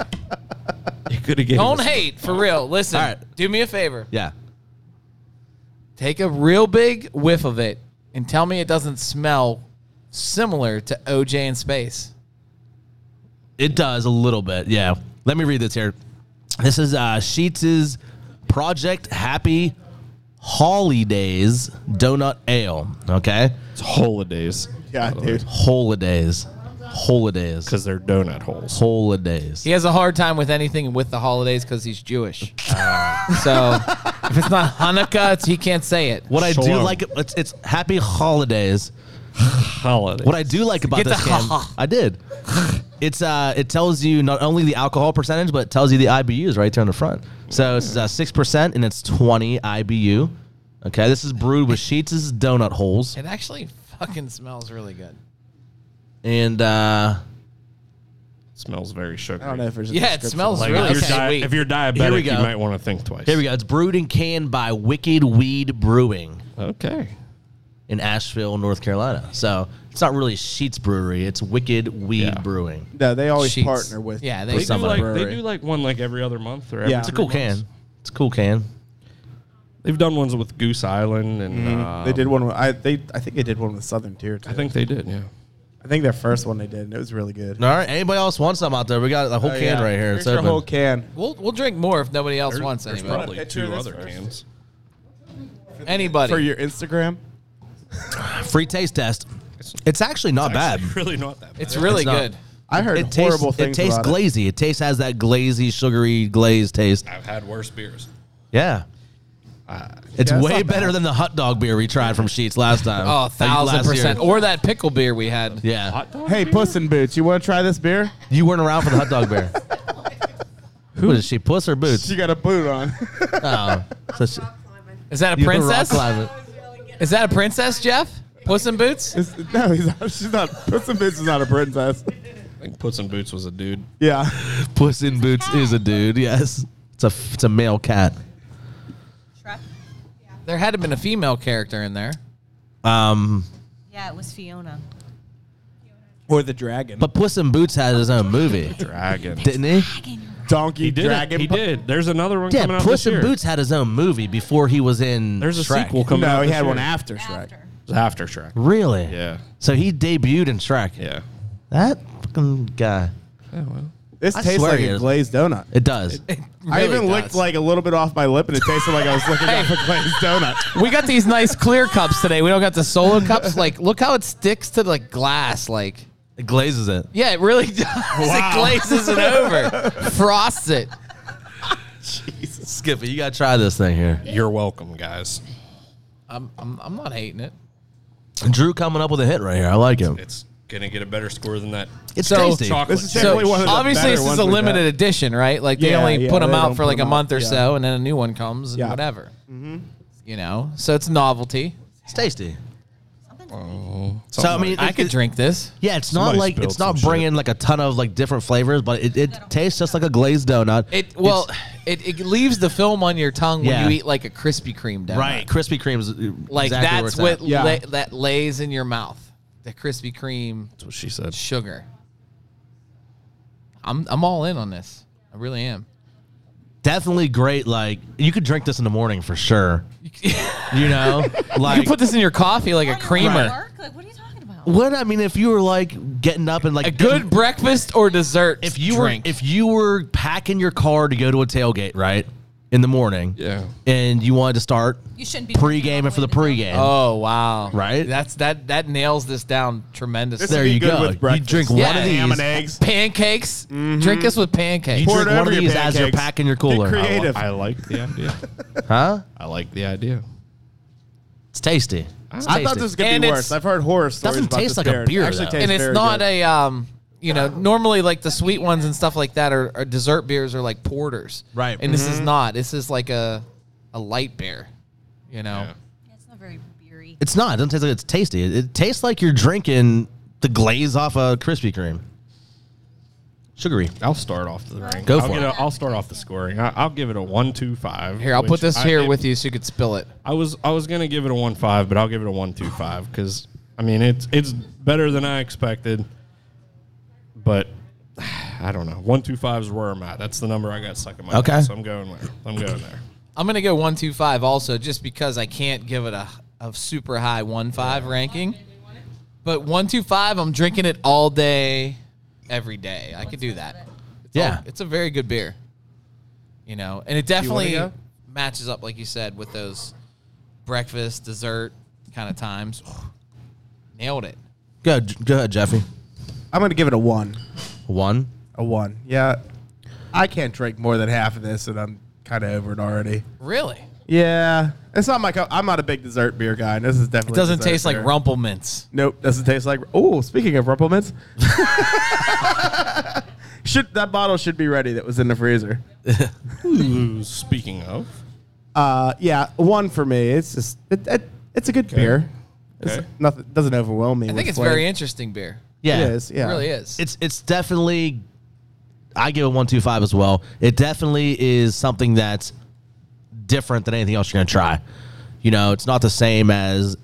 [SPEAKER 3] You could have given
[SPEAKER 2] don't
[SPEAKER 3] us the-
[SPEAKER 2] hate for real. Listen,
[SPEAKER 1] All right.
[SPEAKER 2] do me a favor.
[SPEAKER 1] Yeah.
[SPEAKER 2] Take a real big whiff of it and tell me it doesn't smell similar to OJ in space.
[SPEAKER 1] It does a little bit. Yeah. Let me read this here. This is uh Sheets's Project Happy Holidays Donut Ale. Okay.
[SPEAKER 3] It's holidays
[SPEAKER 6] Yeah, dude.
[SPEAKER 1] Holidays. Holidays.
[SPEAKER 3] because they're donut holes.
[SPEAKER 1] Holidays.
[SPEAKER 2] He has a hard time with anything with the holidays because he's Jewish. so if it's not Hanukkah, it's, he can't say it.
[SPEAKER 1] What I do
[SPEAKER 3] Shalom.
[SPEAKER 1] like it's, it's Happy Holidays.
[SPEAKER 3] Holidays.
[SPEAKER 1] What I do like about
[SPEAKER 2] Get
[SPEAKER 1] this
[SPEAKER 2] the
[SPEAKER 1] can,
[SPEAKER 2] ha-ha.
[SPEAKER 1] I did. It's uh, it tells you not only the alcohol percentage, but it uh, tells you the IBUs right there on the front. So it's six percent and it's twenty IBU. Okay, this is brewed with Sheets' donut holes.
[SPEAKER 2] It actually fucking smells really good.
[SPEAKER 1] And uh,
[SPEAKER 3] Smells very sugary.
[SPEAKER 6] I don't know if there's a
[SPEAKER 2] Yeah, it
[SPEAKER 6] description.
[SPEAKER 2] smells
[SPEAKER 3] Like
[SPEAKER 2] really
[SPEAKER 3] if, you're
[SPEAKER 2] okay,
[SPEAKER 3] di-
[SPEAKER 2] wait.
[SPEAKER 3] if you're
[SPEAKER 1] Here we
[SPEAKER 3] diabetic, you
[SPEAKER 1] go.
[SPEAKER 3] might want to think twice.
[SPEAKER 1] here we go. It's brewed and canned by Wicked Weed Brewing
[SPEAKER 3] Okay.
[SPEAKER 1] in Asheville, North Carolina. So it's not really Sheets Brewery, it's Wicked Weed
[SPEAKER 3] Yeah.
[SPEAKER 1] Brewing.
[SPEAKER 6] No, they always
[SPEAKER 2] Sheets.
[SPEAKER 6] partner with.
[SPEAKER 2] Yeah, they
[SPEAKER 1] with
[SPEAKER 3] They do,
[SPEAKER 1] someone.
[SPEAKER 3] like, they
[SPEAKER 6] Brewery.
[SPEAKER 3] do like one like every other month or every
[SPEAKER 6] Yeah.
[SPEAKER 1] It's a
[SPEAKER 3] three
[SPEAKER 1] cool
[SPEAKER 3] months.
[SPEAKER 1] can. It's a cool can.
[SPEAKER 3] They've done ones with Goose Island and uh,
[SPEAKER 6] They did one. With, I they I think they did one with Southern Tier. Too.
[SPEAKER 3] I think they did. Yeah.
[SPEAKER 6] I think their first one they did, and it was really good.
[SPEAKER 1] All right, anybody else want some out there? We got a whole
[SPEAKER 6] Oh,
[SPEAKER 1] can
[SPEAKER 6] yeah.
[SPEAKER 1] right here.
[SPEAKER 6] Here's
[SPEAKER 1] It's
[SPEAKER 6] your
[SPEAKER 1] open.
[SPEAKER 6] whole can.
[SPEAKER 2] We'll we'll drink more if nobody else wants
[SPEAKER 3] There's
[SPEAKER 2] anybody.
[SPEAKER 3] probably
[SPEAKER 6] Picture
[SPEAKER 3] two
[SPEAKER 6] this
[SPEAKER 3] other
[SPEAKER 6] first.
[SPEAKER 3] cans.
[SPEAKER 2] Anybody.
[SPEAKER 6] For your Instagram?
[SPEAKER 1] Free taste test. It's actually not bad.
[SPEAKER 3] Actually, really not that. Bad.
[SPEAKER 2] it's really
[SPEAKER 1] It's not-
[SPEAKER 2] good.
[SPEAKER 6] I heard
[SPEAKER 1] It tastes,
[SPEAKER 6] horrible
[SPEAKER 1] it
[SPEAKER 6] things.
[SPEAKER 1] tastes
[SPEAKER 6] about it.
[SPEAKER 1] glazy. It tastes has that glazy, sugary glaze taste.
[SPEAKER 3] I've had worse beers.
[SPEAKER 1] Yeah. It's
[SPEAKER 6] Yeah, it's
[SPEAKER 1] way
[SPEAKER 6] not
[SPEAKER 1] better than the hot dog beer we tried from Sheets last time.
[SPEAKER 2] Oh,
[SPEAKER 1] Uh,
[SPEAKER 2] thousand
[SPEAKER 1] last year.
[SPEAKER 2] percent. Or that pickle beer we had.
[SPEAKER 1] Yeah.
[SPEAKER 6] Hey, Puss in Boots, you want to try this beer?
[SPEAKER 1] You weren't around for the hot dog bear. Who is she? Puss or boots?
[SPEAKER 6] She got a boot on.
[SPEAKER 1] Oh. So she-
[SPEAKER 2] Is that a
[SPEAKER 1] you were rock
[SPEAKER 2] princess?
[SPEAKER 1] climbing.
[SPEAKER 2] Is that a princess, Jeff? Puss in Boots?
[SPEAKER 6] It's- no, he's not, she's not. Puss in Boots is not a princess.
[SPEAKER 3] I think Puss in Boots was a dude.
[SPEAKER 6] Yeah.
[SPEAKER 1] Puss in boots is a dude. Yes. It's a it's a male cat.
[SPEAKER 5] Shrek?
[SPEAKER 2] There had to have been a female character in there.
[SPEAKER 1] Um,
[SPEAKER 5] Yeah, it was Fiona.
[SPEAKER 6] Or the dragon.
[SPEAKER 1] but Puss in Boots had his own movie,
[SPEAKER 3] Dragon.
[SPEAKER 1] didn't he?
[SPEAKER 6] Donkey
[SPEAKER 3] He did. it.
[SPEAKER 6] dragon.
[SPEAKER 3] He
[SPEAKER 6] pu-
[SPEAKER 3] did. There's another one
[SPEAKER 1] Yeah.
[SPEAKER 3] coming out
[SPEAKER 1] Puss
[SPEAKER 3] this
[SPEAKER 1] in
[SPEAKER 3] year.
[SPEAKER 1] Boots had his own movie before he was in.
[SPEAKER 3] There's a
[SPEAKER 1] Shrek.
[SPEAKER 3] sequel coming out.
[SPEAKER 6] No, he
[SPEAKER 3] this
[SPEAKER 6] had one
[SPEAKER 3] year.
[SPEAKER 6] after Shrek.
[SPEAKER 5] After.
[SPEAKER 3] It was after Shrek.
[SPEAKER 1] Really?
[SPEAKER 3] Yeah.
[SPEAKER 1] So he debuted in Shrek.
[SPEAKER 3] Yeah.
[SPEAKER 1] That fucking guy.
[SPEAKER 6] This
[SPEAKER 1] I
[SPEAKER 6] tastes
[SPEAKER 1] swear
[SPEAKER 6] like
[SPEAKER 1] he
[SPEAKER 6] a
[SPEAKER 1] is.
[SPEAKER 6] glazed donut.
[SPEAKER 1] It does.
[SPEAKER 6] I
[SPEAKER 2] Really
[SPEAKER 6] even
[SPEAKER 2] does.
[SPEAKER 6] licked like a little bit off my lip, and it tasted like I was licking off a glazed donut.
[SPEAKER 2] We got these nice clear cups today. We don't got the solo cups. Like, look how it sticks to like glass. Like,
[SPEAKER 1] It glazes it.
[SPEAKER 2] yeah, it really does. It glazes it over, frosts it.
[SPEAKER 1] Skippy, you gotta try this thing here.
[SPEAKER 3] You're welcome, guys.
[SPEAKER 2] I'm, I'm, I'm not hating it.
[SPEAKER 1] Drew coming up with a hit right here. I like him.
[SPEAKER 3] It's gonna get a better score than that.
[SPEAKER 1] It's
[SPEAKER 2] So-
[SPEAKER 1] tasty.
[SPEAKER 3] Chocolate.
[SPEAKER 6] This is
[SPEAKER 3] chip.
[SPEAKER 2] So
[SPEAKER 6] Definitely one of the
[SPEAKER 2] obviously,
[SPEAKER 6] better
[SPEAKER 2] this is
[SPEAKER 6] ones
[SPEAKER 2] a
[SPEAKER 6] we've had.
[SPEAKER 2] limited edition, right? Like they
[SPEAKER 6] Yeah,
[SPEAKER 2] only
[SPEAKER 6] yeah,
[SPEAKER 2] put them
[SPEAKER 6] they
[SPEAKER 2] out
[SPEAKER 6] don't
[SPEAKER 2] for
[SPEAKER 6] put
[SPEAKER 2] like a
[SPEAKER 6] 'em out,
[SPEAKER 2] month or
[SPEAKER 6] yeah.
[SPEAKER 2] so, and then a new one comes and
[SPEAKER 6] Yeah.
[SPEAKER 2] whatever. You know, so it's novelty.
[SPEAKER 1] It's tasty.
[SPEAKER 5] Something.
[SPEAKER 1] So I mean,
[SPEAKER 2] I
[SPEAKER 1] it-
[SPEAKER 2] could
[SPEAKER 1] it-
[SPEAKER 2] drink this.
[SPEAKER 1] Yeah, it's not
[SPEAKER 3] Somebody
[SPEAKER 1] like
[SPEAKER 3] spilled
[SPEAKER 1] it's not
[SPEAKER 3] some
[SPEAKER 1] bringing like a ton of like different flavors, but it, it tastes just like a glazed donut.
[SPEAKER 2] It well, it, it leaves the film on your tongue
[SPEAKER 1] Yeah.
[SPEAKER 2] when you eat like a Krispy Kreme donut.
[SPEAKER 1] right? Krispy Kreme's uh,
[SPEAKER 2] like
[SPEAKER 1] exactly where
[SPEAKER 2] that's
[SPEAKER 1] it's
[SPEAKER 2] what
[SPEAKER 1] at.
[SPEAKER 6] Yeah.
[SPEAKER 2] la- that lays in your mouth. The Krispy Kreme
[SPEAKER 3] That's what she said.
[SPEAKER 2] sugar. I'm I'm all in on this. I really am.
[SPEAKER 1] definitely great. Like you could drink this in the morning for sure. you know, like
[SPEAKER 2] You can put this in your coffee like a creamer.
[SPEAKER 5] Mark? Like, what are you talking about?
[SPEAKER 1] what I mean. If you were like getting up and like
[SPEAKER 2] A good breakfast or dessert.
[SPEAKER 1] if you
[SPEAKER 2] drink.
[SPEAKER 1] were if you were packing your car to go to a tailgate right in the morning,
[SPEAKER 3] Yeah.
[SPEAKER 1] and you wanted to start
[SPEAKER 5] You shouldn't be
[SPEAKER 1] pregame after the pregame.
[SPEAKER 2] oh wow,
[SPEAKER 1] Right?
[SPEAKER 2] That's that that nails this down tremendously.
[SPEAKER 1] there
[SPEAKER 6] would be
[SPEAKER 1] you
[SPEAKER 6] good
[SPEAKER 1] go.
[SPEAKER 6] with
[SPEAKER 1] You
[SPEAKER 6] breakfast.
[SPEAKER 1] drink
[SPEAKER 2] Yeah.
[SPEAKER 1] one of these.
[SPEAKER 2] Ham
[SPEAKER 6] and eggs.
[SPEAKER 2] pancakes. Drink this with
[SPEAKER 1] Mm-hmm. You
[SPEAKER 2] pancakes.
[SPEAKER 6] Pour
[SPEAKER 1] drink
[SPEAKER 6] it
[SPEAKER 1] one
[SPEAKER 6] over
[SPEAKER 1] of
[SPEAKER 6] your
[SPEAKER 1] these as you're
[SPEAKER 6] pancakes.
[SPEAKER 1] packing your cooler.
[SPEAKER 6] creative.
[SPEAKER 3] I, li- I like the idea.
[SPEAKER 1] Huh?
[SPEAKER 3] I like the idea.
[SPEAKER 1] It's tasty. It's
[SPEAKER 6] I thought
[SPEAKER 1] tasty.
[SPEAKER 6] this was gonna
[SPEAKER 2] And
[SPEAKER 6] be
[SPEAKER 2] it's-
[SPEAKER 6] worse. I've heard horror stories.
[SPEAKER 1] Doesn't
[SPEAKER 6] about
[SPEAKER 1] taste
[SPEAKER 6] this
[SPEAKER 1] like a
[SPEAKER 6] beer.
[SPEAKER 1] beer,
[SPEAKER 6] It actually
[SPEAKER 1] though.
[SPEAKER 6] tastes
[SPEAKER 2] and it's
[SPEAKER 6] very
[SPEAKER 2] not
[SPEAKER 6] good.
[SPEAKER 2] a um you know normally like the sweet ones and stuff like that are, are dessert beers or like porters
[SPEAKER 1] Right.
[SPEAKER 2] and this is not this is like a a light beer you know
[SPEAKER 5] Yeah, it's not very beery.
[SPEAKER 1] It's not. It doesn't taste like it's tasty. It, it tastes like you're drinking the glaze off a Krispy Kreme. Sugary.
[SPEAKER 3] I'll start off the ring.
[SPEAKER 1] Go
[SPEAKER 3] I'll
[SPEAKER 1] for
[SPEAKER 3] get
[SPEAKER 1] it.
[SPEAKER 3] A, I'll start off the scoring. I, I'll give it a one two five.
[SPEAKER 2] here i'll
[SPEAKER 3] which
[SPEAKER 2] put this
[SPEAKER 3] I-
[SPEAKER 2] here
[SPEAKER 3] it-
[SPEAKER 2] with you so you could spill it
[SPEAKER 3] I was I was gonna give it a one five, but I'll give it a one two five because I mean it's it's better than I expected, but I don't know. One two five is where I'm at. That's the number I got stuck in my
[SPEAKER 1] Okay.
[SPEAKER 3] head, so I'm going there. I'm going there.
[SPEAKER 2] i'm gonna go 125 also just because i can't give it a, a super high 1-5 ranking but 125 i'm drinking it all day every day i could do that It's
[SPEAKER 1] Yeah.
[SPEAKER 2] all- it's a very good beer you know and it definitely
[SPEAKER 6] go?
[SPEAKER 2] matches up like you said with those breakfast dessert kind of times nailed it
[SPEAKER 1] Go, go ahead, Jeffy.
[SPEAKER 6] I'm gonna give it a one.
[SPEAKER 1] One.
[SPEAKER 6] A one. Yeah. I can't drink more than half of this, and I'm kind of over it already.
[SPEAKER 2] really
[SPEAKER 6] Yeah. It's not my. cup. I'm not a big dessert beer guy. and This is definitely.
[SPEAKER 2] it doesn't
[SPEAKER 6] dessert
[SPEAKER 2] taste like
[SPEAKER 6] beer.
[SPEAKER 2] rumple mints
[SPEAKER 6] Nope, doesn't taste like. Oh, speaking of rumplements, should that bottle should be ready? That was in the freezer.
[SPEAKER 3] Ooh, speaking of,
[SPEAKER 6] Uh, yeah, one for me. It's just it, it, it's a good beer. It's
[SPEAKER 3] Okay.
[SPEAKER 6] nothing doesn't overwhelm me.
[SPEAKER 2] I think it's very interesting beer.
[SPEAKER 1] Yeah,
[SPEAKER 6] It is. Yeah,
[SPEAKER 2] It really is.
[SPEAKER 1] It's it's definitely. I give it one two five as well. It definitely is something that's different than anything else you're gonna try. You know, it's not the same as.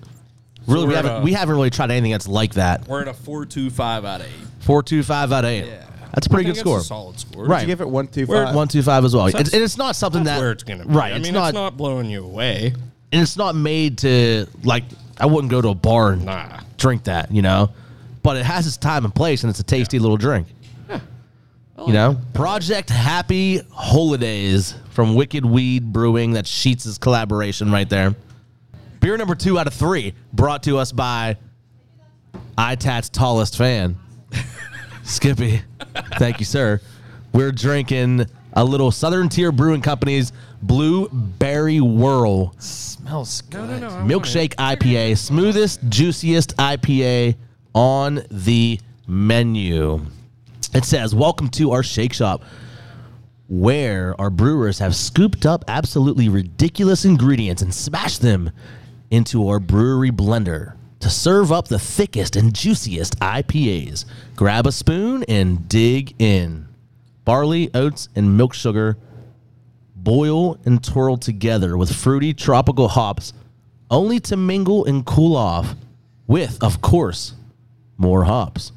[SPEAKER 1] Really, we
[SPEAKER 3] we're at
[SPEAKER 1] haven't
[SPEAKER 3] a-
[SPEAKER 1] we haven't really tried anything that's like that.
[SPEAKER 3] We're at a four two five out of eight.
[SPEAKER 1] Four two five out of eight. That's a pretty good score.
[SPEAKER 3] That's a solid score.
[SPEAKER 6] Right. give it one, two,
[SPEAKER 3] We're-
[SPEAKER 6] five.
[SPEAKER 1] One two five as well.
[SPEAKER 3] That's-
[SPEAKER 1] It's, and it's not something
[SPEAKER 3] That's
[SPEAKER 1] that
[SPEAKER 3] where it's gonna be.
[SPEAKER 1] right.
[SPEAKER 3] I mean,
[SPEAKER 1] it's, not,
[SPEAKER 3] blowing you away.
[SPEAKER 1] and it's not made to like. I wouldn't go to a bar and
[SPEAKER 3] Nah.
[SPEAKER 1] drink that, you know. But it has its time and place, and it's a tasty little drink. You know, Project Happy Holidays from Wicked Weed Brewing. That's Sheets' collaboration right there. Beer number two out of three brought to us by ITAT's tallest fan, Skippy. Thank you, sir. We're drinking a little Southern Tier Brewing Company's Blueberry Whirl
[SPEAKER 2] smells good.
[SPEAKER 1] Milkshake IPA, smoothest, juiciest IPA on the menu. It says, Welcome to our shake shop, where our brewers have scooped up absolutely ridiculous ingredients and smashed them into our brewery blender to serve up the thickest and juiciest IPAs. Grab a spoon and dig in. Barley, oats, and milk sugar boil and twirl together with fruity tropical hops, only to mingle and cool off with, of course, more hops.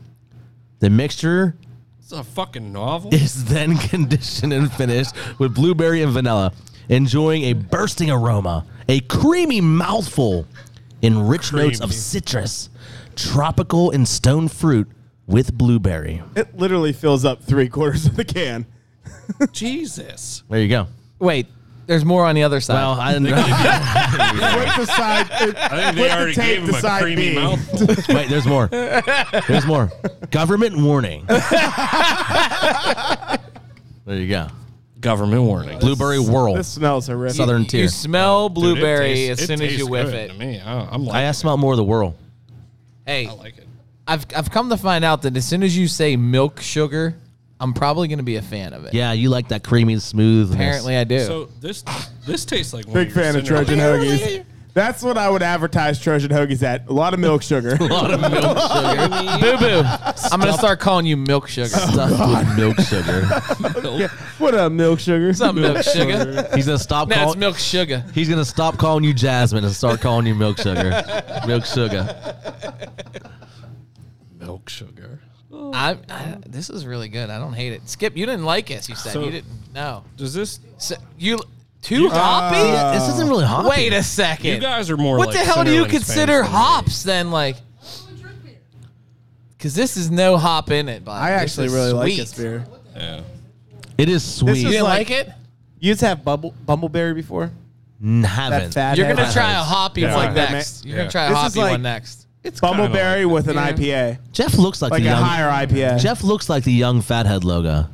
[SPEAKER 1] The mixture
[SPEAKER 3] It's a fucking novel.
[SPEAKER 1] is then conditioned and finished with blueberry and vanilla, enjoying a bursting aroma, a creamy mouthful, and rich notes of
[SPEAKER 3] Creamy.
[SPEAKER 1] citrus, tropical and stone fruit with blueberry.
[SPEAKER 6] It literally fills up three quarters of the can.
[SPEAKER 3] Jesus.
[SPEAKER 1] There you go.
[SPEAKER 2] Wait, there's more on the other side.
[SPEAKER 1] Well, I didn't
[SPEAKER 6] Put the side.
[SPEAKER 3] I think they already
[SPEAKER 6] tape
[SPEAKER 3] gave him
[SPEAKER 6] to
[SPEAKER 3] a
[SPEAKER 6] side
[SPEAKER 3] creamy
[SPEAKER 6] B.
[SPEAKER 3] mouthful.
[SPEAKER 1] Wait, there's more. There's more. Government warning. there you go.
[SPEAKER 3] Government warning.
[SPEAKER 1] Blueberry whirl.
[SPEAKER 6] This smells horrific.
[SPEAKER 1] Southern
[SPEAKER 2] you
[SPEAKER 1] tier.
[SPEAKER 2] smell
[SPEAKER 3] Dude, it
[SPEAKER 2] blueberry
[SPEAKER 3] tastes-
[SPEAKER 2] as soon as
[SPEAKER 3] tastes
[SPEAKER 2] you whiff
[SPEAKER 3] good
[SPEAKER 2] it.
[SPEAKER 3] To me, I, I'm like,
[SPEAKER 1] I smell more of the whirl.
[SPEAKER 2] Hey,
[SPEAKER 3] I like it.
[SPEAKER 2] I've I've come to find out that as soon as you say milk sugar, I'm probably gonna be a fan of it.
[SPEAKER 1] Yeah, you like that creamy smooth.
[SPEAKER 2] Apparently, I do.
[SPEAKER 3] So this this tastes like one
[SPEAKER 6] Big
[SPEAKER 3] of your
[SPEAKER 6] fan of
[SPEAKER 3] cinnamon-
[SPEAKER 6] Trojan hoagies. That's what I would advertise Trojan hoagies at. A lot of milk sugar.
[SPEAKER 2] boo boo. I'm gonna start calling you milk sugar.
[SPEAKER 1] stuffed with milk sugar.
[SPEAKER 6] what up, milk sugar?
[SPEAKER 2] It's not milk sugar.
[SPEAKER 1] He's gonna stop
[SPEAKER 2] No, it's
[SPEAKER 1] calling.
[SPEAKER 2] milk sugar.
[SPEAKER 1] He's gonna stop calling you Jasmine and start calling you milk sugar. milk sugar.
[SPEAKER 3] Milk sugar.
[SPEAKER 2] I, I this is really good. I don't hate it. Skip, you didn't like us. You said
[SPEAKER 3] So-
[SPEAKER 2] you didn't. No,
[SPEAKER 3] Does this? Ah.
[SPEAKER 2] so, you too hoppy.
[SPEAKER 6] Uh,
[SPEAKER 1] this isn't really hot.
[SPEAKER 2] Wait a second.
[SPEAKER 3] You guys are more.
[SPEAKER 2] What
[SPEAKER 3] like
[SPEAKER 2] the hell do you
[SPEAKER 3] Cinderland
[SPEAKER 2] consider
[SPEAKER 3] fans than me.
[SPEAKER 2] hops then? Like, because this is no hop in it. But
[SPEAKER 6] I actually really like
[SPEAKER 2] sweet.
[SPEAKER 6] this beer.
[SPEAKER 3] Yeah.
[SPEAKER 1] It is
[SPEAKER 2] You
[SPEAKER 1] sweet.
[SPEAKER 2] didn't
[SPEAKER 6] like-
[SPEAKER 2] like, it?
[SPEAKER 6] You just have bubble, bumbleberry before?
[SPEAKER 1] Mm,
[SPEAKER 6] That
[SPEAKER 1] Haven't.
[SPEAKER 6] fat
[SPEAKER 2] You're gonna
[SPEAKER 6] ass-
[SPEAKER 2] try a hoppy
[SPEAKER 3] Yeah.
[SPEAKER 2] one
[SPEAKER 3] Yeah.
[SPEAKER 2] next. You're
[SPEAKER 3] Yeah.
[SPEAKER 2] gonna try a
[SPEAKER 6] This is
[SPEAKER 2] hoppy
[SPEAKER 6] like-
[SPEAKER 2] one next.
[SPEAKER 6] It's bumbleberry with an
[SPEAKER 2] Yeah.
[SPEAKER 6] IPA,
[SPEAKER 1] Jeff looks like,
[SPEAKER 6] like
[SPEAKER 1] the
[SPEAKER 6] a
[SPEAKER 1] young.
[SPEAKER 6] higher IPA.
[SPEAKER 1] Jeff looks like the young fathead logo.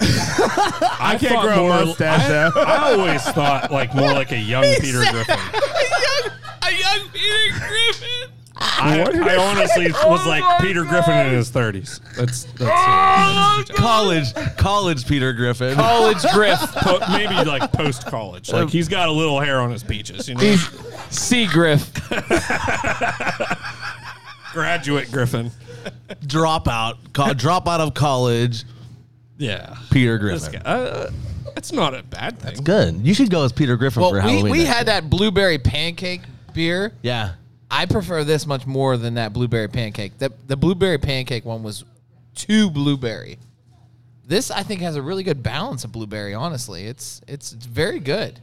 [SPEAKER 3] I,
[SPEAKER 6] can't
[SPEAKER 3] thought
[SPEAKER 6] grow a
[SPEAKER 3] more-
[SPEAKER 6] mustache,
[SPEAKER 3] I,
[SPEAKER 6] though.
[SPEAKER 3] I always thought like more like a young Peter Griffin.
[SPEAKER 2] A young Peter Griffin.
[SPEAKER 3] I, I honestly was like Peter Griffin in his thirties. That's that's it.
[SPEAKER 1] College, college Peter Griffin.
[SPEAKER 2] College Griff.
[SPEAKER 3] Po- maybe like post college. Like he's got a little hair on his peaches. You know,
[SPEAKER 2] He's C Griff.
[SPEAKER 3] graduate Griffin.
[SPEAKER 1] Dropout, co- dropout of college.
[SPEAKER 3] Yeah,
[SPEAKER 1] Peter
[SPEAKER 3] This
[SPEAKER 1] Griffin.
[SPEAKER 3] guy, uh, that's not a bad thing.
[SPEAKER 1] Good. You should go as Peter Griffin
[SPEAKER 2] Well,
[SPEAKER 1] for
[SPEAKER 2] we,
[SPEAKER 1] Halloween.
[SPEAKER 2] we
[SPEAKER 1] next
[SPEAKER 2] had
[SPEAKER 1] year.
[SPEAKER 2] that blueberry pancake beer.
[SPEAKER 1] Yeah.
[SPEAKER 2] I prefer this much more than that blueberry pancake. The the blueberry pancake one was too blueberry. This I think has a really good balance of blueberry. Honestly, it's it's, it's very good.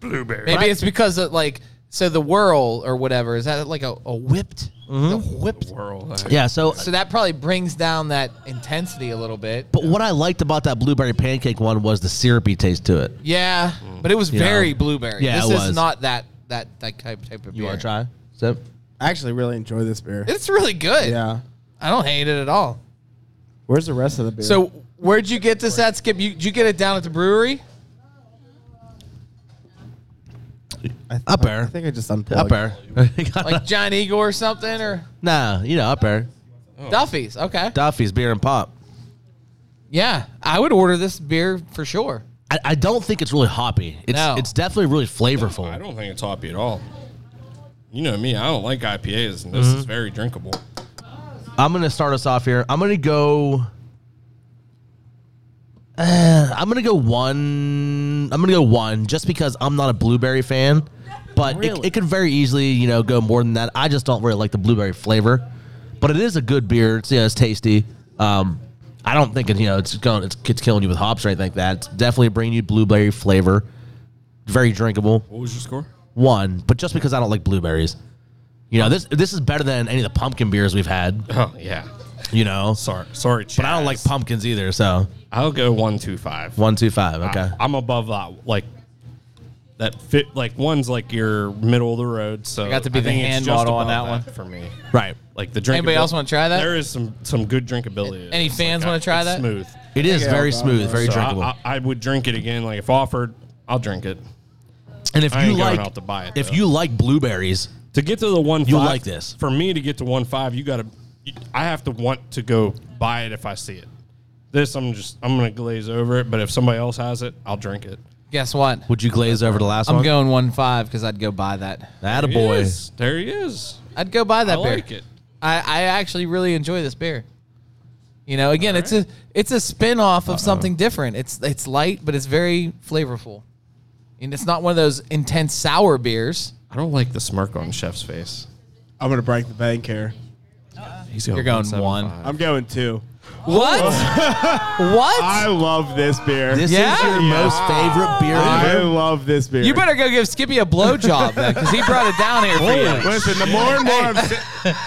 [SPEAKER 3] Blueberry.
[SPEAKER 2] Maybe it's because of like so the whirl or whatever is that like a, a whipped the whipped.
[SPEAKER 3] World.
[SPEAKER 1] Yeah. So,
[SPEAKER 2] So that probably brings down that intensity a little bit.
[SPEAKER 1] but what I liked about that blueberry pancake one was the syrupy taste to it.
[SPEAKER 2] Yeah, but it was very
[SPEAKER 1] Yeah.
[SPEAKER 2] blueberry.
[SPEAKER 1] Yeah,
[SPEAKER 2] this
[SPEAKER 1] it
[SPEAKER 2] is
[SPEAKER 1] was.
[SPEAKER 2] not that that that type type of beer.
[SPEAKER 1] You want to try? Sip.
[SPEAKER 6] I actually really enjoy this beer.
[SPEAKER 2] It's really good.
[SPEAKER 6] Yeah.
[SPEAKER 2] I don't hate it at all.
[SPEAKER 6] Where's the rest of the beer?
[SPEAKER 2] So where'd you get this at, Skip? You did you get it down at the brewery?
[SPEAKER 6] I th-
[SPEAKER 1] Up
[SPEAKER 6] I
[SPEAKER 1] there.
[SPEAKER 6] think I just unplugged.
[SPEAKER 1] Up there.
[SPEAKER 2] Like John Igor or something or
[SPEAKER 1] nah, you know, up there.
[SPEAKER 3] Oh.
[SPEAKER 2] Duffy's. Okay.
[SPEAKER 1] Duffy's beer and pop.
[SPEAKER 2] Yeah. I would order this beer for sure.
[SPEAKER 1] I, I don't think it's really hoppy. It's
[SPEAKER 2] No.
[SPEAKER 1] it's definitely really flavorful.
[SPEAKER 3] I don't think it's hoppy at all. You know me, I don't like IPAs, and this is very drinkable.
[SPEAKER 1] I'm gonna start us off here. I'm gonna go. Uh, I'm gonna go one. I'm gonna go one, just because I'm not a blueberry fan, but it,
[SPEAKER 2] Really?
[SPEAKER 1] it could very easily, you know, go more than that. I just don't really like the blueberry flavor, but it is a good beer. It's, you know, it's tasty. Um, I don't think it, you know it's going it's, it's killing you with hops or anything like that. It's definitely bringing you blueberry flavor. Very drinkable
[SPEAKER 3] What was your score?
[SPEAKER 1] one, but just because I don't like blueberries. You know this this is better than any of the pumpkin beers we've had.
[SPEAKER 3] Oh yeah,
[SPEAKER 1] You know,
[SPEAKER 3] sorry, sorry,
[SPEAKER 1] but I don't like pumpkins either. So
[SPEAKER 3] I'll go one two five.
[SPEAKER 1] one, two, five. Okay.
[SPEAKER 3] I, am above that. Like that fit. Like one's like your middle of the road. So I
[SPEAKER 2] got to be the
[SPEAKER 3] think it's
[SPEAKER 2] hand
[SPEAKER 3] just
[SPEAKER 2] model on
[SPEAKER 3] above
[SPEAKER 2] that
[SPEAKER 3] for me.
[SPEAKER 1] right.
[SPEAKER 3] Like the drink.
[SPEAKER 2] Anybody else wanna try that?
[SPEAKER 3] There is some some good drinkability.
[SPEAKER 2] Any
[SPEAKER 3] It's
[SPEAKER 2] fans
[SPEAKER 3] like,
[SPEAKER 2] wanna
[SPEAKER 3] uh,
[SPEAKER 2] try
[SPEAKER 3] it's
[SPEAKER 2] that?
[SPEAKER 3] Smooth,
[SPEAKER 1] It is very smooth, very
[SPEAKER 3] So I-
[SPEAKER 1] drinkable.
[SPEAKER 3] I, I would drink it again. Like if offered, I'll drink it.
[SPEAKER 1] and if
[SPEAKER 3] I
[SPEAKER 1] you
[SPEAKER 3] ain't going
[SPEAKER 1] like,
[SPEAKER 3] out to buy it,
[SPEAKER 1] if
[SPEAKER 3] though.
[SPEAKER 1] you like blueberries,
[SPEAKER 3] To get to the one,
[SPEAKER 1] You
[SPEAKER 3] five-
[SPEAKER 1] like this.
[SPEAKER 3] For me to get to one five, you gotta. I have to want to go buy it if I see it. This I'm just I'm gonna glaze over it, but if somebody else has it, I'll drink it.
[SPEAKER 2] Guess what?
[SPEAKER 1] would you glaze over the last
[SPEAKER 2] I'm
[SPEAKER 1] one?
[SPEAKER 2] going one five because I'd go buy that.
[SPEAKER 1] That a
[SPEAKER 3] There he
[SPEAKER 1] boy.
[SPEAKER 3] is. there he is.
[SPEAKER 2] I'd go buy that
[SPEAKER 3] I
[SPEAKER 2] beer.
[SPEAKER 3] like it.
[SPEAKER 2] I, I actually really enjoy this beer. You know, again, it's a it's a spin off of something different. It's it's light, but it's very flavorful. And it's not one of those intense sour beers.
[SPEAKER 3] I don't like the smirk on Chef's face.
[SPEAKER 6] I'm gonna break the bank here.
[SPEAKER 3] He's
[SPEAKER 2] You're going
[SPEAKER 3] 1.75.
[SPEAKER 2] one.
[SPEAKER 6] I'm going two.
[SPEAKER 2] What? what?
[SPEAKER 6] I love this beer.
[SPEAKER 1] This is
[SPEAKER 2] Yeah?
[SPEAKER 1] your
[SPEAKER 2] Yeah.
[SPEAKER 1] most favorite beer.
[SPEAKER 6] I love this beer.
[SPEAKER 2] you better go give Skippy a blowjob then, because he brought it down here for you.
[SPEAKER 6] listen. The more and more, I'm si-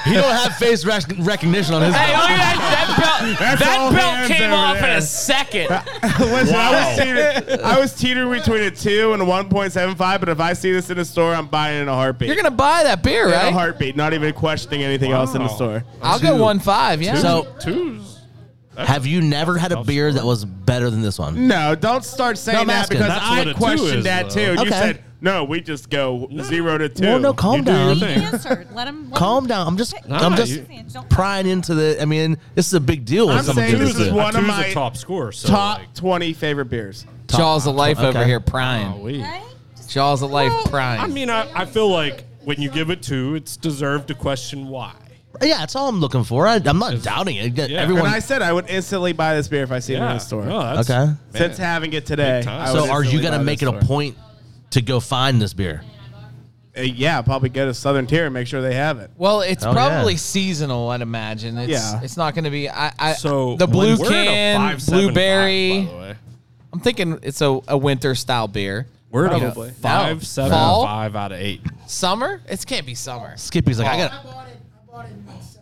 [SPEAKER 1] he don't have face rec- recognition on his.
[SPEAKER 2] Hey, look at that, that belt.
[SPEAKER 6] That's all
[SPEAKER 2] that
[SPEAKER 6] hands
[SPEAKER 2] belt came
[SPEAKER 6] over
[SPEAKER 2] off in
[SPEAKER 6] there.
[SPEAKER 2] a second.
[SPEAKER 6] listen. I was teetering, I was teetering between a two and a one point seven five. But if I see this in a store, I'm buying it in a heartbeat.
[SPEAKER 2] You're gonna buy that beer,
[SPEAKER 6] in a
[SPEAKER 2] right?
[SPEAKER 6] heartbeat, not even questioning anything else in the store.
[SPEAKER 2] I'll go one five. Yeah.
[SPEAKER 1] So,
[SPEAKER 3] Oh. Two's
[SPEAKER 1] have you never had a beer that was better than this one?
[SPEAKER 6] No, don't start
[SPEAKER 1] No,
[SPEAKER 6] saying
[SPEAKER 1] I'm
[SPEAKER 6] that
[SPEAKER 1] asking.
[SPEAKER 6] because
[SPEAKER 3] That's what a
[SPEAKER 6] I
[SPEAKER 3] two
[SPEAKER 6] questioned
[SPEAKER 3] is,
[SPEAKER 6] that
[SPEAKER 3] though.
[SPEAKER 6] too. You
[SPEAKER 1] Okay.
[SPEAKER 6] said no. We just go zero to two.
[SPEAKER 1] Well, no, calm
[SPEAKER 3] do your
[SPEAKER 1] down.
[SPEAKER 3] thing.
[SPEAKER 5] He answered. Let him. Let
[SPEAKER 1] Calm
[SPEAKER 5] him-
[SPEAKER 1] down. I'm just,
[SPEAKER 5] Nah,
[SPEAKER 1] I'm just
[SPEAKER 5] you-
[SPEAKER 1] prying into the. I mean, this is a big deal. when
[SPEAKER 6] I'm
[SPEAKER 1] someone
[SPEAKER 6] saying
[SPEAKER 1] gives
[SPEAKER 6] this is
[SPEAKER 1] a-
[SPEAKER 6] one of
[SPEAKER 3] two's
[SPEAKER 6] my
[SPEAKER 3] a top score. So
[SPEAKER 6] top
[SPEAKER 3] like,
[SPEAKER 6] twenty favorite beers.
[SPEAKER 2] Jaws of life over
[SPEAKER 1] okay.
[SPEAKER 2] here, prime.
[SPEAKER 3] golly.
[SPEAKER 5] Okay? Just-
[SPEAKER 2] Jaws of life, prime.
[SPEAKER 3] Oh, I mean, I, I feel like when you give it two, it's deserved to question why.
[SPEAKER 1] Yeah, that's all I'm looking for. I, I'm not doubting it. Yeah,
[SPEAKER 3] yeah.
[SPEAKER 1] Everyone.
[SPEAKER 6] And I said I would instantly buy this beer if I see it in a store.
[SPEAKER 3] No, that's-
[SPEAKER 1] okay.
[SPEAKER 6] Since having it today,
[SPEAKER 3] Big time.
[SPEAKER 6] I would
[SPEAKER 1] So, are you
[SPEAKER 6] instantly
[SPEAKER 1] gonna
[SPEAKER 6] buy
[SPEAKER 1] make it
[SPEAKER 6] this
[SPEAKER 1] a
[SPEAKER 6] store.
[SPEAKER 1] point to go find this beer?
[SPEAKER 6] Uh, yeah, probably go to Southern Tier and make sure they have it.
[SPEAKER 2] well, it's
[SPEAKER 1] Oh,
[SPEAKER 2] probably
[SPEAKER 1] yeah.
[SPEAKER 2] seasonal, I'd imagine. It's,
[SPEAKER 6] Yeah.
[SPEAKER 2] It's not going to be. I, I
[SPEAKER 3] So
[SPEAKER 2] the
[SPEAKER 3] when
[SPEAKER 2] blue
[SPEAKER 3] we're at a
[SPEAKER 2] can,
[SPEAKER 3] 5.75,
[SPEAKER 2] blueberry.
[SPEAKER 3] by the way.
[SPEAKER 2] I'm thinking it's a, a winter style beer.
[SPEAKER 3] We're at
[SPEAKER 6] Probably.
[SPEAKER 3] a five,
[SPEAKER 2] No.
[SPEAKER 3] seven,
[SPEAKER 2] Fall?
[SPEAKER 3] five out of eight.
[SPEAKER 2] Summer? It can't be summer.
[SPEAKER 1] Skippy's like, I got.
[SPEAKER 8] bought it. I bought it in September.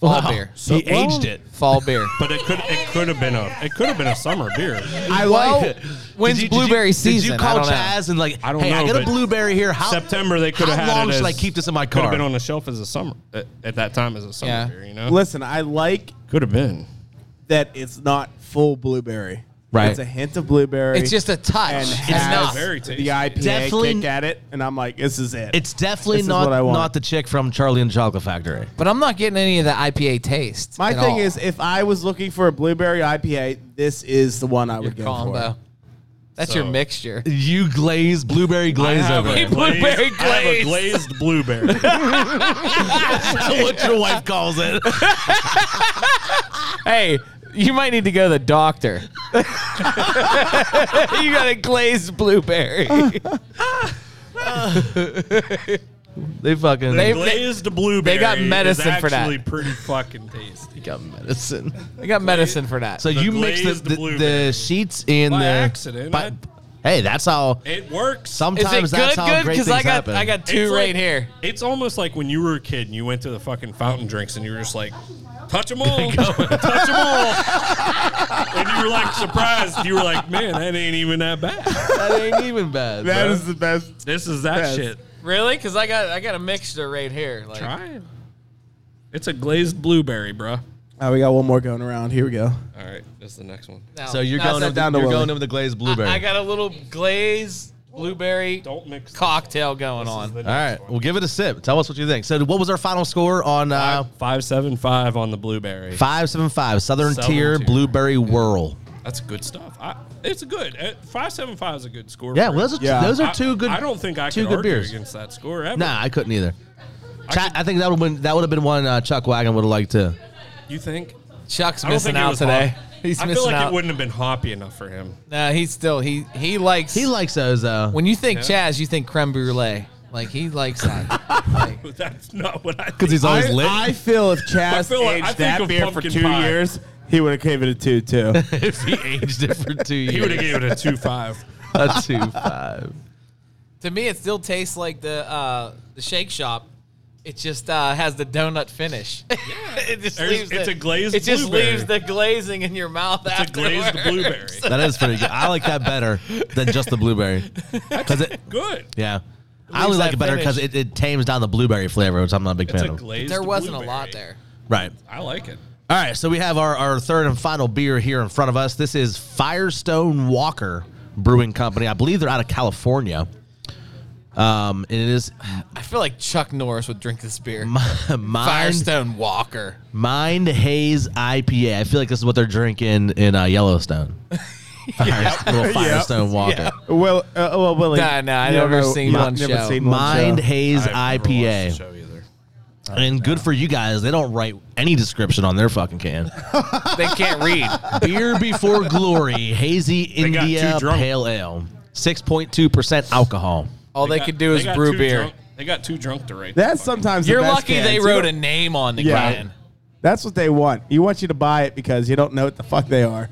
[SPEAKER 2] Fall beer.
[SPEAKER 1] he aged it.
[SPEAKER 2] Fall beer.
[SPEAKER 3] But it could it could have been a it could have been a summer beer.
[SPEAKER 6] I
[SPEAKER 2] well,
[SPEAKER 6] like it.
[SPEAKER 2] when's
[SPEAKER 1] Did you- did you-
[SPEAKER 2] blueberry season?
[SPEAKER 1] Did you
[SPEAKER 2] I
[SPEAKER 1] call
[SPEAKER 2] don't know.
[SPEAKER 1] Chaz and like,
[SPEAKER 3] I don't
[SPEAKER 1] hey, I
[SPEAKER 3] know,
[SPEAKER 1] got a
[SPEAKER 3] but
[SPEAKER 1] blueberry here. How
[SPEAKER 3] September they could have
[SPEAKER 1] how
[SPEAKER 3] had
[SPEAKER 1] long
[SPEAKER 3] it.
[SPEAKER 1] should
[SPEAKER 3] as-
[SPEAKER 1] I keep this in my
[SPEAKER 3] Could
[SPEAKER 1] car?
[SPEAKER 3] have been on the shelf as a summer at, at that time as a summer
[SPEAKER 2] Yeah.
[SPEAKER 3] beer. You know,
[SPEAKER 6] Listen, I like
[SPEAKER 3] could have been.
[SPEAKER 6] that it's not full blueberry.
[SPEAKER 1] Right.
[SPEAKER 6] It's a hint of blueberry.
[SPEAKER 2] It's just a touch.
[SPEAKER 6] and
[SPEAKER 2] It's
[SPEAKER 6] has
[SPEAKER 2] not.
[SPEAKER 3] Very tasty.
[SPEAKER 6] the IPA
[SPEAKER 1] Definitely-
[SPEAKER 6] kick at it, and I'm like, this is it.
[SPEAKER 1] It's definitely
[SPEAKER 6] This is
[SPEAKER 1] not
[SPEAKER 6] what I want.
[SPEAKER 1] not the chick from Charlie and the Chocolate Factory.
[SPEAKER 2] But I'm not getting any of the IPA taste.
[SPEAKER 6] my
[SPEAKER 2] at
[SPEAKER 6] thing
[SPEAKER 2] all.
[SPEAKER 6] is if I was looking for a blueberry IPA, this is the one I
[SPEAKER 2] your
[SPEAKER 6] would go
[SPEAKER 2] combo.
[SPEAKER 6] for.
[SPEAKER 2] That's
[SPEAKER 3] So-
[SPEAKER 2] your mixture.
[SPEAKER 1] You glaze blueberry glaze over.
[SPEAKER 2] a
[SPEAKER 1] it.
[SPEAKER 2] blueberry
[SPEAKER 3] I have a
[SPEAKER 2] glaze.
[SPEAKER 3] glazed blueberry.
[SPEAKER 1] That's what your wife calls it.
[SPEAKER 2] Hey, you might need to go to the doctor. you got a glazed blueberry.
[SPEAKER 1] they fucking
[SPEAKER 2] They-
[SPEAKER 3] glazed blueberry.
[SPEAKER 2] got medicine
[SPEAKER 3] is
[SPEAKER 2] for that.
[SPEAKER 3] Actually, pretty fucking tasty.
[SPEAKER 1] got medicine.
[SPEAKER 2] I got medicine for that.
[SPEAKER 1] So you mix the,
[SPEAKER 3] glazed
[SPEAKER 1] the, the
[SPEAKER 3] blueberry.
[SPEAKER 1] sheets in
[SPEAKER 3] By
[SPEAKER 1] the
[SPEAKER 3] accident, I-
[SPEAKER 1] hey, that's how.
[SPEAKER 3] It works.
[SPEAKER 2] is it
[SPEAKER 1] Sometimes
[SPEAKER 2] good?
[SPEAKER 1] that's how
[SPEAKER 2] Good?
[SPEAKER 1] great
[SPEAKER 2] Because
[SPEAKER 1] things
[SPEAKER 2] I got
[SPEAKER 1] happen.
[SPEAKER 2] I got
[SPEAKER 3] It's
[SPEAKER 2] two
[SPEAKER 3] like-
[SPEAKER 2] right here.
[SPEAKER 3] It's almost like when you were a kid and you went to the fucking fountain drinks and you were just like, touch them all, touch them all. and you were like surprised. You were like, man, that ain't even that bad.
[SPEAKER 2] That ain't even bad.
[SPEAKER 6] That is the best.
[SPEAKER 3] This is that
[SPEAKER 6] Yes.
[SPEAKER 3] shit.
[SPEAKER 2] really? Because I got I got a mixture right here. Like
[SPEAKER 3] Try it. It's a glazed blueberry, bruh.
[SPEAKER 6] Oh, we got one more going around. Here we go.
[SPEAKER 3] All right, that's the next one.
[SPEAKER 2] no,
[SPEAKER 1] So you're
[SPEAKER 2] no,
[SPEAKER 1] going
[SPEAKER 2] so
[SPEAKER 1] in-
[SPEAKER 6] down to
[SPEAKER 1] you're
[SPEAKER 6] Willie.
[SPEAKER 1] going in with the glazed blueberry.
[SPEAKER 2] I, I got a little glazed blueberry
[SPEAKER 3] Don't mix this
[SPEAKER 2] cocktail going on.
[SPEAKER 1] All right, we'll give it a sip. Tell us what you think. So, what was our final score on uh,
[SPEAKER 3] five seven five on the blueberry.
[SPEAKER 1] five seven five Southern
[SPEAKER 3] Southern
[SPEAKER 1] Tier
[SPEAKER 3] Tier.
[SPEAKER 1] Blueberry Whirl?
[SPEAKER 3] That's good stuff. I, it's good. Uh, Five seven five is a good score.
[SPEAKER 1] Yeah,
[SPEAKER 3] for
[SPEAKER 1] well,
[SPEAKER 3] it.
[SPEAKER 1] those are,
[SPEAKER 6] Yeah.
[SPEAKER 1] those are
[SPEAKER 3] I-
[SPEAKER 1] two good.
[SPEAKER 3] I don't think I
[SPEAKER 1] two
[SPEAKER 3] could
[SPEAKER 1] good
[SPEAKER 3] argue
[SPEAKER 1] beers.
[SPEAKER 3] against that score ever.
[SPEAKER 1] Nah, I couldn't either. Chuck, I think that would been that would have been one uh, Chuck Wagon would have liked to.
[SPEAKER 3] You think?
[SPEAKER 2] Chuck's
[SPEAKER 3] I don't
[SPEAKER 2] missing
[SPEAKER 3] think it
[SPEAKER 2] out
[SPEAKER 3] was
[SPEAKER 2] today.
[SPEAKER 3] hot.
[SPEAKER 2] He's
[SPEAKER 3] I
[SPEAKER 2] missing
[SPEAKER 3] feel like
[SPEAKER 2] out.
[SPEAKER 3] it wouldn't have been hoppy enough for him.
[SPEAKER 2] No, he's still he he likes
[SPEAKER 1] He likes those uh, though.
[SPEAKER 2] when you think
[SPEAKER 3] Yeah.
[SPEAKER 2] Chaz, you think creme brulee. Like he likes that. like,
[SPEAKER 3] But that's not what I.
[SPEAKER 1] Because he's
[SPEAKER 3] think.
[SPEAKER 1] always lit.
[SPEAKER 6] I feel if
[SPEAKER 3] I
[SPEAKER 6] Chaz
[SPEAKER 3] feel like- I
[SPEAKER 6] aged
[SPEAKER 3] think
[SPEAKER 6] that
[SPEAKER 3] of
[SPEAKER 6] beer for
[SPEAKER 3] pumpkin
[SPEAKER 6] two
[SPEAKER 3] pie.
[SPEAKER 6] years, he would have gave it a two too.
[SPEAKER 1] if he aged it for two
[SPEAKER 3] He would have
[SPEAKER 1] years.
[SPEAKER 3] gave it a two five.
[SPEAKER 1] a two five.
[SPEAKER 2] to me, it still tastes like the uh, the Shake Shop. It just uh, has the donut finish. it just
[SPEAKER 3] There's-
[SPEAKER 2] leaves
[SPEAKER 3] it's
[SPEAKER 2] the,
[SPEAKER 3] a glazed
[SPEAKER 2] It just
[SPEAKER 3] blueberry.
[SPEAKER 2] leaves the glazing in your mouth
[SPEAKER 3] It's a glazed blueberry.
[SPEAKER 1] That is pretty good. I like that better than just the blueberry. Because it,
[SPEAKER 3] Good.
[SPEAKER 1] yeah, I only like
[SPEAKER 2] that
[SPEAKER 1] it better because
[SPEAKER 2] finish.
[SPEAKER 1] it, it tames down the blueberry flavor, which I'm not a big
[SPEAKER 3] It's
[SPEAKER 1] fan
[SPEAKER 3] a
[SPEAKER 1] of.
[SPEAKER 3] glazed.
[SPEAKER 2] There wasn't a
[SPEAKER 3] blueberry.
[SPEAKER 2] lot there.
[SPEAKER 1] right.
[SPEAKER 3] I like it.
[SPEAKER 1] All right, so we have our, our third and final beer here in front of us. This is Firestone Walker Brewing Company. I believe they're out of California. Um, and it is
[SPEAKER 2] I feel like Chuck Norris would drink this beer.
[SPEAKER 1] mind,
[SPEAKER 2] Firestone Walker.
[SPEAKER 1] mind Haze IPA. I feel like this is what they're drinking in uh, Yellowstone. Firest- Little Firestone Walker.
[SPEAKER 6] well, uh, well, Willie.
[SPEAKER 2] Nah, nah, I
[SPEAKER 6] you don't
[SPEAKER 2] never
[SPEAKER 6] know-
[SPEAKER 2] seen
[SPEAKER 6] you've
[SPEAKER 2] one
[SPEAKER 6] never
[SPEAKER 2] show.
[SPEAKER 6] seen one
[SPEAKER 1] Mind
[SPEAKER 6] show.
[SPEAKER 1] Haze
[SPEAKER 3] I've never watched the
[SPEAKER 1] IPA.
[SPEAKER 3] show either.
[SPEAKER 1] And good for you guys. They don't write any description on their fucking can.
[SPEAKER 2] They can't read.
[SPEAKER 1] Beer Before Glory Hazy
[SPEAKER 3] got too
[SPEAKER 1] India
[SPEAKER 3] drunk.
[SPEAKER 1] Pale Ale. 6.2% alcohol.
[SPEAKER 2] All they,
[SPEAKER 3] got-
[SPEAKER 2] could do is
[SPEAKER 3] got
[SPEAKER 2] brew
[SPEAKER 3] too
[SPEAKER 2] beer.
[SPEAKER 3] drunk- they got too drunk to write.
[SPEAKER 6] That's
[SPEAKER 3] the fucking-
[SPEAKER 6] sometimes the
[SPEAKER 2] You're
[SPEAKER 6] best
[SPEAKER 2] lucky
[SPEAKER 6] cans.
[SPEAKER 2] they
[SPEAKER 6] You
[SPEAKER 2] wrote
[SPEAKER 6] don't-
[SPEAKER 2] a name on the
[SPEAKER 6] Yeah.
[SPEAKER 2] can.
[SPEAKER 6] That's what they want. You want you to buy it because you don't know what the fuck they are.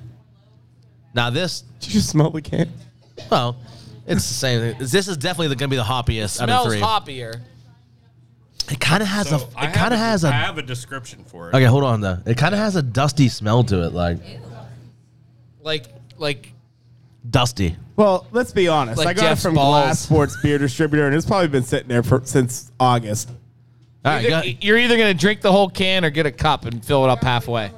[SPEAKER 1] Now, this
[SPEAKER 6] Did you just smell the can?
[SPEAKER 1] Well, it's the same. thing. This is definitely going to be the hoppiest out of the
[SPEAKER 2] Smells
[SPEAKER 1] three.
[SPEAKER 2] hoppier.
[SPEAKER 1] It kind of has
[SPEAKER 3] So
[SPEAKER 1] a.
[SPEAKER 3] I
[SPEAKER 1] It kind of
[SPEAKER 3] have
[SPEAKER 1] has
[SPEAKER 3] a- I
[SPEAKER 1] a.
[SPEAKER 3] have a description for it.
[SPEAKER 1] Okay, hold on though. It kind of has a dusty smell to it, like
[SPEAKER 2] Like like
[SPEAKER 1] dusty.
[SPEAKER 6] Well, let's be honest.
[SPEAKER 2] Like
[SPEAKER 6] I got
[SPEAKER 2] Jeff's
[SPEAKER 6] it from
[SPEAKER 2] balls.
[SPEAKER 6] Glass Sports Beer Distributor, and it's probably been sitting there for, since August.
[SPEAKER 1] All right, go,
[SPEAKER 2] Either- you're either gonna drink the whole can or get a cup and fill it up halfway.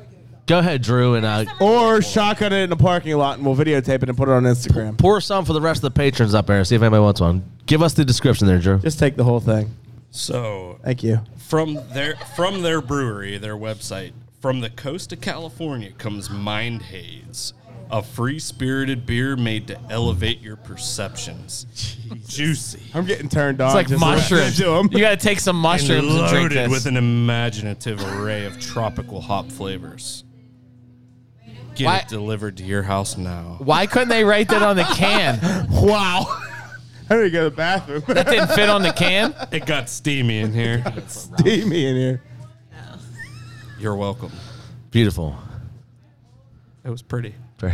[SPEAKER 1] go ahead, Drew, and uh,
[SPEAKER 6] Or shotgun it in the parking lot, and we'll videotape it and put it on Instagram.
[SPEAKER 1] pour some for the rest of the patrons up there. See if anybody wants one. Give us the description there, Drew.
[SPEAKER 6] Just take the whole thing.
[SPEAKER 3] So
[SPEAKER 6] Thank you.
[SPEAKER 3] from their from their brewery, their website, from the coast of California comes Mind Haze, a free spirited beer made to elevate your perceptions. Juicy.
[SPEAKER 6] I'm getting turned on.
[SPEAKER 2] It's like
[SPEAKER 6] just
[SPEAKER 2] mushrooms.
[SPEAKER 6] listening to
[SPEAKER 2] You
[SPEAKER 6] 'em.
[SPEAKER 2] gotta take some mushrooms
[SPEAKER 3] and
[SPEAKER 2] and, drink
[SPEAKER 3] loaded
[SPEAKER 2] this.
[SPEAKER 3] with an imaginative array of tropical hop flavors. Get
[SPEAKER 2] Why-
[SPEAKER 3] it delivered to your house now.
[SPEAKER 2] Why couldn't they write that on the can?
[SPEAKER 6] Wow. I need to go to the bathroom.
[SPEAKER 2] That didn't fit on the can.
[SPEAKER 3] It got steamy in here.
[SPEAKER 6] Steamy in here.
[SPEAKER 3] You're welcome.
[SPEAKER 1] Beautiful.
[SPEAKER 3] It was pretty.
[SPEAKER 2] It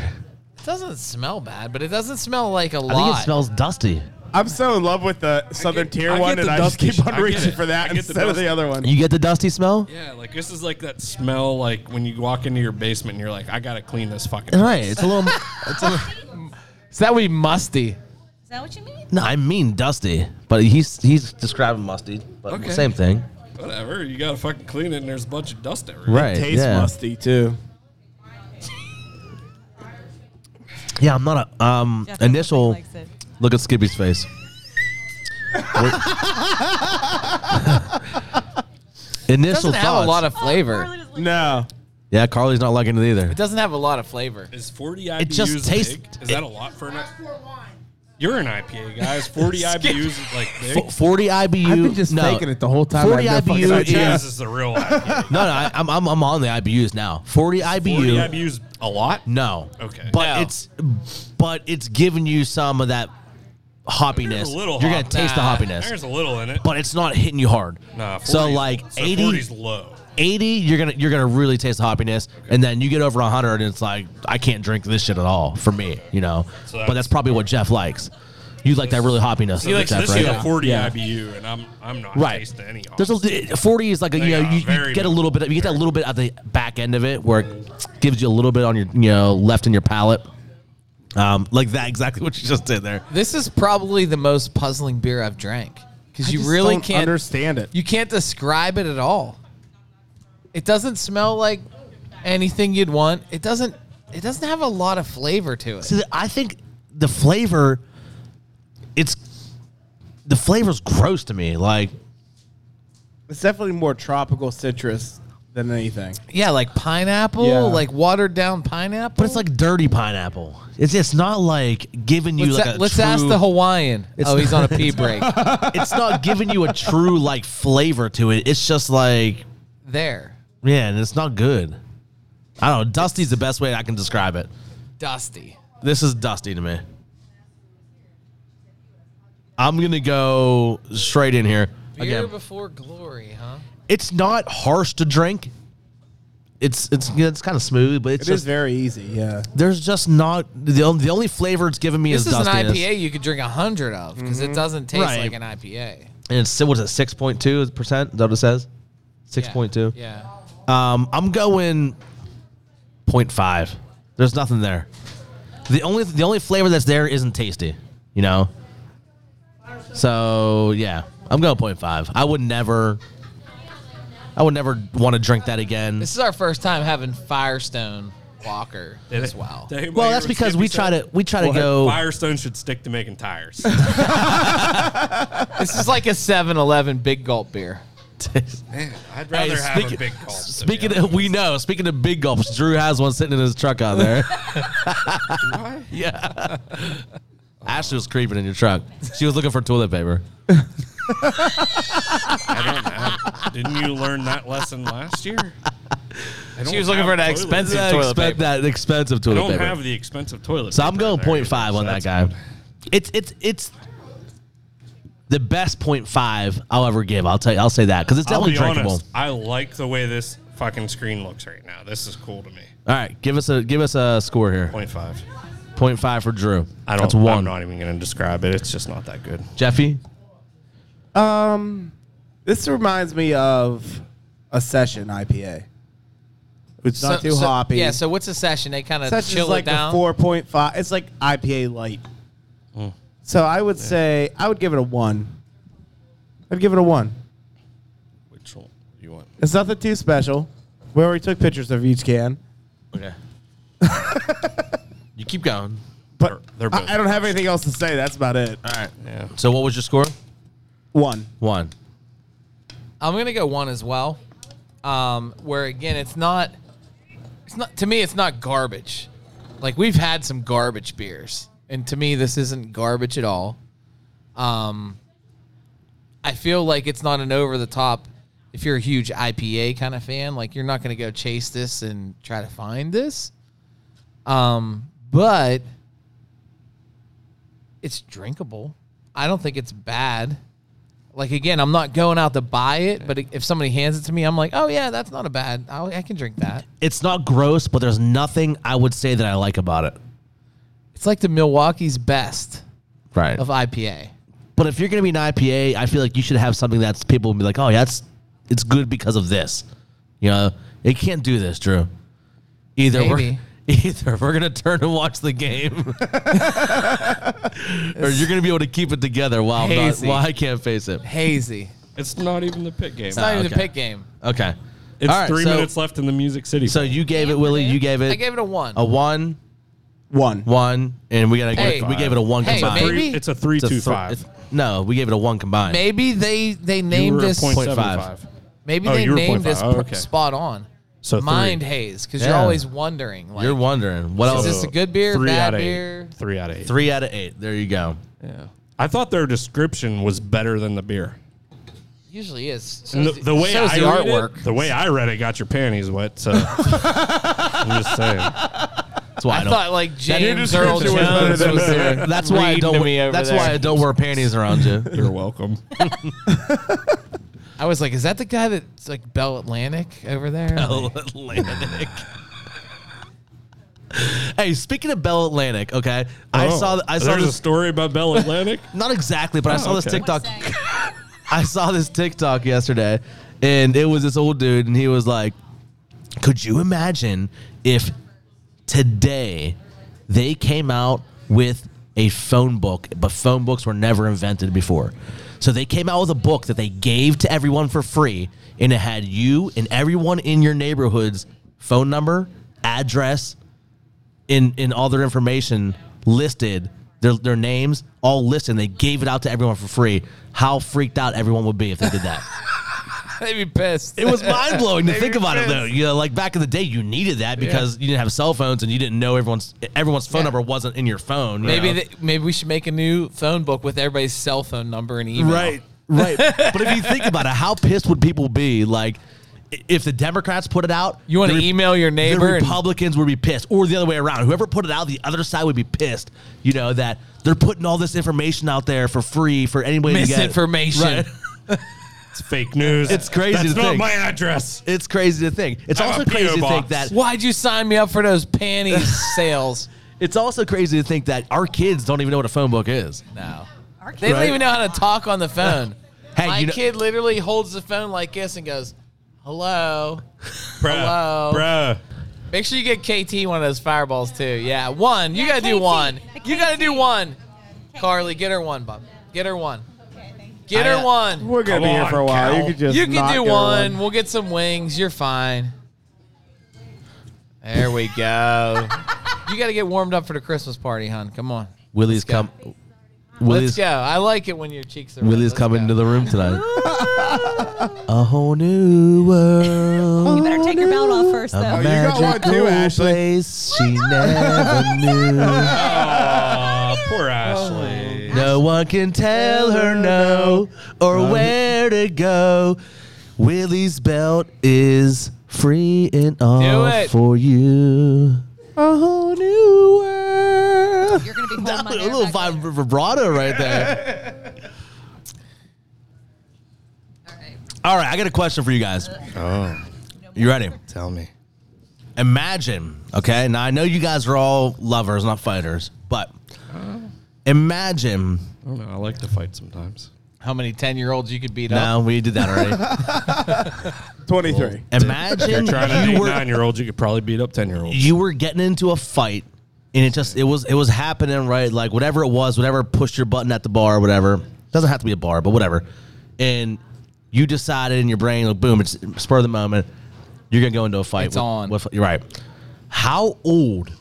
[SPEAKER 2] doesn't smell bad, but it doesn't smell like a
[SPEAKER 1] I think it
[SPEAKER 2] lot.
[SPEAKER 1] smells dusty.
[SPEAKER 6] I'm so in love with the Southern
[SPEAKER 3] get-
[SPEAKER 6] Tier
[SPEAKER 3] I
[SPEAKER 6] one,
[SPEAKER 3] get
[SPEAKER 6] and
[SPEAKER 3] the
[SPEAKER 6] I just
[SPEAKER 3] dusty
[SPEAKER 6] keep
[SPEAKER 3] sh-
[SPEAKER 6] on
[SPEAKER 3] I get
[SPEAKER 6] reaching
[SPEAKER 3] it.
[SPEAKER 6] for
[SPEAKER 3] I
[SPEAKER 6] that
[SPEAKER 3] get the
[SPEAKER 6] instead of
[SPEAKER 3] dusty-
[SPEAKER 6] the other one.
[SPEAKER 1] You get the dusty smell,
[SPEAKER 3] Yeah, like this is like that smell like when you walk into your basement and you're like, I gotta clean this fucking
[SPEAKER 1] right? It's a little. It's a little
[SPEAKER 2] so that would be musty.
[SPEAKER 5] Is that what you mean?
[SPEAKER 1] no, I mean dusty, but he's he's describing musty, but
[SPEAKER 3] Okay.
[SPEAKER 1] same thing,
[SPEAKER 3] Whatever, you gotta fucking clean it and there's a bunch of dust everywhere.
[SPEAKER 1] right?
[SPEAKER 6] Tastes
[SPEAKER 1] yeah.
[SPEAKER 6] musty too.
[SPEAKER 1] Yeah, I'm not a um
[SPEAKER 5] Jeff
[SPEAKER 1] initial.
[SPEAKER 5] likes it.
[SPEAKER 1] Look at Skippy's face. We're- Initial
[SPEAKER 2] Doesn't have a
[SPEAKER 1] thoughts.
[SPEAKER 2] lot of
[SPEAKER 5] Oh, Carly
[SPEAKER 2] flavor.
[SPEAKER 5] doesn't like
[SPEAKER 6] No.
[SPEAKER 1] yeah, Carly's not liking it either.
[SPEAKER 2] It doesn't have a lot of flavor.
[SPEAKER 3] Is 40 IBUs it
[SPEAKER 1] just tastes-
[SPEAKER 3] big? Is that a lot for an IPA? You're an IPA guy. Is 40 IBUs is like big?
[SPEAKER 1] F- Forty IBU.
[SPEAKER 6] I've been just
[SPEAKER 1] no,
[SPEAKER 6] faking it the whole time.
[SPEAKER 1] 40
[SPEAKER 6] I have no fucking
[SPEAKER 1] IBU
[SPEAKER 6] idea.
[SPEAKER 1] yeah.
[SPEAKER 3] This is the real IPA.
[SPEAKER 1] No, no, I, I'm, I'm I'm on the IBUs now. Forty IBU.
[SPEAKER 3] 40 IBUs a lot?
[SPEAKER 1] No.
[SPEAKER 3] Okay.
[SPEAKER 1] But
[SPEAKER 2] No.
[SPEAKER 1] it's but it's giving you some of that hoppiness.
[SPEAKER 3] There's a little
[SPEAKER 1] You're gonna
[SPEAKER 3] hop.
[SPEAKER 1] taste
[SPEAKER 2] Nah,
[SPEAKER 1] the hoppiness,
[SPEAKER 3] There's a little in it.
[SPEAKER 1] but it's not hitting you hard.
[SPEAKER 3] Nah, 40
[SPEAKER 1] so like
[SPEAKER 3] so
[SPEAKER 1] 80
[SPEAKER 3] 40's low.
[SPEAKER 1] 80 you're gonna you're gonna really taste the hoppiness and then you get over 100 and it's like i can't drink this shit at all for me you know
[SPEAKER 3] So
[SPEAKER 1] but that's
[SPEAKER 3] that's-
[SPEAKER 1] probably what jeff likes you like that really hoppiness
[SPEAKER 3] So this,
[SPEAKER 1] Jeff,
[SPEAKER 3] this
[SPEAKER 1] right?
[SPEAKER 3] is a 40
[SPEAKER 6] Yeah.
[SPEAKER 3] IBU, and I'm I'm not
[SPEAKER 1] Right.
[SPEAKER 3] tasting any. Off.
[SPEAKER 1] There's a, 40 is like a, you
[SPEAKER 3] They
[SPEAKER 1] know
[SPEAKER 3] are
[SPEAKER 1] you, you
[SPEAKER 3] very
[SPEAKER 1] get a little bit you get that little bit at the back end of it where it gives you a little bit on your you know left in your palate um like that exactly what you just did there
[SPEAKER 2] This is probably the most puzzling beer I've drank
[SPEAKER 6] I
[SPEAKER 2] because you
[SPEAKER 6] just
[SPEAKER 2] really
[SPEAKER 6] don't
[SPEAKER 2] can't
[SPEAKER 6] understand it.
[SPEAKER 2] You can't describe it at all. It doesn't smell like anything you'd want. It doesn't. It doesn't have a lot of flavor to it.
[SPEAKER 1] See, th- I think the flavor, it's the flavor's gross to me. Like
[SPEAKER 6] It's definitely more tropical citrus than anything.
[SPEAKER 2] Yeah, like pineapple,
[SPEAKER 6] Yeah.
[SPEAKER 2] like watered down pineapple.
[SPEAKER 1] But it's like dirty pineapple. It's it's not like giving you
[SPEAKER 2] let's,
[SPEAKER 1] like
[SPEAKER 2] a-
[SPEAKER 1] a
[SPEAKER 2] let's
[SPEAKER 1] true,
[SPEAKER 2] ask the Hawaiian.
[SPEAKER 1] It's
[SPEAKER 2] oh, he's on a
[SPEAKER 1] not-
[SPEAKER 2] pee break.
[SPEAKER 1] It's not giving you a true like flavor to it. It's just like
[SPEAKER 2] there,
[SPEAKER 1] yeah, and it's not good. I don't know. Dusty's the best way I can describe it.
[SPEAKER 2] dusty.
[SPEAKER 1] This is dusty to me. I'm gonna go straight in here.
[SPEAKER 2] Beer
[SPEAKER 1] Again,
[SPEAKER 2] before glory, huh?
[SPEAKER 1] it's not harsh to drink. It's it's it's kind of smooth, but it's
[SPEAKER 6] It is
[SPEAKER 1] just
[SPEAKER 6] very easy. Yeah.
[SPEAKER 1] there's just not the only, the only flavor it's giving me
[SPEAKER 2] This
[SPEAKER 1] is
[SPEAKER 2] is an
[SPEAKER 1] dustiness.
[SPEAKER 2] IPA you could drink a hundred of because it doesn't taste
[SPEAKER 1] Mm-hmm. Right.
[SPEAKER 2] like an IPA.
[SPEAKER 1] and it's what's it six point two percent? Is that what it says? Six point two.
[SPEAKER 2] Yeah.
[SPEAKER 1] Um, I'm going 0.5. There's nothing there. The only the only flavor that's there isn't tasty, you know. So yeah, I'm going 0.5. I would never, I would never want to drink that again.
[SPEAKER 2] This is our first time having Firestone Walker as well.
[SPEAKER 1] Well, that's because we try to we try to go.
[SPEAKER 3] Firestone should stick to making tires.
[SPEAKER 2] This is like a 7-Eleven big gulp beer.
[SPEAKER 3] I'd rather
[SPEAKER 1] Hey,
[SPEAKER 3] have a
[SPEAKER 1] speak-
[SPEAKER 3] big call. to be
[SPEAKER 1] Speaking
[SPEAKER 3] honest.
[SPEAKER 1] of, we know. Speaking of big gulps, Drew has one sitting in his truck out there. yeah. Ashley was creeping in your truck. She was looking for toilet paper.
[SPEAKER 3] didn't you learn that lesson last year? I
[SPEAKER 2] She
[SPEAKER 3] don't
[SPEAKER 2] was looking
[SPEAKER 3] have
[SPEAKER 2] for that
[SPEAKER 3] toilet
[SPEAKER 2] expensive
[SPEAKER 3] paper.
[SPEAKER 1] that,
[SPEAKER 2] toilet
[SPEAKER 1] expen-
[SPEAKER 2] paper.
[SPEAKER 1] that expensive
[SPEAKER 3] I
[SPEAKER 1] toilet
[SPEAKER 3] don't
[SPEAKER 1] paper.
[SPEAKER 3] have the expensive toilet.
[SPEAKER 1] so I'm
[SPEAKER 3] paper
[SPEAKER 1] going
[SPEAKER 3] there,
[SPEAKER 1] point five 0.5 on that
[SPEAKER 3] that's
[SPEAKER 1] guy. It's it's it's the best 0.5 I'll ever give. I'll tell you. I'll say that because it's
[SPEAKER 3] I'll
[SPEAKER 1] definitely
[SPEAKER 3] be
[SPEAKER 1] drinkable.
[SPEAKER 3] honest. I like the way this fucking screen looks right now. This is cool to me.
[SPEAKER 1] All right, give us a give us a score here.
[SPEAKER 3] Point five.
[SPEAKER 1] 0.5 for Drew.
[SPEAKER 3] I don't.
[SPEAKER 1] That's one.
[SPEAKER 3] I'm not even going to describe it. It's just not that good.
[SPEAKER 1] Jeffy,
[SPEAKER 6] Um, this reminds me of a session IPA. It's not
[SPEAKER 2] So-
[SPEAKER 6] too
[SPEAKER 2] so-
[SPEAKER 6] hoppy.
[SPEAKER 2] Yeah, so what's a session? They kind of
[SPEAKER 6] Session's
[SPEAKER 2] chill
[SPEAKER 6] like
[SPEAKER 2] it down.
[SPEAKER 6] a four point five. It's like IPA light. So I would say I would give it a one. I'd give it a one.
[SPEAKER 3] Which one do you want?
[SPEAKER 6] It's nothing too special. We already took pictures of each can,
[SPEAKER 1] you keep going.
[SPEAKER 6] but
[SPEAKER 3] They're- they're
[SPEAKER 6] I, I don't have anything else to say. That's about it.
[SPEAKER 1] All right.
[SPEAKER 3] Yeah.
[SPEAKER 1] So what was your score?
[SPEAKER 6] One.
[SPEAKER 1] One.
[SPEAKER 2] I'm gonna go one as well. Um, where again, it's not, it's not to me, it's not garbage. Like we've had some garbage beers, and to me, this isn't garbage at all. Um, I feel like it's not an over the top. If you're a huge IPA kind of fan, like you're not gonna go chase this and try to find this. Um, but it's drinkable. I don't think it's bad. Like again, I'm not going out to buy it, but if somebody hands it to me, I'm like, oh yeah, that's not a bad. I'll, I can drink that.
[SPEAKER 1] It's not gross, but there's nothing I would say that I like about it.
[SPEAKER 2] It's like the Milwaukee's best
[SPEAKER 1] Right.
[SPEAKER 2] of IPA.
[SPEAKER 1] But if you're gonna be an IPA, I feel like you should have something that's people will be like, oh, yeah, that's it's good because of this. You know, it can't do this, Drew. Either
[SPEAKER 2] Maybe.
[SPEAKER 1] we're either we're gonna turn and watch the game, or you're gonna be able to keep it together while I'm not,
[SPEAKER 2] Hazy.
[SPEAKER 1] while I can't face it.
[SPEAKER 2] Hazy.
[SPEAKER 3] It's not even the pit game. It's,
[SPEAKER 2] It's not even
[SPEAKER 1] okay.
[SPEAKER 2] the pick game.
[SPEAKER 1] Okay, right,
[SPEAKER 3] three
[SPEAKER 1] so-
[SPEAKER 3] minutes left in the Music City.
[SPEAKER 1] so you gave it, Willie. You gave
[SPEAKER 2] I
[SPEAKER 1] it
[SPEAKER 2] gave it a one.
[SPEAKER 1] a one,
[SPEAKER 6] One.
[SPEAKER 1] one, and we gotta
[SPEAKER 2] Hey.
[SPEAKER 1] give, we gave it a one
[SPEAKER 2] Hey,
[SPEAKER 1] combined.
[SPEAKER 2] maybe-
[SPEAKER 3] it's a three
[SPEAKER 1] It's a
[SPEAKER 3] two
[SPEAKER 1] thr-
[SPEAKER 3] five.
[SPEAKER 1] it's- No, we gave it a one combined.
[SPEAKER 2] Maybe they they
[SPEAKER 3] You
[SPEAKER 2] named
[SPEAKER 3] were a
[SPEAKER 2] this.
[SPEAKER 3] point
[SPEAKER 1] Point
[SPEAKER 3] seven
[SPEAKER 1] five.
[SPEAKER 3] five.
[SPEAKER 2] Maybe
[SPEAKER 3] Oh,
[SPEAKER 2] they
[SPEAKER 3] you were
[SPEAKER 2] named
[SPEAKER 3] point
[SPEAKER 2] this
[SPEAKER 3] five. Oh,
[SPEAKER 2] pr-
[SPEAKER 3] okay.
[SPEAKER 2] spot on.
[SPEAKER 3] So three.
[SPEAKER 2] mind haze because you're
[SPEAKER 1] Yeah.
[SPEAKER 2] always wondering. Like,
[SPEAKER 1] You're wondering what
[SPEAKER 2] Is
[SPEAKER 1] else?
[SPEAKER 2] this a good beer,
[SPEAKER 3] Three
[SPEAKER 2] bad
[SPEAKER 3] out of eight.
[SPEAKER 2] beer?
[SPEAKER 3] Three out of eight.
[SPEAKER 1] Three out of eight. There you go.
[SPEAKER 3] Yeah. I thought their description was better than the beer.
[SPEAKER 2] Usually is.
[SPEAKER 3] And the,
[SPEAKER 2] Shows
[SPEAKER 3] the way
[SPEAKER 2] shows
[SPEAKER 3] I
[SPEAKER 2] the
[SPEAKER 3] read
[SPEAKER 2] artwork.
[SPEAKER 3] it, the way I read it, got your panties wet. So I'm just saying.
[SPEAKER 1] That's why I,
[SPEAKER 2] I
[SPEAKER 1] don't.
[SPEAKER 2] thought like James
[SPEAKER 3] description
[SPEAKER 2] Earl
[SPEAKER 3] was better
[SPEAKER 2] Jones
[SPEAKER 3] than
[SPEAKER 2] was
[SPEAKER 3] that.
[SPEAKER 2] there.
[SPEAKER 1] That's why I
[SPEAKER 2] reading
[SPEAKER 1] don't.
[SPEAKER 2] to
[SPEAKER 1] wear-
[SPEAKER 2] me over
[SPEAKER 1] that's
[SPEAKER 2] there.
[SPEAKER 1] why I don't wear panties around you.
[SPEAKER 3] You're welcome.
[SPEAKER 2] I was like, is that the guy that's like Bell Atlantic over there?
[SPEAKER 1] Bell Atlantic. hey, speaking of Bell Atlantic, okay, I
[SPEAKER 3] Oh,
[SPEAKER 1] saw. I saw
[SPEAKER 3] There's a
[SPEAKER 1] this.
[SPEAKER 3] story about Bell Atlantic.
[SPEAKER 1] Not exactly, but I saw this
[SPEAKER 3] okay.
[SPEAKER 1] TikTok.
[SPEAKER 5] Saying,
[SPEAKER 1] I saw this TikTok yesterday, and it was this old dude, and he was like, "Could you imagine if today they came out with a phone book, but phone books were never invented before. So they came out with a book that they gave to everyone for free, and it had you and everyone in your neighborhood's phone number, address, in in all their information listed, their their names all listed. And they gave it out to everyone for free. How freaked out everyone would be if they did that.
[SPEAKER 2] They'd be pissed.
[SPEAKER 1] It was mind blowing to think about it though. You know, like back in the day, you needed that because you didn't have cell phones and you didn't know everyone's everyone's phone
[SPEAKER 2] Yeah.
[SPEAKER 1] number wasn't in your phone. you
[SPEAKER 2] Maybe
[SPEAKER 1] know?
[SPEAKER 2] they, maybe we should make a new phone book with everybody's cell phone number and email.
[SPEAKER 1] Right, right. but if you think about it, how pissed would people be? Like, i- if the Democrats put it out,
[SPEAKER 2] You want
[SPEAKER 1] the
[SPEAKER 2] to
[SPEAKER 1] Re-
[SPEAKER 2] email your
[SPEAKER 1] the
[SPEAKER 2] neighbor? and-
[SPEAKER 1] Republicans would be pissed, or the other way around. Whoever put it out, the other side would be pissed. You know that they're putting all this information out there for free for anybody to get.
[SPEAKER 2] Misinformation.
[SPEAKER 1] Right.
[SPEAKER 3] It's fake news.
[SPEAKER 1] It's crazy
[SPEAKER 3] That's
[SPEAKER 1] to
[SPEAKER 3] not
[SPEAKER 1] think.
[SPEAKER 3] my address.
[SPEAKER 1] It's crazy to think. It's
[SPEAKER 3] I'm
[SPEAKER 1] also
[SPEAKER 3] a P.O.
[SPEAKER 1] crazy to think
[SPEAKER 3] box.
[SPEAKER 1] that
[SPEAKER 2] Why'd you sign me up for those panties sales?
[SPEAKER 1] it's also crazy to think that our kids don't even know what a phone book is.
[SPEAKER 2] No.
[SPEAKER 5] Our
[SPEAKER 2] They don't
[SPEAKER 5] kids-
[SPEAKER 2] even know how to talk on the phone.
[SPEAKER 1] Hey,
[SPEAKER 2] My
[SPEAKER 1] you know-
[SPEAKER 2] kid literally holds the phone like this and goes, hello.
[SPEAKER 3] Bruh.
[SPEAKER 2] Hello.
[SPEAKER 3] Bruh.
[SPEAKER 2] Make sure you get KT one of those fireballs too. Yeah, one. You
[SPEAKER 5] Yeah,
[SPEAKER 2] gotta do
[SPEAKER 5] KT.
[SPEAKER 2] one.
[SPEAKER 5] The
[SPEAKER 2] You gotta
[SPEAKER 5] KT.
[SPEAKER 2] do one. Carly, get her one, Bob. Get her one.
[SPEAKER 5] Okay, thank you.
[SPEAKER 2] Get
[SPEAKER 1] I,
[SPEAKER 2] her
[SPEAKER 1] uh,
[SPEAKER 2] one.
[SPEAKER 6] We're gonna
[SPEAKER 3] Come
[SPEAKER 6] be here
[SPEAKER 3] on,
[SPEAKER 6] for a while. You
[SPEAKER 3] Cal.
[SPEAKER 6] could just
[SPEAKER 2] You can
[SPEAKER 6] not
[SPEAKER 2] do
[SPEAKER 6] go
[SPEAKER 2] one.
[SPEAKER 6] on.
[SPEAKER 2] We'll get some wings. You're fine. There we go. you gotta get warmed up for the Christmas party, hon. Come on.
[SPEAKER 1] Willie's come.
[SPEAKER 2] Let's
[SPEAKER 1] Willie's
[SPEAKER 2] go. I like it when your cheeks are. red.
[SPEAKER 1] Willie's
[SPEAKER 2] Let's
[SPEAKER 1] coming
[SPEAKER 2] go.
[SPEAKER 1] into the room tonight. a whole new world.
[SPEAKER 5] You better take your belt off first, though.
[SPEAKER 6] you got one too,
[SPEAKER 1] Magical
[SPEAKER 6] Ashley.
[SPEAKER 1] place she never knew.
[SPEAKER 3] Aw, Uh, poor Ashley.
[SPEAKER 1] No one can tell her no Um, or where to go. Willie's belt is free and all
[SPEAKER 2] it.
[SPEAKER 1] for you. A whole new world.
[SPEAKER 5] You're gonna be
[SPEAKER 1] That
[SPEAKER 5] holding my
[SPEAKER 1] was a
[SPEAKER 5] hair
[SPEAKER 1] little
[SPEAKER 5] back
[SPEAKER 1] vib-
[SPEAKER 5] later.
[SPEAKER 1] vibrato right there.
[SPEAKER 5] All right.
[SPEAKER 1] All right, I got a question for you guys.
[SPEAKER 7] Oh,
[SPEAKER 1] You ready?
[SPEAKER 7] tell me.
[SPEAKER 1] Imagine, okay? Now I know you guys are all lovers, not fighters, but
[SPEAKER 5] Oh.
[SPEAKER 1] imagine.
[SPEAKER 7] I don't know. I like to fight sometimes.
[SPEAKER 2] How many ten-year-olds you could beat up?
[SPEAKER 1] No, we did that already.
[SPEAKER 6] 23.
[SPEAKER 1] Imagine
[SPEAKER 3] Trying to
[SPEAKER 1] you
[SPEAKER 3] date
[SPEAKER 1] were
[SPEAKER 3] nine year olds, you could probably beat up 10 year olds.
[SPEAKER 1] you were getting into a fight and it just it was it was happening right like whatever it was whatever pushed your button at the bar whatever doesn't have to be a bar but whatever and you decided in your brain like boom it's spur of the moment you're gonna go into a fight
[SPEAKER 2] It's on.
[SPEAKER 1] you're right how old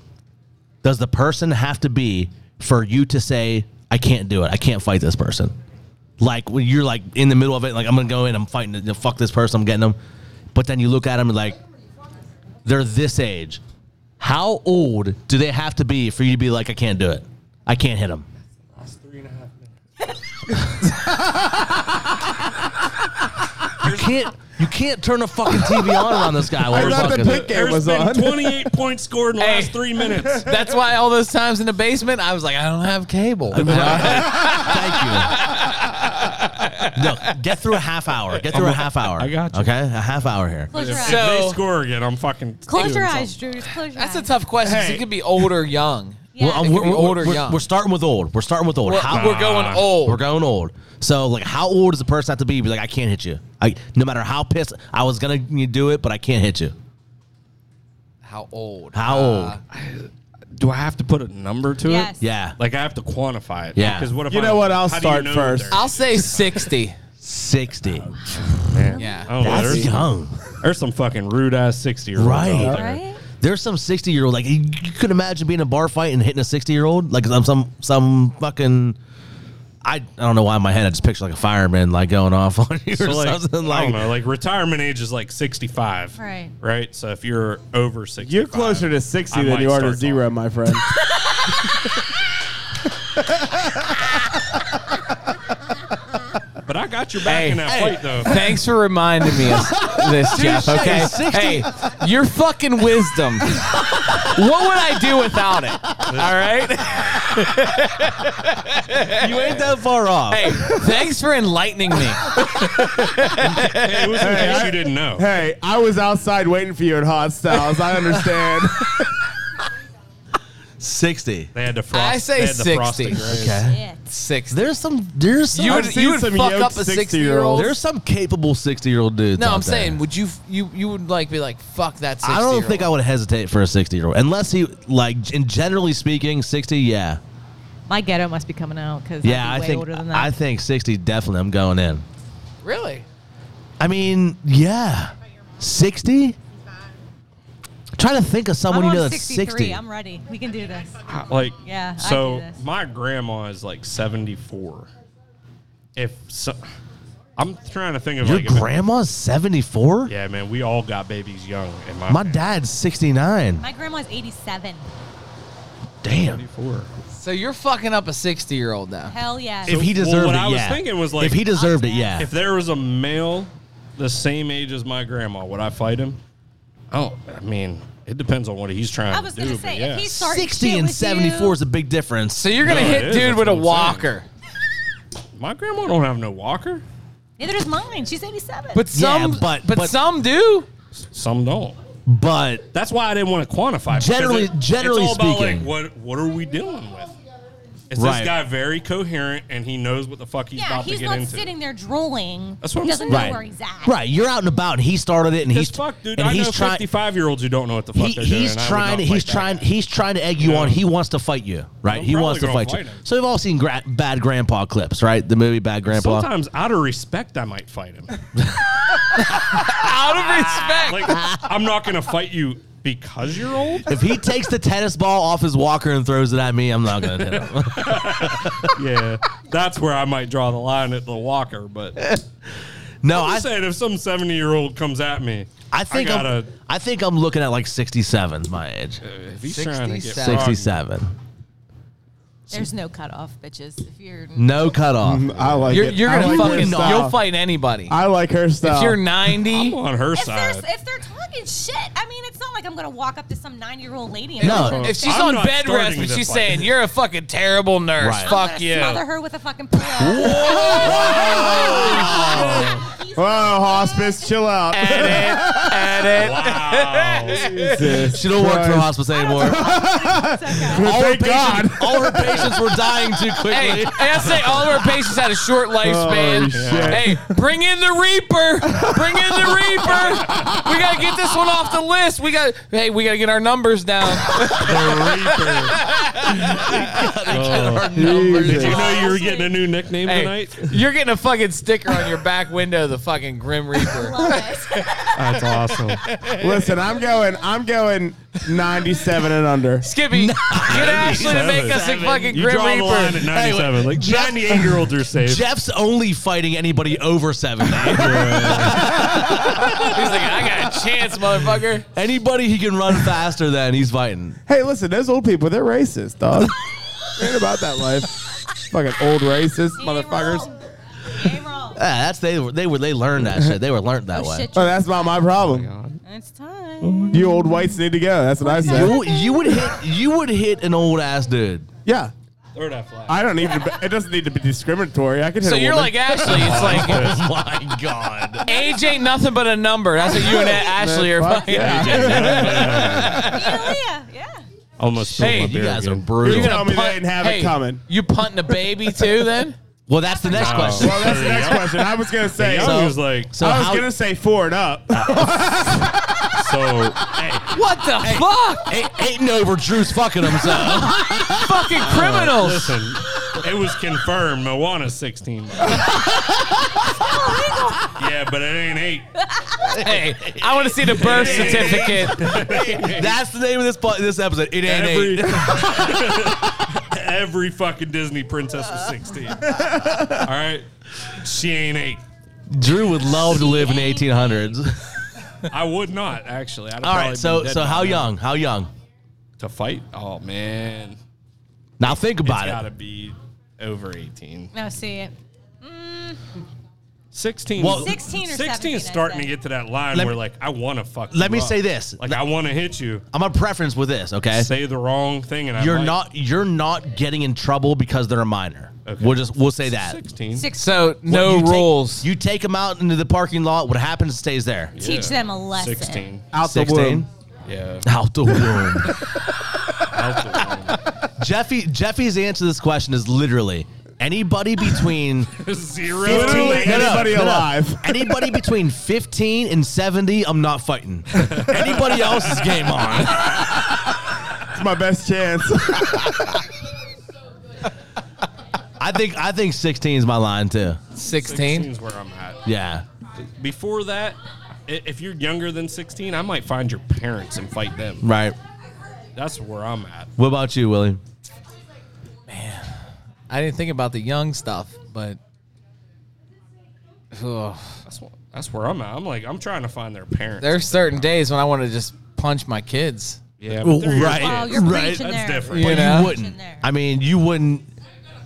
[SPEAKER 1] does the person have to be for you to say i can't do it i can't fight this person like when you're like in the middle of it like i'm gonna go in i'm fighting you know, fuck this person i'm getting them but then you look at them and like they're this age. How old do they have to be for you to be like, I can't do it? I can't hit them. you can't. You can't turn a fucking TV on around this guy. While
[SPEAKER 6] I
[SPEAKER 1] we're
[SPEAKER 6] thought the
[SPEAKER 1] talking.
[SPEAKER 6] pick game was on.
[SPEAKER 3] 28 points scored in the
[SPEAKER 2] Hey.
[SPEAKER 3] last three minutes.
[SPEAKER 2] That's why all those times in the basement, I was like, I don't have cable.
[SPEAKER 1] Thank you. No, get through a half hour. Get through a half hour. I
[SPEAKER 7] got you.
[SPEAKER 1] Okay, a half hour here.
[SPEAKER 5] Close your
[SPEAKER 3] If
[SPEAKER 5] eyes.
[SPEAKER 2] So-
[SPEAKER 3] they score again, I'm fucking.
[SPEAKER 5] Close your
[SPEAKER 3] doing
[SPEAKER 5] eyes, Drew. Just close your
[SPEAKER 2] That's a
[SPEAKER 5] eyes.
[SPEAKER 2] tough question. 'cause
[SPEAKER 3] Hey.
[SPEAKER 2] It could be old or young.
[SPEAKER 5] Yeah.
[SPEAKER 1] Well,
[SPEAKER 5] It
[SPEAKER 1] I'm,
[SPEAKER 5] could
[SPEAKER 1] we're,
[SPEAKER 2] be
[SPEAKER 1] we're,
[SPEAKER 2] old or
[SPEAKER 1] we're-
[SPEAKER 2] young.
[SPEAKER 1] we're starting with old. We're starting with old.
[SPEAKER 2] We're,
[SPEAKER 1] How,
[SPEAKER 2] we're going old.
[SPEAKER 1] We're going old. So like, how old does the person have to be? Be like, I can't hit you. I no matter how pissed I was gonna do it, but I can't hit you.
[SPEAKER 2] How old?
[SPEAKER 1] How old?
[SPEAKER 7] Do I have to put a number to
[SPEAKER 5] yes.
[SPEAKER 7] it?
[SPEAKER 1] Yeah, like
[SPEAKER 7] Like I have to quantify it.
[SPEAKER 1] Yeah.
[SPEAKER 7] Because what if
[SPEAKER 6] You
[SPEAKER 7] I-
[SPEAKER 6] know what? I'll
[SPEAKER 3] how do you
[SPEAKER 6] start
[SPEAKER 3] know
[SPEAKER 6] first.
[SPEAKER 3] they're-
[SPEAKER 2] I'll say 60.
[SPEAKER 1] sixty.
[SPEAKER 2] Yeah.
[SPEAKER 3] Oh,
[SPEAKER 1] That's
[SPEAKER 3] there's,
[SPEAKER 1] young,
[SPEAKER 3] there's some fucking rude ass 60 year olds.
[SPEAKER 1] Right.
[SPEAKER 3] Out there.
[SPEAKER 5] Right.
[SPEAKER 1] There's some sixty year old. Like you you could imagine being in a bar fight and hitting a sixty year old. Like some some some fucking. I, I don't know why in my head I just picture like a fireman like going off on you
[SPEAKER 3] So
[SPEAKER 1] or
[SPEAKER 3] like,
[SPEAKER 1] something
[SPEAKER 3] I
[SPEAKER 1] like
[SPEAKER 3] don't know, like retirement age is like 65.
[SPEAKER 5] Right.
[SPEAKER 3] Right. So if you're over 60,
[SPEAKER 6] You're closer to 60
[SPEAKER 3] I
[SPEAKER 6] than
[SPEAKER 3] might
[SPEAKER 6] you are to
[SPEAKER 3] start
[SPEAKER 6] zero,
[SPEAKER 3] talking.
[SPEAKER 6] my friend.
[SPEAKER 3] But I got your back in that fight though.
[SPEAKER 2] Thanks for reminding me of this, Jeff. Okay. Hey, your fucking wisdom. what would I do without it? All right.
[SPEAKER 1] you ain't that far off.
[SPEAKER 2] Hey, thanks for enlightening me.
[SPEAKER 3] Hey, it was in case you didn't know.
[SPEAKER 6] hey, I was outside waiting for you at Hot Styles. I understand.
[SPEAKER 1] Sixty.
[SPEAKER 3] They had to frost.
[SPEAKER 2] I say
[SPEAKER 3] they had to frost
[SPEAKER 2] 60.
[SPEAKER 3] the graves.
[SPEAKER 1] Okay.
[SPEAKER 5] Yeah.
[SPEAKER 2] 60.
[SPEAKER 1] There's some. There's some.
[SPEAKER 2] You
[SPEAKER 6] I've
[SPEAKER 2] would,
[SPEAKER 6] seen
[SPEAKER 2] you would
[SPEAKER 6] some
[SPEAKER 2] fuck
[SPEAKER 6] yoked
[SPEAKER 2] up a 60 year
[SPEAKER 6] 60-year-olds.
[SPEAKER 2] old.
[SPEAKER 1] There's some capable sixty year old dudes.
[SPEAKER 2] No,
[SPEAKER 1] out
[SPEAKER 2] I'm
[SPEAKER 1] there.
[SPEAKER 2] saying, would you f- you you would like be like fuck that? 60
[SPEAKER 1] I don't think I would hesitate for a sixty year old unless he like. And generally speaking, sixty. Yeah,
[SPEAKER 5] My ghetto must be coming out because
[SPEAKER 1] yeah.
[SPEAKER 5] i
[SPEAKER 1] I
[SPEAKER 5] way
[SPEAKER 1] think
[SPEAKER 5] older than that.
[SPEAKER 1] I think sixty definitely. I'm going in.
[SPEAKER 2] really.
[SPEAKER 1] I mean, yeah, sixty. Trying to think of
[SPEAKER 5] I'm
[SPEAKER 1] someone you
[SPEAKER 5] on
[SPEAKER 1] know that's
[SPEAKER 5] 63.
[SPEAKER 1] sixty.
[SPEAKER 5] I'm ready. We can do this.
[SPEAKER 3] I- Like
[SPEAKER 5] Yeah, I
[SPEAKER 3] So
[SPEAKER 5] do this.
[SPEAKER 3] my grandma is like 74. If so, I'm trying to think of
[SPEAKER 1] Your
[SPEAKER 3] like. if it-
[SPEAKER 1] grandma's 74?
[SPEAKER 3] yeah, man, we all got babies young. And my,
[SPEAKER 1] My dad's 69.
[SPEAKER 5] My grandma's 87.
[SPEAKER 1] Damn.
[SPEAKER 2] So you're fucking up a 60 year old now.
[SPEAKER 5] Hell yeah.
[SPEAKER 1] If he
[SPEAKER 3] Well,
[SPEAKER 1] deserved
[SPEAKER 3] what
[SPEAKER 1] it,
[SPEAKER 3] I was
[SPEAKER 1] yeah.
[SPEAKER 3] thinking was, like,
[SPEAKER 1] if he deserved it, yeah.
[SPEAKER 3] If there was a male the same age as my grandma, would I fight him? Oh, I mean, it depends on what he's trying
[SPEAKER 5] I
[SPEAKER 3] to
[SPEAKER 5] was
[SPEAKER 3] do.
[SPEAKER 5] gonna
[SPEAKER 3] but
[SPEAKER 5] say, if
[SPEAKER 3] yeah.
[SPEAKER 5] he's- Starting
[SPEAKER 1] 60
[SPEAKER 5] shit
[SPEAKER 1] and
[SPEAKER 5] with
[SPEAKER 1] 74
[SPEAKER 5] you.
[SPEAKER 1] is a big difference.
[SPEAKER 2] So you're gonna
[SPEAKER 3] No, it
[SPEAKER 2] hit
[SPEAKER 3] is.
[SPEAKER 2] dude
[SPEAKER 3] That's
[SPEAKER 2] with a
[SPEAKER 3] what I'm saying.
[SPEAKER 2] walker.
[SPEAKER 3] my grandma don't have no walker.
[SPEAKER 5] Neither does mine. She's 87.
[SPEAKER 2] But some
[SPEAKER 1] Yeah, but-
[SPEAKER 2] but,
[SPEAKER 1] but-
[SPEAKER 2] some do.
[SPEAKER 3] Some don't.
[SPEAKER 1] but
[SPEAKER 3] That's why I didn't want to quantify. because
[SPEAKER 1] Generally- generally
[SPEAKER 3] it's all about,
[SPEAKER 1] speaking.
[SPEAKER 3] like what what are we dealing with? Is
[SPEAKER 1] Right.
[SPEAKER 3] this guy very coherent and he knows what the fuck he's
[SPEAKER 5] yeah,
[SPEAKER 3] about
[SPEAKER 5] he's
[SPEAKER 3] to get
[SPEAKER 5] not
[SPEAKER 3] into?
[SPEAKER 5] sitting there drooling.
[SPEAKER 3] That's what I'm
[SPEAKER 5] he doesn't
[SPEAKER 3] saying.
[SPEAKER 1] Right.
[SPEAKER 5] know where he's at.
[SPEAKER 1] right, you're out and about and he started it and
[SPEAKER 3] Because
[SPEAKER 1] he's
[SPEAKER 3] fuck, dude,
[SPEAKER 1] and
[SPEAKER 3] I
[SPEAKER 1] he's
[SPEAKER 3] know
[SPEAKER 1] trying
[SPEAKER 3] 55 year olds who don't know what the fuck
[SPEAKER 1] he,
[SPEAKER 3] they're doing.
[SPEAKER 1] he's
[SPEAKER 3] and I would
[SPEAKER 1] trying
[SPEAKER 3] not
[SPEAKER 1] to
[SPEAKER 3] fight
[SPEAKER 1] he's
[SPEAKER 3] that
[SPEAKER 1] trying
[SPEAKER 3] guy.
[SPEAKER 1] he's trying to egg you
[SPEAKER 3] Yeah.
[SPEAKER 1] on. He wants to fight you, right?
[SPEAKER 3] I'm
[SPEAKER 1] he wants to
[SPEAKER 3] probably
[SPEAKER 1] fight
[SPEAKER 3] gonna
[SPEAKER 1] you.
[SPEAKER 3] fight him.
[SPEAKER 1] So we've all seen gra- Bad Grandpa clips, right? The movie Bad Grandpa.
[SPEAKER 3] Sometimes, out of respect, I might fight him.
[SPEAKER 2] Out of respect.
[SPEAKER 3] Like, I'm not gonna fight you because you're old.
[SPEAKER 1] If he takes the tennis ball off his walker and throws it at me, I'm not gonna hit him.
[SPEAKER 3] Yeah, that's where I might draw the line at the walker. But I'm
[SPEAKER 1] No, Oh, I
[SPEAKER 3] just saying if some 70 year old comes at me,
[SPEAKER 1] I think
[SPEAKER 3] I
[SPEAKER 1] I
[SPEAKER 3] gotta.
[SPEAKER 1] am I think I'm looking at like 67's my age.
[SPEAKER 3] if he's trying to get
[SPEAKER 2] 67.
[SPEAKER 3] rocked,
[SPEAKER 1] 67.
[SPEAKER 5] There's no cutoff, bitches. If you're
[SPEAKER 1] No cutoff.
[SPEAKER 6] Um, I like
[SPEAKER 2] You're,
[SPEAKER 6] it.
[SPEAKER 2] you're
[SPEAKER 6] I
[SPEAKER 2] gonna
[SPEAKER 6] like her
[SPEAKER 2] fucking
[SPEAKER 6] style.
[SPEAKER 2] you'll fight anybody.
[SPEAKER 6] I like her style.
[SPEAKER 2] If you're 90,
[SPEAKER 3] I'm on her
[SPEAKER 5] if they're,
[SPEAKER 3] side.
[SPEAKER 5] if they're talking shit, I mean, it's not like I'm gonna walk up to some nine year old lady and
[SPEAKER 1] No.
[SPEAKER 5] I'm
[SPEAKER 2] if she's
[SPEAKER 3] I'm
[SPEAKER 2] on
[SPEAKER 3] not
[SPEAKER 2] bed
[SPEAKER 3] starting
[SPEAKER 2] rest, but
[SPEAKER 3] the
[SPEAKER 2] she's
[SPEAKER 3] fight.
[SPEAKER 2] saying you're a fucking terrible nurse.
[SPEAKER 1] Right.
[SPEAKER 5] gonna
[SPEAKER 2] Fuck you.
[SPEAKER 5] smother her with a fucking pillow. He's
[SPEAKER 6] Whoa, hospice, chill out.
[SPEAKER 2] Edit, edit.
[SPEAKER 3] Wow.
[SPEAKER 1] She don't work for hospice anymore.
[SPEAKER 6] Oh,
[SPEAKER 5] okay.
[SPEAKER 1] All her,
[SPEAKER 6] Thank God.
[SPEAKER 1] patients, all her patients were dying too
[SPEAKER 2] Hey,
[SPEAKER 1] quickly.
[SPEAKER 2] I say all of our patients had a short lifespan.
[SPEAKER 6] Oh, shit.
[SPEAKER 2] Hey, bring in the reaper. Bring in the reaper. We gotta get this one off the list. We got hey, we gotta get our numbers down.
[SPEAKER 3] Did you
[SPEAKER 6] Jesus.
[SPEAKER 3] know you were getting a new nickname
[SPEAKER 2] Hey,
[SPEAKER 3] tonight?
[SPEAKER 2] you're getting a fucking sticker on your back window, the fucking Grim Reaper.
[SPEAKER 3] That's awesome.
[SPEAKER 6] Listen, I'm going. I'm going 97 and under.
[SPEAKER 2] Skippy, get Ashley to make us a
[SPEAKER 1] Seven.
[SPEAKER 2] fucking
[SPEAKER 3] You
[SPEAKER 2] Grim
[SPEAKER 3] draw the line
[SPEAKER 2] Reaper.
[SPEAKER 3] at 97. like 98 year olds are safe.
[SPEAKER 1] Jeff's only fighting anybody over 70.
[SPEAKER 2] He's like, I got a chance, motherfucker.
[SPEAKER 1] anybody he can run faster than, he's fighting.
[SPEAKER 6] Hey, listen, those old people, they're racist, dog. ain't about that life. Fucking old racist motherfuckers.
[SPEAKER 5] Ain't wrong.
[SPEAKER 1] Yeah, Ah, that's they were they were they learned that shit. They were learned that
[SPEAKER 5] Oh,
[SPEAKER 1] way.
[SPEAKER 5] shit,
[SPEAKER 6] Oh, that's not my problem.
[SPEAKER 5] it's time.
[SPEAKER 6] You old whites need to go. That's what I said.
[SPEAKER 1] You, you would hit you would hit an old ass dude.
[SPEAKER 6] Yeah.
[SPEAKER 3] Throw that flag.
[SPEAKER 6] I don't need to. Be, it doesn't need to be discriminatory. I can hit
[SPEAKER 2] So
[SPEAKER 6] a
[SPEAKER 2] you're
[SPEAKER 6] woman.
[SPEAKER 2] like Ashley. It's like
[SPEAKER 1] Oh my god.
[SPEAKER 2] age ain't nothing but a number. That's what you and Ashley are
[SPEAKER 6] Fuck
[SPEAKER 2] fucking.
[SPEAKER 6] yeah.
[SPEAKER 5] Hell yeah, yeah.
[SPEAKER 3] Almost spilled
[SPEAKER 2] Hey,
[SPEAKER 3] my
[SPEAKER 2] you
[SPEAKER 1] You
[SPEAKER 3] beer
[SPEAKER 1] guys are
[SPEAKER 3] again.
[SPEAKER 1] brutal.
[SPEAKER 6] You're Tell me they didn't have it coming.
[SPEAKER 2] You punting a baby too? Then
[SPEAKER 1] well, that's the next
[SPEAKER 3] Oh.
[SPEAKER 1] question.
[SPEAKER 6] well, that's the next question. I was gonna say.
[SPEAKER 3] Young
[SPEAKER 1] So-
[SPEAKER 3] was like,
[SPEAKER 1] So
[SPEAKER 6] I was
[SPEAKER 1] how,
[SPEAKER 6] gonna say four and up.
[SPEAKER 3] so hey,
[SPEAKER 2] what the fuck?
[SPEAKER 1] ain't, ain't no over Drew's fucking him. So
[SPEAKER 2] Fucking criminals.
[SPEAKER 3] listen, it was confirmed. Moana's 16. yeah, but it ain't eight.
[SPEAKER 2] Hey, I want to see the birth certificate.
[SPEAKER 1] that's the name of this po- this episode. It ain't
[SPEAKER 3] Every,
[SPEAKER 1] eight.
[SPEAKER 3] every fucking Disney princess was 16. All right? She ain't eight.
[SPEAKER 1] Drew would love to live in the 1800s.
[SPEAKER 3] I would not, actually. I'd have
[SPEAKER 1] All
[SPEAKER 3] probably
[SPEAKER 1] right, so
[SPEAKER 3] been dead
[SPEAKER 1] so
[SPEAKER 3] by
[SPEAKER 1] how
[SPEAKER 3] now.
[SPEAKER 1] young? How young?
[SPEAKER 3] To fight? Oh, man.
[SPEAKER 1] Now think
[SPEAKER 3] It's
[SPEAKER 1] about
[SPEAKER 3] got to
[SPEAKER 1] it.
[SPEAKER 3] be over 18.
[SPEAKER 5] No, see it.
[SPEAKER 3] 16.
[SPEAKER 1] Well-
[SPEAKER 5] 16
[SPEAKER 3] 16
[SPEAKER 5] or
[SPEAKER 3] is
[SPEAKER 5] 17, I'd
[SPEAKER 3] starting to
[SPEAKER 5] say.
[SPEAKER 3] get to that line
[SPEAKER 1] Let me-
[SPEAKER 3] where, like, I want to fuck
[SPEAKER 1] Let
[SPEAKER 3] you
[SPEAKER 1] me
[SPEAKER 3] up.
[SPEAKER 1] say this.
[SPEAKER 3] Like, I want to hit you.
[SPEAKER 1] I'm a preference with this. Okay,
[SPEAKER 3] Say the wrong thing, and I
[SPEAKER 1] you're
[SPEAKER 3] might.
[SPEAKER 1] not you're not getting in trouble because they're a minor.
[SPEAKER 3] Okay.
[SPEAKER 1] We'll just we'll say that.
[SPEAKER 3] 16.
[SPEAKER 2] So
[SPEAKER 1] What
[SPEAKER 2] no
[SPEAKER 1] you take-
[SPEAKER 2] rules.
[SPEAKER 1] you take them out into the parking lot. What happens stays there.
[SPEAKER 5] Teach them a lesson.
[SPEAKER 3] 16.
[SPEAKER 6] Out the womb.
[SPEAKER 3] Yeah.
[SPEAKER 1] Out the womb.
[SPEAKER 3] Out the womb.
[SPEAKER 1] Jeffy Jeffy's answer to this question is literally anybody between
[SPEAKER 3] Zero.
[SPEAKER 6] Literally
[SPEAKER 1] No, no,
[SPEAKER 6] anybody
[SPEAKER 1] no, no.
[SPEAKER 6] alive.
[SPEAKER 1] anybody between 15 and 70. I'm not fighting. Anybody else's game on.
[SPEAKER 6] It's my best chance.
[SPEAKER 1] I think I think 16 is my line too.
[SPEAKER 2] 16.
[SPEAKER 3] 16 is where I'm at.
[SPEAKER 1] Yeah.
[SPEAKER 3] Before that, i- if you're younger than 16, I might find your parents and fight them.
[SPEAKER 1] Right.
[SPEAKER 3] That's where I'm at.
[SPEAKER 1] What about you, Willie?
[SPEAKER 2] I didn't think about the young stuff, but Ugh.
[SPEAKER 3] That's what, that's where I'm at. I'm like I'm trying to find their parents.
[SPEAKER 2] There's certain days when I want to just punch my kids.
[SPEAKER 3] yeah,
[SPEAKER 1] Well,
[SPEAKER 3] but they're your
[SPEAKER 1] right.
[SPEAKER 5] Oh,
[SPEAKER 3] kids.
[SPEAKER 5] you're
[SPEAKER 1] Right,
[SPEAKER 5] preaching
[SPEAKER 3] that's
[SPEAKER 5] there.
[SPEAKER 3] different.
[SPEAKER 2] Yeah.
[SPEAKER 1] But
[SPEAKER 2] You know?
[SPEAKER 1] you wouldn't.
[SPEAKER 5] Imagine there.
[SPEAKER 1] I mean, you wouldn't.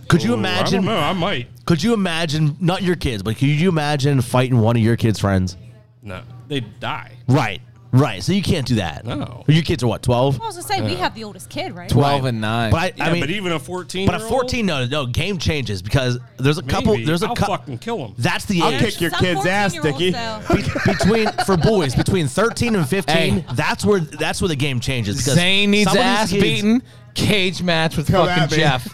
[SPEAKER 1] Could you
[SPEAKER 3] I don't
[SPEAKER 1] imagine?
[SPEAKER 3] know. I might.
[SPEAKER 1] Could you imagine? Not your kids, but could you imagine fighting one of your kids' friends?
[SPEAKER 3] No, they die.
[SPEAKER 1] Right, right. So you can't do that.
[SPEAKER 3] No.
[SPEAKER 1] Your kids are what, twelve?
[SPEAKER 5] I was gonna say we have the oldest kid, right?
[SPEAKER 2] 12 and 9.
[SPEAKER 1] But I,
[SPEAKER 3] Yeah,
[SPEAKER 1] I mean,
[SPEAKER 3] but even a 14.
[SPEAKER 1] but at fourteen, no, no, game changes because there's a couple. There's a
[SPEAKER 3] I'll
[SPEAKER 1] couple.
[SPEAKER 3] fucking kill them.
[SPEAKER 1] That's the
[SPEAKER 6] I'll
[SPEAKER 1] age.
[SPEAKER 6] kick your kid's ass, Dickie.
[SPEAKER 1] Be- between for boys between 13 and 15
[SPEAKER 2] Hey.
[SPEAKER 1] that's where that's where the game changes because
[SPEAKER 2] Zane needs
[SPEAKER 1] some of these
[SPEAKER 2] ass
[SPEAKER 1] kids-
[SPEAKER 2] beaten. Cage match with
[SPEAKER 6] Come at
[SPEAKER 2] fucking
[SPEAKER 6] me.
[SPEAKER 2] Jeff.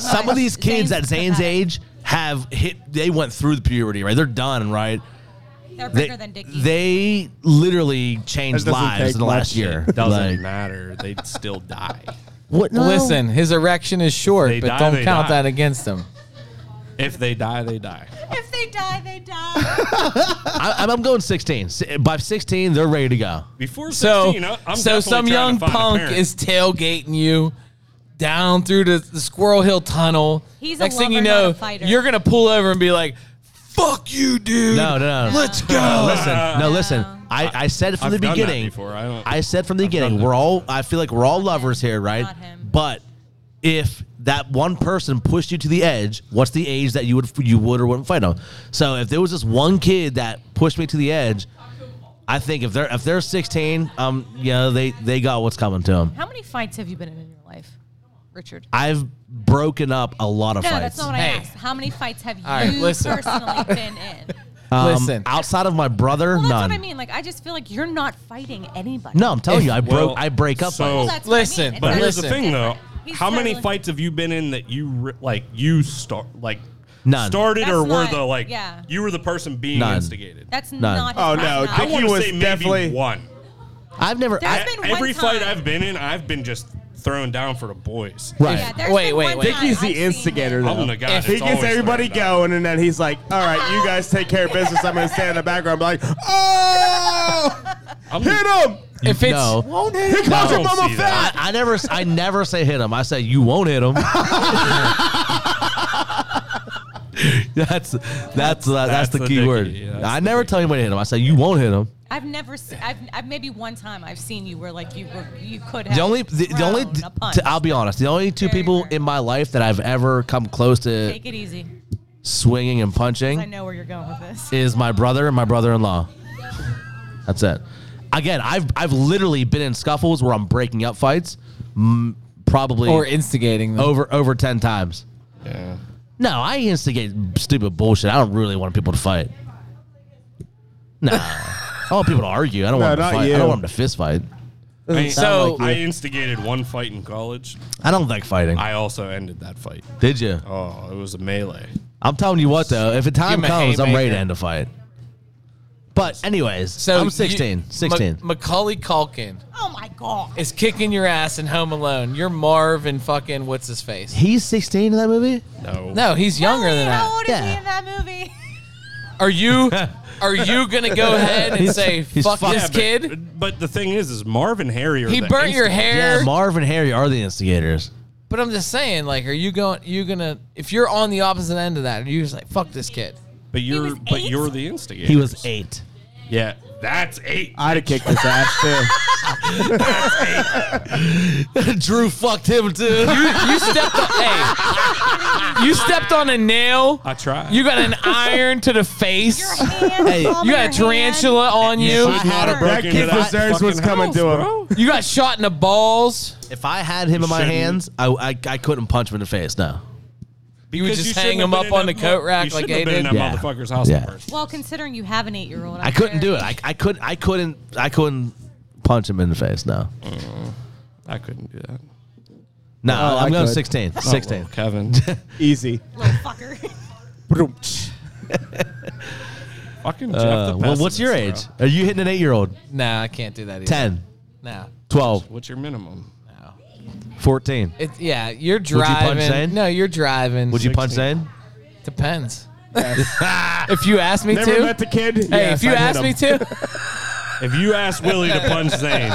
[SPEAKER 1] some of these kids at Zane's age have hit they went through the puberty right they're done right
[SPEAKER 5] they're
[SPEAKER 1] they,
[SPEAKER 5] bigger than Dickie.
[SPEAKER 1] they literally changed
[SPEAKER 6] That doesn't
[SPEAKER 1] lives
[SPEAKER 6] take
[SPEAKER 1] in the last
[SPEAKER 6] much.
[SPEAKER 1] year
[SPEAKER 3] Doesn't
[SPEAKER 1] Like,
[SPEAKER 3] matter. They'd still die.
[SPEAKER 1] what no.
[SPEAKER 2] Listen, his erection is short,
[SPEAKER 3] They
[SPEAKER 2] but
[SPEAKER 3] die,
[SPEAKER 2] don't
[SPEAKER 3] they
[SPEAKER 2] count
[SPEAKER 3] die.
[SPEAKER 2] that against him.
[SPEAKER 3] If they die, they die.
[SPEAKER 5] if they die, they die.
[SPEAKER 1] I, I'm- I'm going 16 Si- by 16 they're ready to go
[SPEAKER 3] Before
[SPEAKER 2] So,
[SPEAKER 3] 16, I- I'm
[SPEAKER 2] so
[SPEAKER 3] definitely
[SPEAKER 2] some
[SPEAKER 3] trying to
[SPEAKER 2] young
[SPEAKER 3] find a
[SPEAKER 2] punk
[SPEAKER 3] parent.
[SPEAKER 2] is tailgating you down through the, the Squirrel Hill Tunnel.
[SPEAKER 5] He's a
[SPEAKER 2] Next thing you
[SPEAKER 5] lover, not a
[SPEAKER 2] know,
[SPEAKER 5] fighter.
[SPEAKER 2] you're gonna pull over and be like, "Fuck you, dude!
[SPEAKER 1] no no no
[SPEAKER 2] Let's go!"
[SPEAKER 1] listen no listen I, I said from
[SPEAKER 3] I've
[SPEAKER 1] the
[SPEAKER 3] done that
[SPEAKER 1] beginning
[SPEAKER 3] before. I don't.
[SPEAKER 1] I said from the
[SPEAKER 3] done
[SPEAKER 1] beginning,
[SPEAKER 3] that
[SPEAKER 1] we're all. I feel like we're all lovers here, right?
[SPEAKER 5] Not him.
[SPEAKER 1] But if that one person pushed you to the edge, what's the age that you would you would or wouldn't fight on? So if there was this one kid that pushed me to the edge, I think if they're if they're 16, um, you know they they got what's coming to them.
[SPEAKER 5] How many fights have you been in in your life, Richard?
[SPEAKER 1] I've broken up a lot of
[SPEAKER 5] No,
[SPEAKER 1] fights.
[SPEAKER 5] that's not what
[SPEAKER 2] Hey.
[SPEAKER 5] I asked. How many fights have you
[SPEAKER 2] right, listen.
[SPEAKER 5] personally been in?
[SPEAKER 1] Um,
[SPEAKER 2] Listen,
[SPEAKER 1] outside of my brother,
[SPEAKER 5] Well, that's
[SPEAKER 1] none.
[SPEAKER 5] what I mean. Like, I just feel like you're not fighting anybody.
[SPEAKER 1] No, I'm telling you, I broke.
[SPEAKER 3] Well,
[SPEAKER 1] I break up.
[SPEAKER 3] so-
[SPEAKER 1] fights.
[SPEAKER 5] Well, that's what I mean.
[SPEAKER 2] Listen,
[SPEAKER 5] It's
[SPEAKER 2] but
[SPEAKER 5] not-
[SPEAKER 3] But here's the
[SPEAKER 2] Listen.
[SPEAKER 3] thing, though.
[SPEAKER 5] He's
[SPEAKER 3] How many
[SPEAKER 5] totally-
[SPEAKER 3] fights have you been in that you re- like you start like
[SPEAKER 1] None.
[SPEAKER 3] started or
[SPEAKER 5] That's
[SPEAKER 3] were
[SPEAKER 5] not-
[SPEAKER 3] the like
[SPEAKER 5] yeah.
[SPEAKER 3] you were the person being
[SPEAKER 1] None.
[SPEAKER 3] instigated?
[SPEAKER 5] That's
[SPEAKER 1] None.
[SPEAKER 5] not.
[SPEAKER 6] Oh,
[SPEAKER 5] that's
[SPEAKER 6] no,
[SPEAKER 5] not-
[SPEAKER 3] I
[SPEAKER 6] Dickie
[SPEAKER 3] want to
[SPEAKER 6] was
[SPEAKER 3] say
[SPEAKER 6] definitely-
[SPEAKER 3] maybe one.
[SPEAKER 1] I've never.
[SPEAKER 5] There's
[SPEAKER 1] I,
[SPEAKER 5] been one
[SPEAKER 3] Every fight
[SPEAKER 5] time-
[SPEAKER 3] I've been in, I've been just thrown down for the boys.
[SPEAKER 1] right.
[SPEAKER 5] Yeah, there's
[SPEAKER 2] Wait,
[SPEAKER 5] been
[SPEAKER 2] wait,
[SPEAKER 5] one
[SPEAKER 2] wait.
[SPEAKER 5] time
[SPEAKER 6] Dickie's
[SPEAKER 5] I've
[SPEAKER 6] the
[SPEAKER 5] seen
[SPEAKER 6] instigator,
[SPEAKER 5] him.
[SPEAKER 6] though.
[SPEAKER 3] I'm the guy.
[SPEAKER 2] If
[SPEAKER 6] He
[SPEAKER 3] that's always
[SPEAKER 6] gets everybody
[SPEAKER 3] thrown down.
[SPEAKER 6] going, and then he's like, "All right, you guys take care of business. I'm going to stand in the background, and be like, oh,
[SPEAKER 3] I'm-
[SPEAKER 6] hit him!
[SPEAKER 2] if it's
[SPEAKER 1] no.
[SPEAKER 6] He calls
[SPEAKER 3] I
[SPEAKER 6] your
[SPEAKER 3] don't
[SPEAKER 6] mama
[SPEAKER 3] see
[SPEAKER 6] fat."
[SPEAKER 1] I, I never, I never say hit him. I say you won't hit him. that's that's that's, that's the
[SPEAKER 3] the
[SPEAKER 1] key
[SPEAKER 3] dicky,
[SPEAKER 1] word.
[SPEAKER 3] yeah, that's
[SPEAKER 1] I
[SPEAKER 3] the
[SPEAKER 1] never tell anybody to hit him. I say you won't hit him.
[SPEAKER 5] I've never. Se- I've, I've maybe one time I've seen you where like you were you could have.
[SPEAKER 1] The only, the, the only,
[SPEAKER 5] thrown a punch.
[SPEAKER 1] t- I'll be honest. The only two
[SPEAKER 5] Very
[SPEAKER 1] people
[SPEAKER 5] rare.
[SPEAKER 1] in my life that I've ever come close to
[SPEAKER 5] Take it easy.
[SPEAKER 1] swinging and
[SPEAKER 5] I
[SPEAKER 1] punching
[SPEAKER 5] know where you're going with this.
[SPEAKER 1] is my brother and my brother-in-law. That's it. Again, I've I've literally been in scuffles where I'm breaking up fights, m- probably
[SPEAKER 2] or instigating them.
[SPEAKER 1] over over ten times.
[SPEAKER 3] Yeah.
[SPEAKER 1] No, I instigate stupid bullshit. I don't really want people to fight. No, I want people to argue. I don't want them
[SPEAKER 6] not
[SPEAKER 1] to fight. I
[SPEAKER 6] you.
[SPEAKER 1] don't want them to fist fight.
[SPEAKER 3] I,
[SPEAKER 2] So-
[SPEAKER 3] I instigated one fight in college.
[SPEAKER 1] I don't like fighting.
[SPEAKER 3] I also ended that fight.
[SPEAKER 1] Did you?
[SPEAKER 3] Oh, it was a melee.
[SPEAKER 1] I'm telling you what though. If the time
[SPEAKER 2] Give 'em a
[SPEAKER 1] comes, I'm ready to
[SPEAKER 2] haymaker.
[SPEAKER 1] end a fight. But anyways,
[SPEAKER 2] So
[SPEAKER 1] I'm
[SPEAKER 2] you-
[SPEAKER 1] 16. 16.
[SPEAKER 2] Ma- Macaulay Culkin
[SPEAKER 5] Oh my god.
[SPEAKER 2] is kicking your ass in Home Alone. You're Marv and fucking what's his face?
[SPEAKER 1] He's 16 in that movie.
[SPEAKER 3] No.
[SPEAKER 2] No, he's younger
[SPEAKER 5] Really?
[SPEAKER 2] than that.
[SPEAKER 5] How old is
[SPEAKER 1] Yeah.
[SPEAKER 5] he in that movie?
[SPEAKER 2] Are you are you gonna go ahead and say
[SPEAKER 1] he's
[SPEAKER 2] fuck
[SPEAKER 1] fucked.
[SPEAKER 2] this
[SPEAKER 1] Yeah,
[SPEAKER 3] but,
[SPEAKER 2] kid?
[SPEAKER 3] But the thing is, is Marv and Harry are
[SPEAKER 2] He
[SPEAKER 3] the
[SPEAKER 2] burnt your
[SPEAKER 3] instigators.
[SPEAKER 2] hair.
[SPEAKER 1] Yeah, Marv and Harry are the instigators.
[SPEAKER 2] but I'm just saying, like, are you going? You gonna if you're on the opposite end of that, are you just like fuck this kid?
[SPEAKER 3] But you're
[SPEAKER 5] was
[SPEAKER 3] but
[SPEAKER 5] eight?
[SPEAKER 3] you're the instigator.
[SPEAKER 1] He was eight.
[SPEAKER 3] Yeah, that's eight.
[SPEAKER 6] I'd have kicked his ass too.
[SPEAKER 1] Drew fucked him too.
[SPEAKER 2] You, you stepped on, hey, you stepped on a nail.
[SPEAKER 3] I tried.
[SPEAKER 2] You got an iron to the
[SPEAKER 5] Your
[SPEAKER 2] face.
[SPEAKER 5] hand.
[SPEAKER 1] Hey,
[SPEAKER 5] palm
[SPEAKER 2] You got a
[SPEAKER 5] of your hand.
[SPEAKER 2] tarantula on you.
[SPEAKER 1] I had a
[SPEAKER 6] That
[SPEAKER 3] Broke into
[SPEAKER 6] kid
[SPEAKER 3] that
[SPEAKER 6] deserves what's
[SPEAKER 3] fucking
[SPEAKER 6] coming
[SPEAKER 3] house,
[SPEAKER 6] to him.
[SPEAKER 3] bro.
[SPEAKER 2] You got shot in the balls.
[SPEAKER 1] If I had him in my
[SPEAKER 3] shouldn't.
[SPEAKER 1] hands, I, I I couldn't punch him in the face. No.
[SPEAKER 2] You would
[SPEAKER 3] Because
[SPEAKER 2] just
[SPEAKER 3] you
[SPEAKER 2] hang
[SPEAKER 3] shouldn't
[SPEAKER 2] him
[SPEAKER 3] have
[SPEAKER 2] up
[SPEAKER 3] been in
[SPEAKER 2] on the
[SPEAKER 3] that
[SPEAKER 2] coat
[SPEAKER 3] mo-
[SPEAKER 2] rack
[SPEAKER 3] you
[SPEAKER 2] like
[SPEAKER 3] shouldn't
[SPEAKER 2] they
[SPEAKER 3] have been
[SPEAKER 2] did.
[SPEAKER 3] in that
[SPEAKER 1] Yeah.
[SPEAKER 3] motherfucker's house
[SPEAKER 1] Yeah.
[SPEAKER 3] at first.
[SPEAKER 5] Well, considering you have an eight-year-old,
[SPEAKER 1] I couldn't do it. I, I couldn't. I couldn't. I couldn't punch him in the face. No.
[SPEAKER 3] I couldn't do that.
[SPEAKER 1] No.
[SPEAKER 6] Oh,
[SPEAKER 1] I'm
[SPEAKER 6] I
[SPEAKER 1] going
[SPEAKER 6] could.
[SPEAKER 1] 16. 16.
[SPEAKER 3] Kevin.
[SPEAKER 6] Easy.
[SPEAKER 5] Little fucker.
[SPEAKER 3] fucking Jeff
[SPEAKER 1] Uh,
[SPEAKER 3] the
[SPEAKER 1] well, what's your age?
[SPEAKER 3] pessimist,
[SPEAKER 1] Are you hitting an eight-year-old?
[SPEAKER 2] Nah, I can't do that either.
[SPEAKER 1] 10,
[SPEAKER 2] No.
[SPEAKER 1] 12,
[SPEAKER 3] bro. What's your minimum?
[SPEAKER 2] No.
[SPEAKER 1] 14.
[SPEAKER 2] It, yeah, you're
[SPEAKER 1] punch
[SPEAKER 2] driving.
[SPEAKER 1] Zane?
[SPEAKER 2] No, you're driving.
[SPEAKER 1] Would you punch Zane?
[SPEAKER 2] Depends. if you ask me
[SPEAKER 6] Never
[SPEAKER 2] to.
[SPEAKER 6] met the kid.
[SPEAKER 2] hey, if you ask me to.
[SPEAKER 3] If you ask Willie to punch Zane,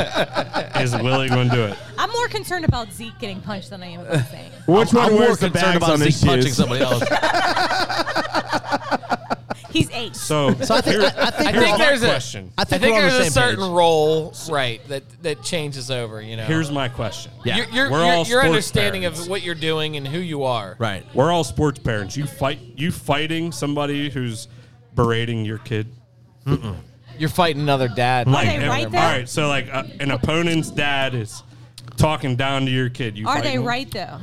[SPEAKER 3] is Willie going to do it?
[SPEAKER 5] I'm more concerned about Zeke getting punched than I am about Zane.
[SPEAKER 6] which one
[SPEAKER 1] I'm more
[SPEAKER 6] wears the
[SPEAKER 1] concerned
[SPEAKER 6] bags
[SPEAKER 1] about
[SPEAKER 6] on his
[SPEAKER 1] Zeke punching
[SPEAKER 6] shoes?
[SPEAKER 1] somebody else.
[SPEAKER 5] He's eight.
[SPEAKER 3] So,
[SPEAKER 1] So I think, I, I think,
[SPEAKER 2] I
[SPEAKER 1] we're
[SPEAKER 2] think
[SPEAKER 1] all-
[SPEAKER 2] there's a
[SPEAKER 3] question.
[SPEAKER 1] I
[SPEAKER 2] I
[SPEAKER 1] think
[SPEAKER 2] think,
[SPEAKER 1] we're on
[SPEAKER 2] there's
[SPEAKER 1] the
[SPEAKER 2] a
[SPEAKER 1] same
[SPEAKER 2] certain
[SPEAKER 1] page.
[SPEAKER 2] role, right, that that changes over. You know,
[SPEAKER 3] here's my question.
[SPEAKER 1] Yeah.
[SPEAKER 2] your, your,
[SPEAKER 3] We're
[SPEAKER 2] your,
[SPEAKER 3] all
[SPEAKER 2] your
[SPEAKER 3] sports
[SPEAKER 2] understanding
[SPEAKER 3] parents.
[SPEAKER 2] of what you're doing and who you are.
[SPEAKER 1] right.
[SPEAKER 3] We're all sports parents. You fight. You fighting somebody who's berating your kid.
[SPEAKER 2] You're fighting another dad.
[SPEAKER 5] they
[SPEAKER 3] and-
[SPEAKER 5] right
[SPEAKER 3] all
[SPEAKER 5] there?
[SPEAKER 3] right. So like uh, an opponent's dad is talking down to your kid. You
[SPEAKER 5] Are
[SPEAKER 3] fighting
[SPEAKER 5] they
[SPEAKER 3] him?
[SPEAKER 5] right though?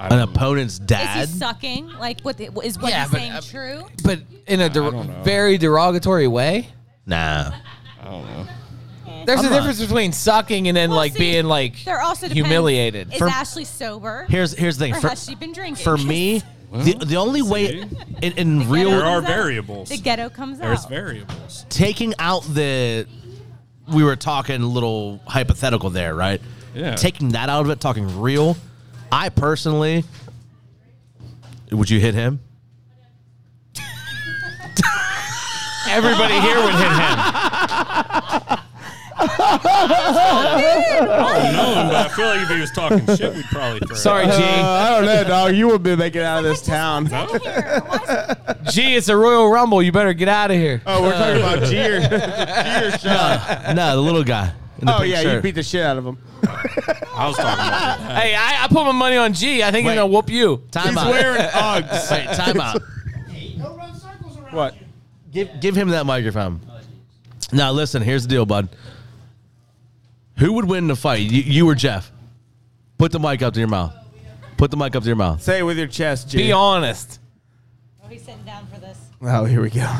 [SPEAKER 1] An opponent's dad.
[SPEAKER 5] Is he sucking? Like what the, is what
[SPEAKER 2] Yeah,
[SPEAKER 5] he's
[SPEAKER 2] but,
[SPEAKER 5] saying
[SPEAKER 2] uh,
[SPEAKER 5] true?
[SPEAKER 2] but in a der- very derogatory way.
[SPEAKER 1] Nah.
[SPEAKER 2] There's
[SPEAKER 1] I'm
[SPEAKER 2] a
[SPEAKER 1] not-
[SPEAKER 2] difference between sucking and then
[SPEAKER 5] Well,
[SPEAKER 2] like
[SPEAKER 5] see,
[SPEAKER 2] being like
[SPEAKER 5] There also depends,
[SPEAKER 2] humiliated.
[SPEAKER 5] Is
[SPEAKER 1] For-
[SPEAKER 5] Ashley sober?
[SPEAKER 1] Here's here's the thing.
[SPEAKER 5] or
[SPEAKER 1] For,
[SPEAKER 5] has she been drinking?
[SPEAKER 1] for me, the, the only way in, in
[SPEAKER 5] ghetto
[SPEAKER 1] real
[SPEAKER 3] There are
[SPEAKER 5] comes out.
[SPEAKER 3] variables.
[SPEAKER 5] The ghetto comes
[SPEAKER 3] There's
[SPEAKER 5] out.
[SPEAKER 3] variables.
[SPEAKER 1] taking out the we were talking a little hypothetical there, right?
[SPEAKER 3] Yeah.
[SPEAKER 1] Taking that out of it, talking real. I personally would you hit him?
[SPEAKER 2] Everybody here would hit him.
[SPEAKER 3] No, but Oh, uh, I feel like if he was talking shit, we'd probably throw. it
[SPEAKER 2] Sorry,
[SPEAKER 3] out.
[SPEAKER 2] G.
[SPEAKER 6] Uh, I don't know, dog. You would be making it out of this town.
[SPEAKER 2] G, it's a Royal Rumble. You better get out of here.
[SPEAKER 1] Uh-huh.
[SPEAKER 6] Oh, we're talking about Jeter.
[SPEAKER 1] no, the little guy. In the
[SPEAKER 6] Oh
[SPEAKER 1] pink
[SPEAKER 6] yeah, you
[SPEAKER 1] shirt.
[SPEAKER 6] beat the shit out of him.
[SPEAKER 3] I was talking about that.
[SPEAKER 2] Hey, I, I put my money on G. I think he's
[SPEAKER 1] Wait.
[SPEAKER 2] gonna whoop you.
[SPEAKER 1] time out.
[SPEAKER 6] Uggs.
[SPEAKER 1] Wait, time out.
[SPEAKER 9] Don't run circles around
[SPEAKER 6] What?
[SPEAKER 9] you.
[SPEAKER 1] Give give him that microphone. Now listen, here's the deal, bud. Who would win the fight? You, you or Jeff? Put the mic up to your mouth. Put the mic up to your mouth.
[SPEAKER 6] Say it with your chest, Jeter.
[SPEAKER 2] Be honest.
[SPEAKER 5] Oh, he's sitting down for this.
[SPEAKER 6] Oh, here we go.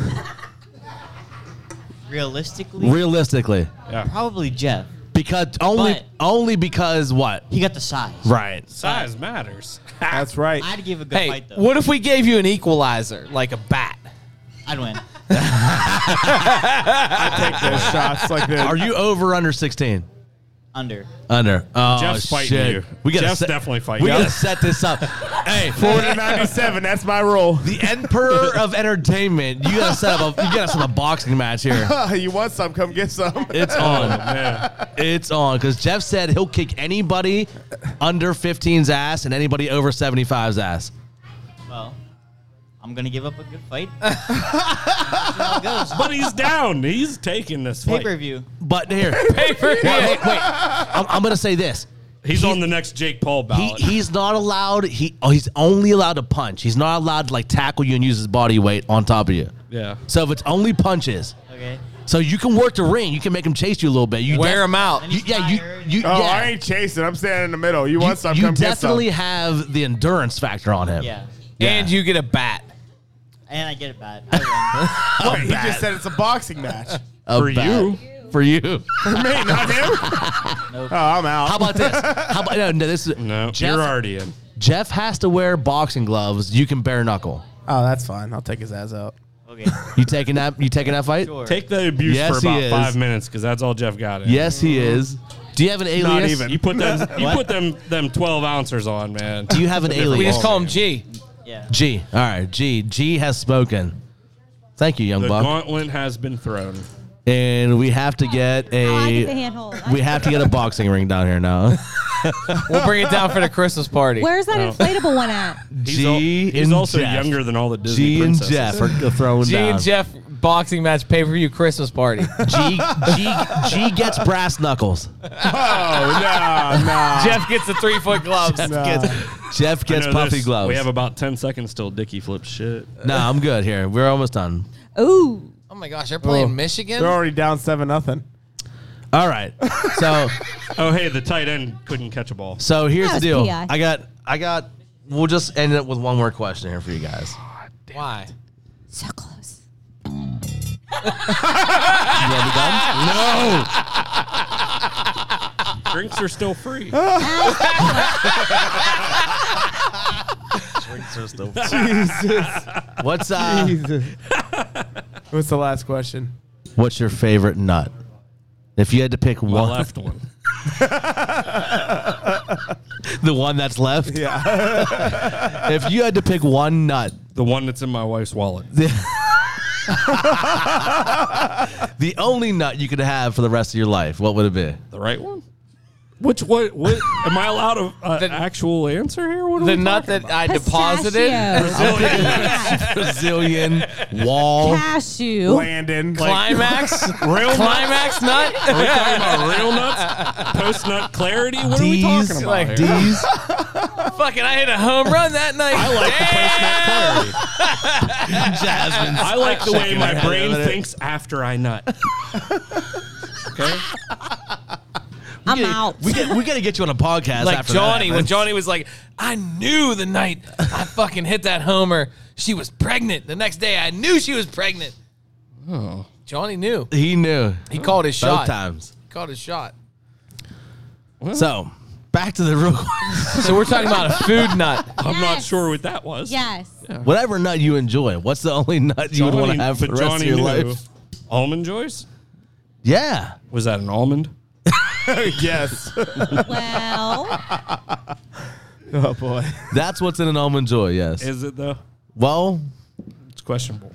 [SPEAKER 10] Realistically,
[SPEAKER 1] Realistically.
[SPEAKER 10] probably Jeff.
[SPEAKER 1] Because only
[SPEAKER 10] But-
[SPEAKER 1] only because what?
[SPEAKER 10] He got the size.
[SPEAKER 1] Right.
[SPEAKER 3] Size matters.
[SPEAKER 6] That's right.
[SPEAKER 10] I'd give a good
[SPEAKER 2] Hey,
[SPEAKER 10] fight though.
[SPEAKER 2] what if we gave you an equalizer, like a bat?
[SPEAKER 10] I'd win.
[SPEAKER 6] Take those shots like this.
[SPEAKER 1] Are you over or under 16?
[SPEAKER 10] Under.
[SPEAKER 1] Under. Oh,
[SPEAKER 3] Jeff's fighting
[SPEAKER 1] shit.
[SPEAKER 3] you.
[SPEAKER 1] We gotta
[SPEAKER 3] Jeff's
[SPEAKER 1] set,
[SPEAKER 3] definitely fighting
[SPEAKER 1] We
[SPEAKER 3] you.
[SPEAKER 1] gotta set this up. hey, for
[SPEAKER 6] 97. That's my role.
[SPEAKER 1] the emperor of entertainment, you gotta set up a you gotta set up a boxing match here.
[SPEAKER 6] you want some? Come get some.
[SPEAKER 1] It's
[SPEAKER 3] Oh
[SPEAKER 1] on.
[SPEAKER 3] man.
[SPEAKER 1] It's on. Because Jeff said he'll kick anybody under 15's ass and anybody over 75's ass.
[SPEAKER 10] Well, I'm gonna give up a good fight. That's how it goes.
[SPEAKER 3] But he's down. He's taking this
[SPEAKER 10] Pay
[SPEAKER 3] fight.
[SPEAKER 10] per view.
[SPEAKER 1] But here, wait, wait. I'm, I'm gonna say this.
[SPEAKER 3] He's on the next Jake Paul
[SPEAKER 1] He,
[SPEAKER 3] ballot.
[SPEAKER 1] he's not allowed. He oh, he's only allowed to punch. He's not allowed to like tackle you and use his body weight on top of you.
[SPEAKER 3] yeah.
[SPEAKER 1] So if it's only punches,
[SPEAKER 10] Okay.
[SPEAKER 1] so you can work the ring. You can make him chase you a little bit. You
[SPEAKER 2] Wear him out.
[SPEAKER 1] You, yeah, you. you
[SPEAKER 6] Oh,
[SPEAKER 1] yeah.
[SPEAKER 6] I ain't chasing. I'm standing in the middle. You
[SPEAKER 1] You,
[SPEAKER 6] want some?
[SPEAKER 1] you
[SPEAKER 6] come
[SPEAKER 1] definitely
[SPEAKER 6] get
[SPEAKER 1] have the endurance factor on him.
[SPEAKER 10] Yeah.
[SPEAKER 2] And you get a bat.
[SPEAKER 10] And I get it bad. I
[SPEAKER 6] some. Wait, he just said it's a boxing match.
[SPEAKER 1] A
[SPEAKER 3] For
[SPEAKER 1] bat.
[SPEAKER 3] you.
[SPEAKER 1] For you.
[SPEAKER 6] For me, not him. Oh, I'm out.
[SPEAKER 1] How about this? How about no? No, this is
[SPEAKER 3] No,
[SPEAKER 1] Jeff,
[SPEAKER 3] you're already in.
[SPEAKER 1] Jeff has to wear boxing gloves. You can bare knuckle.
[SPEAKER 6] Oh, that's fine. I'll take his ass out.
[SPEAKER 10] win. Okay.
[SPEAKER 1] You taking that? You taking that fight?
[SPEAKER 10] Sure.
[SPEAKER 3] Take the abuse
[SPEAKER 1] Yes, he
[SPEAKER 3] for about
[SPEAKER 1] is.
[SPEAKER 3] five minutes because that's all Jeff got. In.
[SPEAKER 1] Yes, he is. Do you have an alias?
[SPEAKER 6] Not even.
[SPEAKER 3] You put them. you put them. Them twelve ouncers on, man.
[SPEAKER 1] Do you have an alias?
[SPEAKER 2] We just call him G.
[SPEAKER 10] Yeah.
[SPEAKER 1] G. All right. G. G has spoken. Thank you, young
[SPEAKER 3] The
[SPEAKER 1] buck.
[SPEAKER 3] gauntlet has been thrown.
[SPEAKER 1] and we have to get
[SPEAKER 5] Oh, I get the
[SPEAKER 1] a.
[SPEAKER 5] handhold.
[SPEAKER 1] We have to get a boxing ring down here now.
[SPEAKER 2] We'll bring it down for the Christmas party.
[SPEAKER 5] Where's that
[SPEAKER 1] Oh.
[SPEAKER 5] inflatable one at?
[SPEAKER 3] He's,
[SPEAKER 1] G
[SPEAKER 3] al- he's
[SPEAKER 1] and
[SPEAKER 3] also
[SPEAKER 1] Jeff.
[SPEAKER 3] younger than all the Disney
[SPEAKER 1] G and
[SPEAKER 3] princesses.
[SPEAKER 1] Jeff are thrown
[SPEAKER 2] G
[SPEAKER 1] down.
[SPEAKER 2] and Jeff boxing match pay per view Christmas party.
[SPEAKER 1] G, G, G gets brass knuckles.
[SPEAKER 6] Oh, no, no.
[SPEAKER 2] Jeff gets the three foot gloves.
[SPEAKER 1] Gets- Jeff
[SPEAKER 3] I
[SPEAKER 1] gets
[SPEAKER 3] know
[SPEAKER 1] puffy
[SPEAKER 3] this-
[SPEAKER 1] gloves.
[SPEAKER 3] We have about ten seconds till Dicky flips shit.
[SPEAKER 1] no, I'm good here. We're almost done.
[SPEAKER 5] Ooh.
[SPEAKER 2] Oh my gosh, they're playing Michigan.
[SPEAKER 6] They're already down 7 nothing.
[SPEAKER 1] All right. So
[SPEAKER 3] Oh hey, the tight end couldn't catch a ball.
[SPEAKER 1] so here's
[SPEAKER 5] That
[SPEAKER 1] the
[SPEAKER 5] was
[SPEAKER 1] deal.
[SPEAKER 5] PI.
[SPEAKER 1] I got I got we'll just end it with one more question here for you guys.
[SPEAKER 2] Why?
[SPEAKER 5] So close.
[SPEAKER 1] You wanna be done?
[SPEAKER 3] No. Drinks are still free.
[SPEAKER 1] What's uh
[SPEAKER 6] Jesus. What's the last question?
[SPEAKER 1] what's your favorite nut? If you had to pick
[SPEAKER 3] The
[SPEAKER 1] one
[SPEAKER 3] left one.
[SPEAKER 1] the one that's left. Yeah. if you had to pick one nut,
[SPEAKER 3] The one that's in my wife's wallet.
[SPEAKER 1] the only nut you could have for the rest of your life, what would it be?
[SPEAKER 3] The right one?
[SPEAKER 7] Which what what am I allowed an uh, actual answer here? What are
[SPEAKER 2] The
[SPEAKER 7] we
[SPEAKER 2] nut
[SPEAKER 7] talking
[SPEAKER 2] that I deposited.
[SPEAKER 1] Brazilian wall.
[SPEAKER 5] Cashew.
[SPEAKER 4] Landon.
[SPEAKER 2] Climax.
[SPEAKER 7] Real
[SPEAKER 2] climax nut.
[SPEAKER 7] about? Are we talking about real nuts, post nut clarity. What are we
[SPEAKER 1] D's,
[SPEAKER 7] talking about?
[SPEAKER 2] like
[SPEAKER 7] here?
[SPEAKER 1] D's.
[SPEAKER 2] Fucking, I hit a home run that night.
[SPEAKER 7] I like the post nut clarity.
[SPEAKER 1] Jasmine.
[SPEAKER 7] I like the way my
[SPEAKER 1] head
[SPEAKER 7] brain
[SPEAKER 1] over there.
[SPEAKER 7] thinks after I nut. okay,
[SPEAKER 5] I'm out.
[SPEAKER 1] We get, we got to get you on a podcast.
[SPEAKER 2] like
[SPEAKER 1] after
[SPEAKER 2] Johnny,
[SPEAKER 1] that,
[SPEAKER 2] when
[SPEAKER 1] man.
[SPEAKER 2] Johnny was like, I knew the night I fucking hit that homer, she was pregnant. The next day, I knew she was pregnant. Johnny knew.
[SPEAKER 1] he knew
[SPEAKER 2] He called his
[SPEAKER 1] both
[SPEAKER 2] shot.
[SPEAKER 1] times.
[SPEAKER 2] He called his shot.
[SPEAKER 1] So back to the real.
[SPEAKER 2] So we're talking about a food nut.
[SPEAKER 7] I'm not
[SPEAKER 5] Yes.
[SPEAKER 7] sure what that was.
[SPEAKER 5] Yes.
[SPEAKER 1] Whatever nut you enjoy, what's the only nut you would want to have for the
[SPEAKER 7] but
[SPEAKER 1] rest
[SPEAKER 7] Johnny
[SPEAKER 1] of your
[SPEAKER 7] knew.
[SPEAKER 1] life?
[SPEAKER 7] Almond joys?
[SPEAKER 1] Yeah.
[SPEAKER 7] Was that an almond?
[SPEAKER 4] yes.
[SPEAKER 5] Well,
[SPEAKER 4] Oh, boy.
[SPEAKER 1] That's what's in an almond joy, yes.
[SPEAKER 7] Is it though?
[SPEAKER 1] well,
[SPEAKER 7] It's questionable.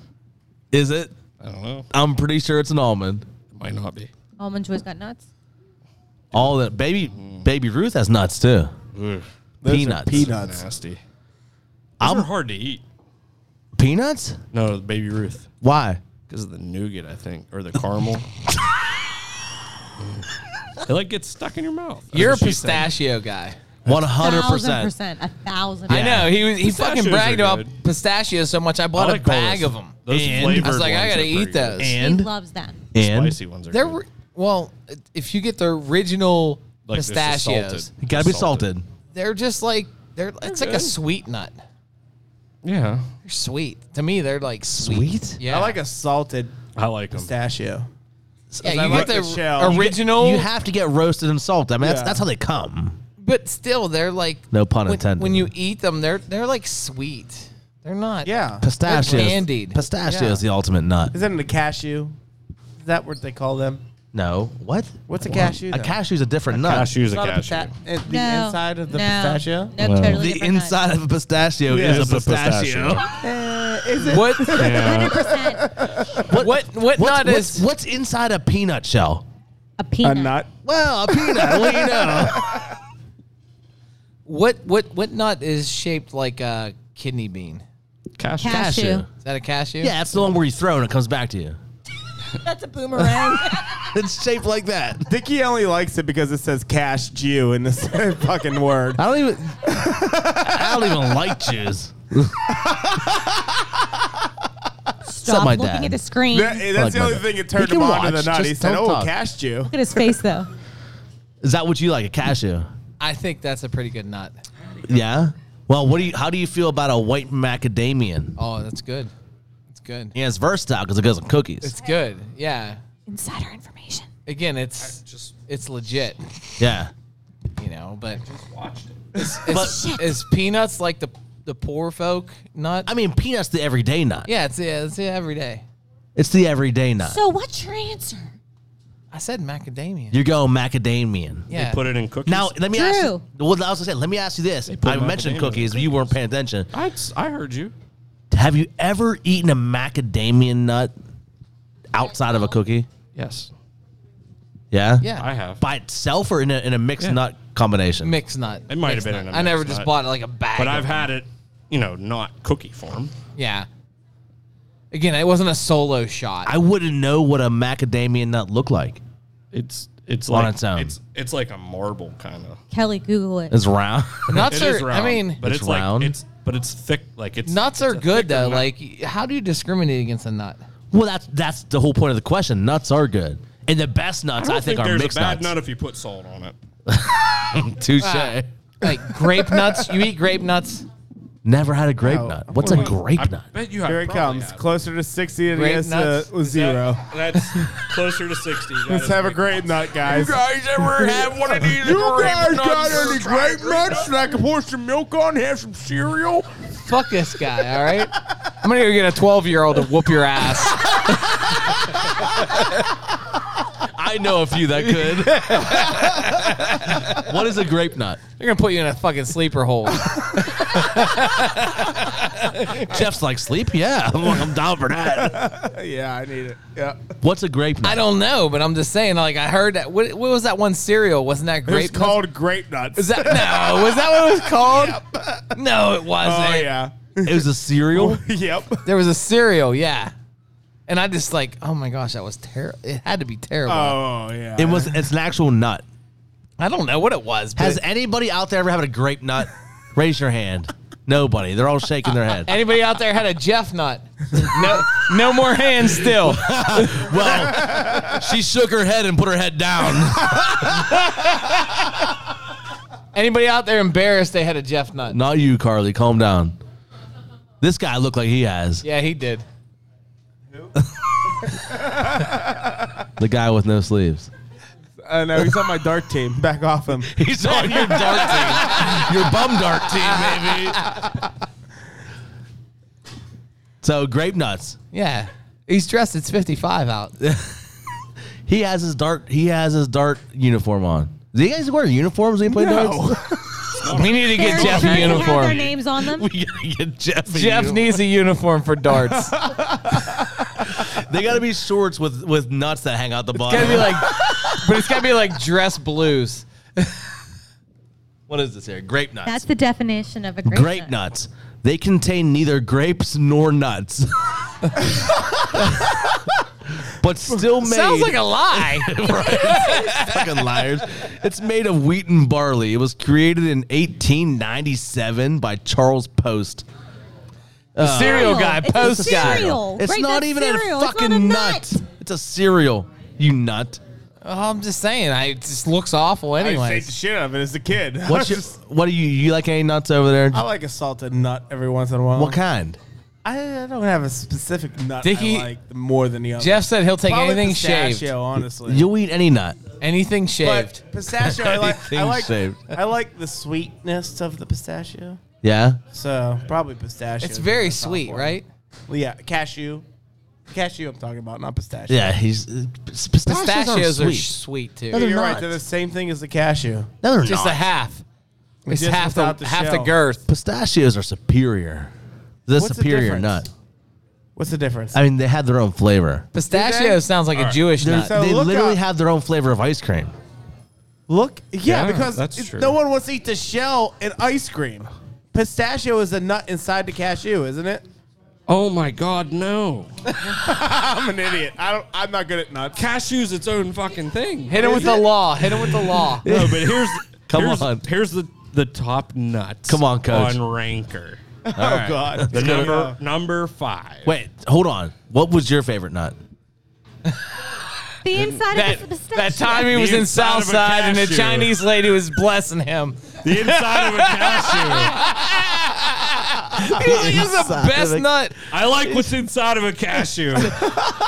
[SPEAKER 1] is it?
[SPEAKER 7] I don't know.
[SPEAKER 1] I'm pretty sure it's an almond.
[SPEAKER 7] It might not be.
[SPEAKER 5] almond joy's got nuts.
[SPEAKER 1] All that baby baby Ruth has nuts too.
[SPEAKER 6] Those are
[SPEAKER 1] Peanuts.
[SPEAKER 6] Peanuts.
[SPEAKER 7] Nasty. Those are
[SPEAKER 1] I'm
[SPEAKER 7] hard to eat.
[SPEAKER 1] peanuts?
[SPEAKER 7] No, Baby Ruth.
[SPEAKER 1] Why?
[SPEAKER 7] Because of the nougat, I think, or the caramel. it like gets stuck in your mouth. That's
[SPEAKER 2] You're a
[SPEAKER 7] what she said.
[SPEAKER 2] pistachio guy.
[SPEAKER 1] One hundred percent.
[SPEAKER 5] percent. A thousand.
[SPEAKER 2] I know. He was, he
[SPEAKER 7] Pistachios
[SPEAKER 2] fucking bragged
[SPEAKER 7] are
[SPEAKER 2] about
[SPEAKER 7] good.
[SPEAKER 2] pistachios so much, I
[SPEAKER 7] I
[SPEAKER 2] bought
[SPEAKER 7] like
[SPEAKER 2] a bag
[SPEAKER 7] those-
[SPEAKER 2] of them.
[SPEAKER 7] Those flavored
[SPEAKER 2] I was like, I
[SPEAKER 7] ones
[SPEAKER 2] gotta
[SPEAKER 7] are pretty
[SPEAKER 2] eat
[SPEAKER 7] good.
[SPEAKER 2] those.
[SPEAKER 5] He
[SPEAKER 1] And
[SPEAKER 5] loves them.
[SPEAKER 1] and
[SPEAKER 7] Spicy ones are
[SPEAKER 2] They're
[SPEAKER 7] good.
[SPEAKER 2] re- well, if you get the original
[SPEAKER 7] Like, they're just
[SPEAKER 2] pistachios,
[SPEAKER 1] you gotta be salted.
[SPEAKER 2] they're just like they're. It's like a
[SPEAKER 7] good.
[SPEAKER 2] sweet nut.
[SPEAKER 7] Yeah,
[SPEAKER 2] They're sweet to me. They're like sweet.
[SPEAKER 1] Sweet?
[SPEAKER 2] Yeah,
[SPEAKER 6] I like a salted
[SPEAKER 7] I like them.
[SPEAKER 6] pistachio.
[SPEAKER 2] Yeah, you get
[SPEAKER 6] like the
[SPEAKER 2] the,
[SPEAKER 6] shell.
[SPEAKER 2] original,
[SPEAKER 1] You have to get roasted and salted. I mean that's
[SPEAKER 6] Yeah.
[SPEAKER 1] that's how they come.
[SPEAKER 2] but still they're like
[SPEAKER 1] No pun
[SPEAKER 2] when-
[SPEAKER 1] intended.
[SPEAKER 2] When you eat them, they're they're like sweet. They're not.
[SPEAKER 6] Yeah.
[SPEAKER 1] Pistachios.
[SPEAKER 2] candied.
[SPEAKER 1] Pistachio
[SPEAKER 6] Yeah.
[SPEAKER 1] is the ultimate nut.
[SPEAKER 6] Isn't it a cashew? Is that what they call them?
[SPEAKER 1] No. What?
[SPEAKER 6] What's a cashew?
[SPEAKER 1] A
[SPEAKER 6] though?
[SPEAKER 1] cashew's a different nut.
[SPEAKER 7] Cashews
[SPEAKER 6] It's
[SPEAKER 7] are
[SPEAKER 6] not a
[SPEAKER 7] cashew.
[SPEAKER 6] pista- it- the
[SPEAKER 5] No,
[SPEAKER 6] inside of the
[SPEAKER 5] no,
[SPEAKER 6] pistachio?
[SPEAKER 5] No, totally
[SPEAKER 1] The inside of a pistachio
[SPEAKER 7] Yeah,
[SPEAKER 1] is
[SPEAKER 7] it's
[SPEAKER 1] a
[SPEAKER 7] a
[SPEAKER 1] pistachio.
[SPEAKER 2] What
[SPEAKER 7] Yeah.
[SPEAKER 1] What
[SPEAKER 2] what what
[SPEAKER 1] what's,
[SPEAKER 2] nut
[SPEAKER 1] what's,
[SPEAKER 2] is?
[SPEAKER 1] what's inside a peanut shell?
[SPEAKER 5] A peanut.
[SPEAKER 1] Well, a peanut. what do you know?
[SPEAKER 2] What what what nut is shaped like a kidney bean?
[SPEAKER 7] Cashew.
[SPEAKER 5] Cashew.
[SPEAKER 1] Cashew.
[SPEAKER 2] Is that a cashew?
[SPEAKER 1] Yeah, it's the one where you throw and it comes back to you.
[SPEAKER 5] That's a boomerang.
[SPEAKER 1] It's shaped like that.
[SPEAKER 6] Dicky only likes it because it says cash Jew in this fucking word.
[SPEAKER 1] I don't even. I don't even like Jews.
[SPEAKER 5] Stop
[SPEAKER 1] my
[SPEAKER 5] looking
[SPEAKER 1] dad.
[SPEAKER 5] at the screen.
[SPEAKER 6] That-
[SPEAKER 5] Look
[SPEAKER 6] that's
[SPEAKER 1] Like
[SPEAKER 6] the only
[SPEAKER 1] my-
[SPEAKER 6] thing that
[SPEAKER 1] He
[SPEAKER 6] turned
[SPEAKER 1] can
[SPEAKER 6] him on to the
[SPEAKER 1] watch,
[SPEAKER 6] nut.
[SPEAKER 1] just
[SPEAKER 6] He said,
[SPEAKER 1] don't
[SPEAKER 6] "Oh,
[SPEAKER 1] talk."
[SPEAKER 6] cash Jew."
[SPEAKER 5] at his face though.
[SPEAKER 1] Is that what you like? A cashew?
[SPEAKER 2] I think that's a pretty good nut.
[SPEAKER 1] Yeah. Well, what do you? How do you feel about a white macadamian?
[SPEAKER 2] Oh, that's good. It's good.
[SPEAKER 1] Yeah, it's versatile because it goes on cookies.
[SPEAKER 2] It's good. Yeah.
[SPEAKER 5] Insider information.
[SPEAKER 2] Again, it's
[SPEAKER 7] Just
[SPEAKER 2] it's legit.
[SPEAKER 1] Yeah.
[SPEAKER 2] You know, but
[SPEAKER 7] watched it.
[SPEAKER 2] is, is peanuts like the the poor folk nut?
[SPEAKER 1] I mean, peanuts the everyday nut.
[SPEAKER 2] yeah, it's yeah, it's yeah, every day.
[SPEAKER 1] It's the everyday nut.
[SPEAKER 5] So what's your answer?
[SPEAKER 2] I said macadamia.
[SPEAKER 1] You're going macadamian.
[SPEAKER 2] yeah.
[SPEAKER 7] Put it in cookies.
[SPEAKER 1] Now let me ask. You,
[SPEAKER 5] True.
[SPEAKER 1] well, I was gonna say, let me ask you this. I mentioned
[SPEAKER 7] macadamia in
[SPEAKER 1] cookies, but you weren't paying attention.
[SPEAKER 7] I, I heard you.
[SPEAKER 1] Have you ever eaten a macadamia nut outside of a cookie?
[SPEAKER 7] Yes,
[SPEAKER 1] Yeah.
[SPEAKER 2] yeah.
[SPEAKER 7] I have.
[SPEAKER 1] By itself or in a, in a mixed
[SPEAKER 7] Yeah.
[SPEAKER 1] nut combination?
[SPEAKER 2] mixed nut.
[SPEAKER 7] It might
[SPEAKER 2] Mixed
[SPEAKER 7] have been
[SPEAKER 2] nut.
[SPEAKER 7] in a
[SPEAKER 2] I never
[SPEAKER 7] mixed
[SPEAKER 2] just
[SPEAKER 7] nut.
[SPEAKER 2] bought it like a bag.
[SPEAKER 7] but
[SPEAKER 2] of
[SPEAKER 7] I've
[SPEAKER 2] them.
[SPEAKER 7] had it, you know, not cookie form.
[SPEAKER 2] Yeah. Again, it wasn't a solo shot.
[SPEAKER 1] I wouldn't know what a macadamia nut looked like.
[SPEAKER 7] It's it's
[SPEAKER 1] On
[SPEAKER 7] like
[SPEAKER 1] its own.
[SPEAKER 7] it's it's like a marble kind of.
[SPEAKER 5] Kelly, Google it.
[SPEAKER 1] It's round.
[SPEAKER 2] nuts
[SPEAKER 7] It is
[SPEAKER 2] are. I
[SPEAKER 7] round,
[SPEAKER 2] mean,
[SPEAKER 7] but
[SPEAKER 1] It's
[SPEAKER 7] it's, like
[SPEAKER 1] round?
[SPEAKER 7] it's but it's thick. Like it's
[SPEAKER 2] nuts are
[SPEAKER 7] it's a
[SPEAKER 2] good
[SPEAKER 7] thicker
[SPEAKER 2] though.
[SPEAKER 7] nut.
[SPEAKER 2] Like, how do you discriminate against a nut?
[SPEAKER 1] well, that's that's the whole point of the question. Nuts are good, and the best
[SPEAKER 7] I,
[SPEAKER 1] nuts
[SPEAKER 7] don't
[SPEAKER 1] I, think, are
[SPEAKER 7] there's
[SPEAKER 1] mixed
[SPEAKER 7] a bad
[SPEAKER 1] nuts.
[SPEAKER 7] nut if you put salt on it.
[SPEAKER 1] Touche.
[SPEAKER 2] Ah, Like grape nuts. You eat grape nuts.
[SPEAKER 1] Never had a grape nut. What's a grape
[SPEAKER 7] I
[SPEAKER 1] nut?
[SPEAKER 7] bet you. I
[SPEAKER 6] Here it
[SPEAKER 7] probably
[SPEAKER 6] comes,
[SPEAKER 7] have.
[SPEAKER 6] closer to sixty than
[SPEAKER 2] Grape
[SPEAKER 6] it is
[SPEAKER 2] nuts?
[SPEAKER 6] to
[SPEAKER 7] That-
[SPEAKER 6] zero.
[SPEAKER 7] That's closer to sixty. That
[SPEAKER 6] Let's
[SPEAKER 7] is
[SPEAKER 6] have a
[SPEAKER 7] big.
[SPEAKER 6] grape nut, guys.
[SPEAKER 1] guys ever have one of these?
[SPEAKER 6] You guys got any grape nuts that I can pour some milk on, have some cereal?
[SPEAKER 2] Fuck this guy. All right. I'm gonna go get a 12 year old to whoop your ass.
[SPEAKER 1] I I know a few that could. what is a grape nut?
[SPEAKER 2] They're gonna put you in a fucking sleeper hole.
[SPEAKER 1] Jeff's like sleep. Yeah, I'm, like, I'm down for that.
[SPEAKER 6] yeah, I need it. Yeah.
[SPEAKER 1] What's a grape nut?
[SPEAKER 2] I don't know, but I'm just saying. Like I heard that. What, what was that one cereal? Wasn't that grape?
[SPEAKER 6] It's
[SPEAKER 2] nuts?
[SPEAKER 6] called grape nuts.
[SPEAKER 2] Is that no? Was that what it was called? No, it wasn't.
[SPEAKER 6] oh yeah.
[SPEAKER 1] It was a cereal.
[SPEAKER 6] yep.
[SPEAKER 2] There was a cereal, yeah. And I just like, oh my gosh, that was terrible. It had to be terrible.
[SPEAKER 6] Oh yeah.
[SPEAKER 1] It was. It's an actual nut.
[SPEAKER 2] I don't know what it was. But
[SPEAKER 1] Has anybody out there ever had a grape nut? Raise your hand. Nobody. They're all shaking their head.
[SPEAKER 2] anybody out there had a Jeff nut? No, no more hands. Still,
[SPEAKER 1] Well, she shook her head and put her head down.
[SPEAKER 2] anybody out there embarrassed they had a Jeff nut?
[SPEAKER 1] Not you, Carly. Calm down. This guy looked like he has
[SPEAKER 2] Yeah, he did.
[SPEAKER 1] the guy with no sleeves.
[SPEAKER 6] Uh, no, he's on my dark team. Back off him.
[SPEAKER 1] He's on your dark team, your bum dark team, baby. So grape nuts.
[SPEAKER 2] Yeah, he's dressed. It's 55 out.
[SPEAKER 1] He has his dart. He has his dart uniform on. Do you guys wear uniforms when you play darts?
[SPEAKER 2] we need to get
[SPEAKER 5] Parents
[SPEAKER 2] Jeff
[SPEAKER 5] have
[SPEAKER 2] a
[SPEAKER 5] to have Their
[SPEAKER 2] uniform.
[SPEAKER 5] names on them.
[SPEAKER 1] We gotta get Jeff. a
[SPEAKER 2] Jeff
[SPEAKER 1] uniform.
[SPEAKER 2] needs a uniform for darts. It's
[SPEAKER 1] They gotta be shorts with with nuts that hang out the bottom.
[SPEAKER 2] gotta be like, but it's gotta be like dress blues.
[SPEAKER 1] what is this here? Grape nuts.
[SPEAKER 11] That's the definition of a grape,
[SPEAKER 1] grape, nuts. They contain neither grapes nor nuts. but still made
[SPEAKER 2] Sounds like a lie.
[SPEAKER 1] fucking liars. It's made of wheat and barley. It was created in 1897 by Charles Post.
[SPEAKER 2] The cereal guy,
[SPEAKER 5] It's a
[SPEAKER 2] post guy.
[SPEAKER 5] cereal.
[SPEAKER 1] It's
[SPEAKER 5] Right,
[SPEAKER 1] not
[SPEAKER 5] that's
[SPEAKER 1] even
[SPEAKER 5] Oh, cereal.
[SPEAKER 1] a
[SPEAKER 5] It's not
[SPEAKER 1] fucking
[SPEAKER 5] a
[SPEAKER 1] nut. It's a cereal. You nut.
[SPEAKER 2] Oh, I'm just saying, I, it just looks awful.
[SPEAKER 6] I ate
[SPEAKER 2] Anyways,
[SPEAKER 6] the shit out of it as a kid.
[SPEAKER 1] What's your, what do you you like any nuts over there?
[SPEAKER 6] I like a salted nut every once in a while.
[SPEAKER 1] What kind?
[SPEAKER 6] I, I don't have a specific nut
[SPEAKER 2] Dickie-
[SPEAKER 6] I like more than the other.
[SPEAKER 2] Jeff said he'll take
[SPEAKER 6] Probably
[SPEAKER 2] anything
[SPEAKER 6] pistachio,
[SPEAKER 2] shaved.
[SPEAKER 6] honestly.
[SPEAKER 1] You'll eat any nut.
[SPEAKER 2] Anything shaved.
[SPEAKER 6] but pistachio, I like. I
[SPEAKER 1] Anything
[SPEAKER 6] like,
[SPEAKER 1] shaved.
[SPEAKER 6] I like the sweetness of the pistachio.
[SPEAKER 1] Yeah.
[SPEAKER 6] So probably pistachio.
[SPEAKER 2] it's
[SPEAKER 6] is
[SPEAKER 2] very
[SPEAKER 6] the top
[SPEAKER 2] sweet,
[SPEAKER 6] one.
[SPEAKER 2] right?
[SPEAKER 6] Well, yeah, cashew. Cashew, I'm talking about, not pistachio.
[SPEAKER 1] Yeah. He's uh, pistachios,
[SPEAKER 2] Pistachios
[SPEAKER 1] are
[SPEAKER 2] are
[SPEAKER 1] sweet.
[SPEAKER 2] sweet,
[SPEAKER 1] No,
[SPEAKER 2] too.
[SPEAKER 1] they're
[SPEAKER 6] You're right.
[SPEAKER 1] not.
[SPEAKER 6] They're the same thing as the cashew.
[SPEAKER 1] no, they're
[SPEAKER 2] Just
[SPEAKER 1] not.
[SPEAKER 2] a half. It's
[SPEAKER 6] Just
[SPEAKER 2] half the,
[SPEAKER 6] without the
[SPEAKER 2] half the
[SPEAKER 6] shell.
[SPEAKER 2] girth.
[SPEAKER 1] pistachios are superior. The
[SPEAKER 6] What's the
[SPEAKER 1] superior
[SPEAKER 6] difference?
[SPEAKER 1] nut.
[SPEAKER 6] What's the difference?
[SPEAKER 1] I mean, they have their own flavor.
[SPEAKER 2] Pistachio sounds like a Jewish nut.
[SPEAKER 6] so-
[SPEAKER 1] they
[SPEAKER 6] look
[SPEAKER 1] literally
[SPEAKER 6] up-
[SPEAKER 1] have their own flavor of ice cream.
[SPEAKER 6] Look, yeah,
[SPEAKER 3] Yeah,
[SPEAKER 6] because
[SPEAKER 3] that's
[SPEAKER 6] it's-
[SPEAKER 3] true.
[SPEAKER 6] no one wants to eat the shell in ice cream. Pistachio is a nut inside the cashew, isn't it?
[SPEAKER 3] Oh my God, no!
[SPEAKER 6] I'm an idiot. I don't, I'm not good at nuts.
[SPEAKER 3] Cashew's its own fucking thing.
[SPEAKER 2] Hit him with the law. Hit him with the law.
[SPEAKER 3] No, but here's
[SPEAKER 1] Come
[SPEAKER 3] here's,
[SPEAKER 1] on.
[SPEAKER 3] Here's the the top nuts.
[SPEAKER 1] Come on, coach.
[SPEAKER 3] On Ranker,
[SPEAKER 1] oh
[SPEAKER 6] God,
[SPEAKER 3] the number number five.
[SPEAKER 1] Wait, hold on. What was your favorite nut?
[SPEAKER 11] The inside
[SPEAKER 2] That,
[SPEAKER 11] of the pistachio.
[SPEAKER 2] that time he was
[SPEAKER 3] The
[SPEAKER 2] in
[SPEAKER 3] inside of a
[SPEAKER 2] Southside and the
[SPEAKER 3] cashew.
[SPEAKER 2] Chinese lady was blessing him.
[SPEAKER 3] The inside of a cashew.
[SPEAKER 2] He's the best nut.
[SPEAKER 3] I like what's inside of a cashew.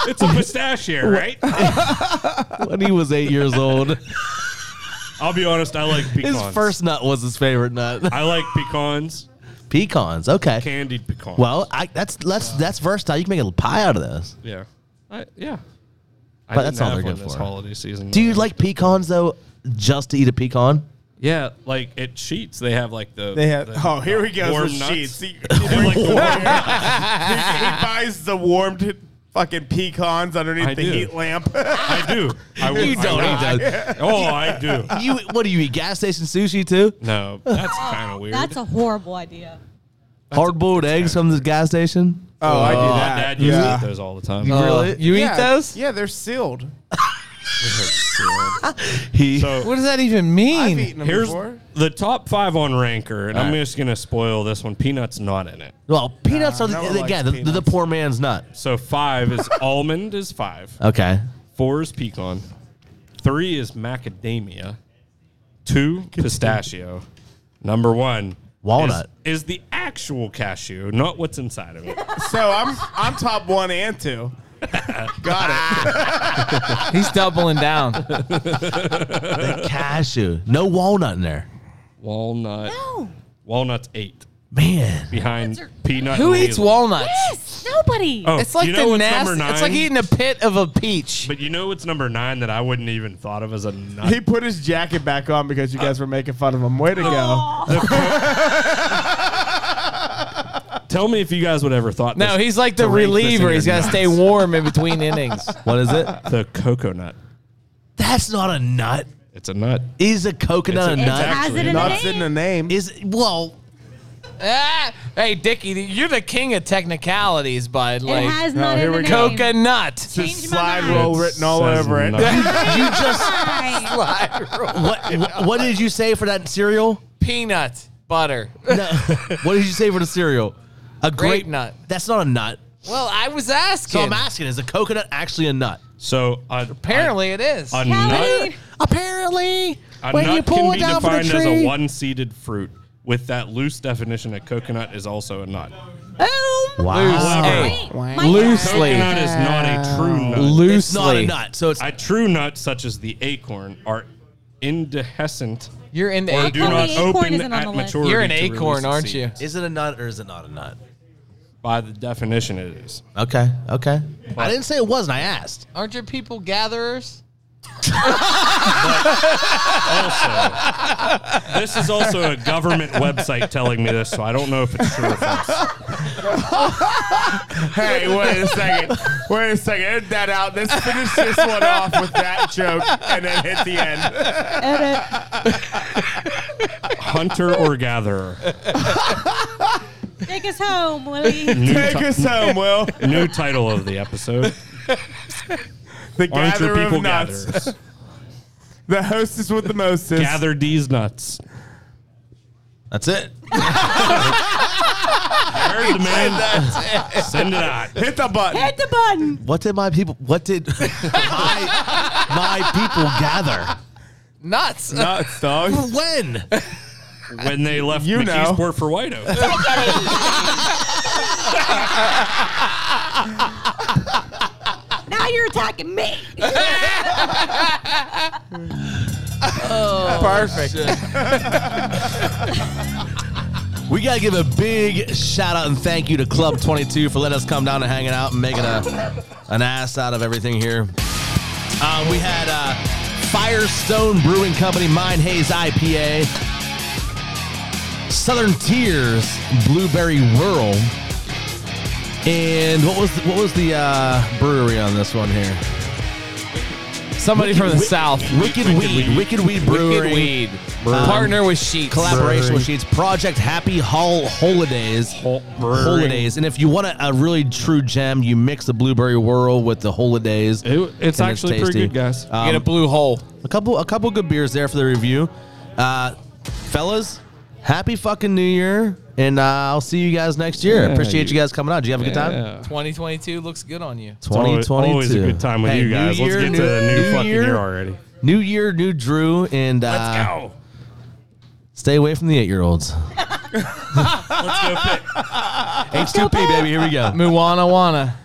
[SPEAKER 3] It's a pistachio, right?
[SPEAKER 1] When he was eight years old,
[SPEAKER 3] I'll be honest. I like pecans.
[SPEAKER 1] his first nut was his favorite nut.
[SPEAKER 3] I like pecans,
[SPEAKER 1] Pecans. Okay.
[SPEAKER 3] candied pecans.
[SPEAKER 1] Well, I, that's that's that's versatile. You can make a pie out of those.
[SPEAKER 3] yeah, I, yeah. I
[SPEAKER 1] But
[SPEAKER 3] didn't
[SPEAKER 1] that's all
[SPEAKER 3] have
[SPEAKER 1] they're
[SPEAKER 3] one
[SPEAKER 1] good
[SPEAKER 3] this
[SPEAKER 1] for.
[SPEAKER 3] holiday season.
[SPEAKER 1] Do you
[SPEAKER 3] though.
[SPEAKER 1] like pecans though? Just to eat a pecan?
[SPEAKER 3] Yeah, like at Sheets, they have like the
[SPEAKER 6] They have.
[SPEAKER 3] the
[SPEAKER 6] Oh, here he goes
[SPEAKER 3] warm
[SPEAKER 6] with
[SPEAKER 3] nuts.
[SPEAKER 6] sheets. He,
[SPEAKER 3] They have, like, the warm-
[SPEAKER 6] he buys the warmed fucking pecans underneath
[SPEAKER 3] I
[SPEAKER 6] the
[SPEAKER 3] do.
[SPEAKER 6] heat lamp.
[SPEAKER 3] I do. I will-
[SPEAKER 1] You
[SPEAKER 3] I
[SPEAKER 1] don't,
[SPEAKER 3] will.
[SPEAKER 1] he
[SPEAKER 3] Oh, I do.
[SPEAKER 1] You what do you eat? Gas station sushi too?
[SPEAKER 3] No, that's kind of weird.
[SPEAKER 5] That's a horrible idea.
[SPEAKER 1] Hard boiled eggs from the gas station? Uh,
[SPEAKER 6] oh, I do
[SPEAKER 3] My
[SPEAKER 6] that.
[SPEAKER 3] dad used to
[SPEAKER 6] yeah.
[SPEAKER 3] eat those all the time.
[SPEAKER 1] Really?
[SPEAKER 2] You eat those?
[SPEAKER 6] Yeah, they're sealed.
[SPEAKER 1] He
[SPEAKER 3] So
[SPEAKER 2] What does that even
[SPEAKER 6] I've
[SPEAKER 2] mean?
[SPEAKER 6] eaten them
[SPEAKER 3] here's
[SPEAKER 6] before.
[SPEAKER 3] the top five on Ranker, and I'm
[SPEAKER 1] Alright.
[SPEAKER 3] just gonna spoil this one. Peanuts not in it.
[SPEAKER 1] well, peanuts
[SPEAKER 6] Nah,
[SPEAKER 1] are
[SPEAKER 6] no
[SPEAKER 1] the,
[SPEAKER 6] one likes
[SPEAKER 1] again the, the
[SPEAKER 6] peanuts.
[SPEAKER 1] poor man's nut.
[SPEAKER 3] So five is almond is five.
[SPEAKER 1] Okay.
[SPEAKER 3] Four is pecan. Three is macadamia. Two pistachio. Number one
[SPEAKER 1] Walnut.
[SPEAKER 3] is, is the actual cashew, not what's inside of it.
[SPEAKER 6] So I'm I'm top one and two. Got it.
[SPEAKER 2] He's doubling down.
[SPEAKER 1] Cashew. No walnut in there.
[SPEAKER 3] Walnut.
[SPEAKER 5] No.
[SPEAKER 3] Walnut's eight
[SPEAKER 1] Man.
[SPEAKER 3] behind peanut.
[SPEAKER 2] Who
[SPEAKER 3] and
[SPEAKER 2] eats
[SPEAKER 3] hazelnut.
[SPEAKER 2] walnuts?
[SPEAKER 5] Yes.
[SPEAKER 12] Nobody.
[SPEAKER 3] Oh,
[SPEAKER 2] It's like
[SPEAKER 3] you know
[SPEAKER 2] the
[SPEAKER 3] what's number
[SPEAKER 2] nasty.
[SPEAKER 3] nine?
[SPEAKER 2] It's like eating a pit of a peach.
[SPEAKER 3] But you know what's number nine that I wouldn't even thought of as a nut?
[SPEAKER 6] He put his jacket back on because you guys were making fun of him. Way to
[SPEAKER 5] Oh.
[SPEAKER 6] go.
[SPEAKER 3] Tell me if you guys would ever thought.
[SPEAKER 2] no,
[SPEAKER 3] this-
[SPEAKER 2] he's like the
[SPEAKER 3] to rank this in
[SPEAKER 2] reliever.
[SPEAKER 3] your
[SPEAKER 2] He's got to
[SPEAKER 3] nuts.
[SPEAKER 2] stay warm in between innings.
[SPEAKER 1] What is it?
[SPEAKER 3] The cocoa nut.
[SPEAKER 1] That's not a nut.
[SPEAKER 3] It's a nut.
[SPEAKER 1] Is a coconut a
[SPEAKER 3] It's a-
[SPEAKER 5] It
[SPEAKER 1] nut?
[SPEAKER 5] has it in the
[SPEAKER 6] Nuts in
[SPEAKER 5] name.
[SPEAKER 6] the name.
[SPEAKER 1] Is well,
[SPEAKER 2] Ah, hey, Dickie, you're the king of technicalities, bud.
[SPEAKER 5] it
[SPEAKER 2] Like
[SPEAKER 5] has not
[SPEAKER 6] here
[SPEAKER 5] in the
[SPEAKER 6] we
[SPEAKER 5] name.
[SPEAKER 6] go.
[SPEAKER 2] coconut.
[SPEAKER 12] Change my
[SPEAKER 6] Slide
[SPEAKER 12] mind.
[SPEAKER 6] roll written all
[SPEAKER 3] says
[SPEAKER 6] over it.
[SPEAKER 3] nut.
[SPEAKER 1] you just
[SPEAKER 5] Hi.
[SPEAKER 1] what? What, what did you say for that cereal?
[SPEAKER 2] Peanut butter.
[SPEAKER 1] No. what did you say for the cereal? A grape,
[SPEAKER 2] Grape nut.
[SPEAKER 1] That's not a nut.
[SPEAKER 2] Well, I was
[SPEAKER 1] So
[SPEAKER 2] asking.
[SPEAKER 1] I'm asking: Is a coconut actually a nut?
[SPEAKER 3] So a,
[SPEAKER 2] Apparently, it is.
[SPEAKER 3] a, a nut,
[SPEAKER 5] Kelly,
[SPEAKER 1] Apparently,
[SPEAKER 3] a
[SPEAKER 1] when
[SPEAKER 3] nut
[SPEAKER 1] you pull
[SPEAKER 3] can
[SPEAKER 1] it
[SPEAKER 3] be
[SPEAKER 1] down from the
[SPEAKER 3] defined as
[SPEAKER 1] tree.
[SPEAKER 3] a one-seeded fruit. With that loose definition, a coconut is also a nut.
[SPEAKER 1] wow,
[SPEAKER 2] Hey,
[SPEAKER 5] my
[SPEAKER 2] loosely,
[SPEAKER 3] Coconut is not a true nut.
[SPEAKER 2] loosely.
[SPEAKER 1] it's not a nut. So it's
[SPEAKER 3] A true nut, such as the acorn, are indehiscent
[SPEAKER 2] You're in the
[SPEAKER 3] or do
[SPEAKER 2] acorn.
[SPEAKER 5] come
[SPEAKER 3] not
[SPEAKER 5] the acorn
[SPEAKER 3] open
[SPEAKER 5] isn't on
[SPEAKER 3] at
[SPEAKER 5] the list?
[SPEAKER 3] maturity.
[SPEAKER 2] You're an
[SPEAKER 3] to release
[SPEAKER 2] acorn,
[SPEAKER 3] the
[SPEAKER 2] aren't
[SPEAKER 3] seed.
[SPEAKER 2] you?
[SPEAKER 1] is it a nut or is it not a nut?
[SPEAKER 3] By the definition, it is.
[SPEAKER 1] Okay, okay. I didn't say it wasn't. I asked.
[SPEAKER 2] Aren't your people gatherers?
[SPEAKER 3] Also, this is also a government website telling me this, so I don't know if it's true or false.
[SPEAKER 13] Hey, wait a second. Wait a second. Edit that out. Let's finish this one off with that joke and then hit the end.
[SPEAKER 3] Hunter or gatherer.
[SPEAKER 5] Take us home, Louie.
[SPEAKER 3] New,
[SPEAKER 13] Take
[SPEAKER 3] ti-
[SPEAKER 13] us home, Will.
[SPEAKER 3] new title of the episode.
[SPEAKER 13] The
[SPEAKER 3] Aren't your
[SPEAKER 13] gatherer
[SPEAKER 3] people
[SPEAKER 13] of nuts.
[SPEAKER 3] gatherers?
[SPEAKER 13] The hostess with the mostest.
[SPEAKER 3] Gather these nuts.
[SPEAKER 1] That's it.
[SPEAKER 3] Heard the man. Send it out.
[SPEAKER 13] Hit the button.
[SPEAKER 12] Hit the button.
[SPEAKER 1] What did my people? What did my, my people gather?
[SPEAKER 2] Nuts.
[SPEAKER 13] nuts, dog.
[SPEAKER 1] When?
[SPEAKER 3] When they left
[SPEAKER 13] You know.
[SPEAKER 3] McKeesport for White Oak.
[SPEAKER 12] Now you're attacking me.
[SPEAKER 1] We gotta give a big shout out and thank you to Club 22 for letting us come down and hanging out and making a an ass out of everything here. Um, we had uh, Firestone Brewing Company Mine Haze IPA, Southern Tears Blueberry Whirl, and what was the, what was the uh, brewery on this one here?
[SPEAKER 2] Somebody from the south.
[SPEAKER 1] Wicked, Weed, Wicked Weed Brewery.
[SPEAKER 2] Wicked weed. Partner with sheep.
[SPEAKER 1] collaboration with Sheets Project Happy Hall Holidays. Holidays, and if you want a, a really true gem, you mix the blueberry whirl with the holidays.
[SPEAKER 3] It- it's
[SPEAKER 1] and
[SPEAKER 3] actually pretty
[SPEAKER 1] tasty. Um,
[SPEAKER 3] good, guys.
[SPEAKER 2] You get a blue hole.
[SPEAKER 1] A couple, a couple good beers there for the review, uh, fellas. Happy fucking New Year, and uh, I'll see you guys next year.
[SPEAKER 3] Yeah,
[SPEAKER 1] Appreciate you
[SPEAKER 3] you-
[SPEAKER 1] guys coming out. Did you have a good time?
[SPEAKER 3] Yeah.
[SPEAKER 2] 2022 looks good on you.
[SPEAKER 3] It's always-
[SPEAKER 1] 2022.
[SPEAKER 3] Always a good time with
[SPEAKER 1] Hey,
[SPEAKER 3] you guys.
[SPEAKER 1] new
[SPEAKER 3] Let's
[SPEAKER 1] year,
[SPEAKER 3] get to the new,
[SPEAKER 1] new
[SPEAKER 3] fucking
[SPEAKER 1] year.
[SPEAKER 3] year, already.
[SPEAKER 1] New year, new Drew, and uh,
[SPEAKER 3] Let's go.
[SPEAKER 1] stay away from the eight-year-olds.
[SPEAKER 3] Let's go pick.
[SPEAKER 1] H2P, baby. Here we go.
[SPEAKER 2] Muwana wana.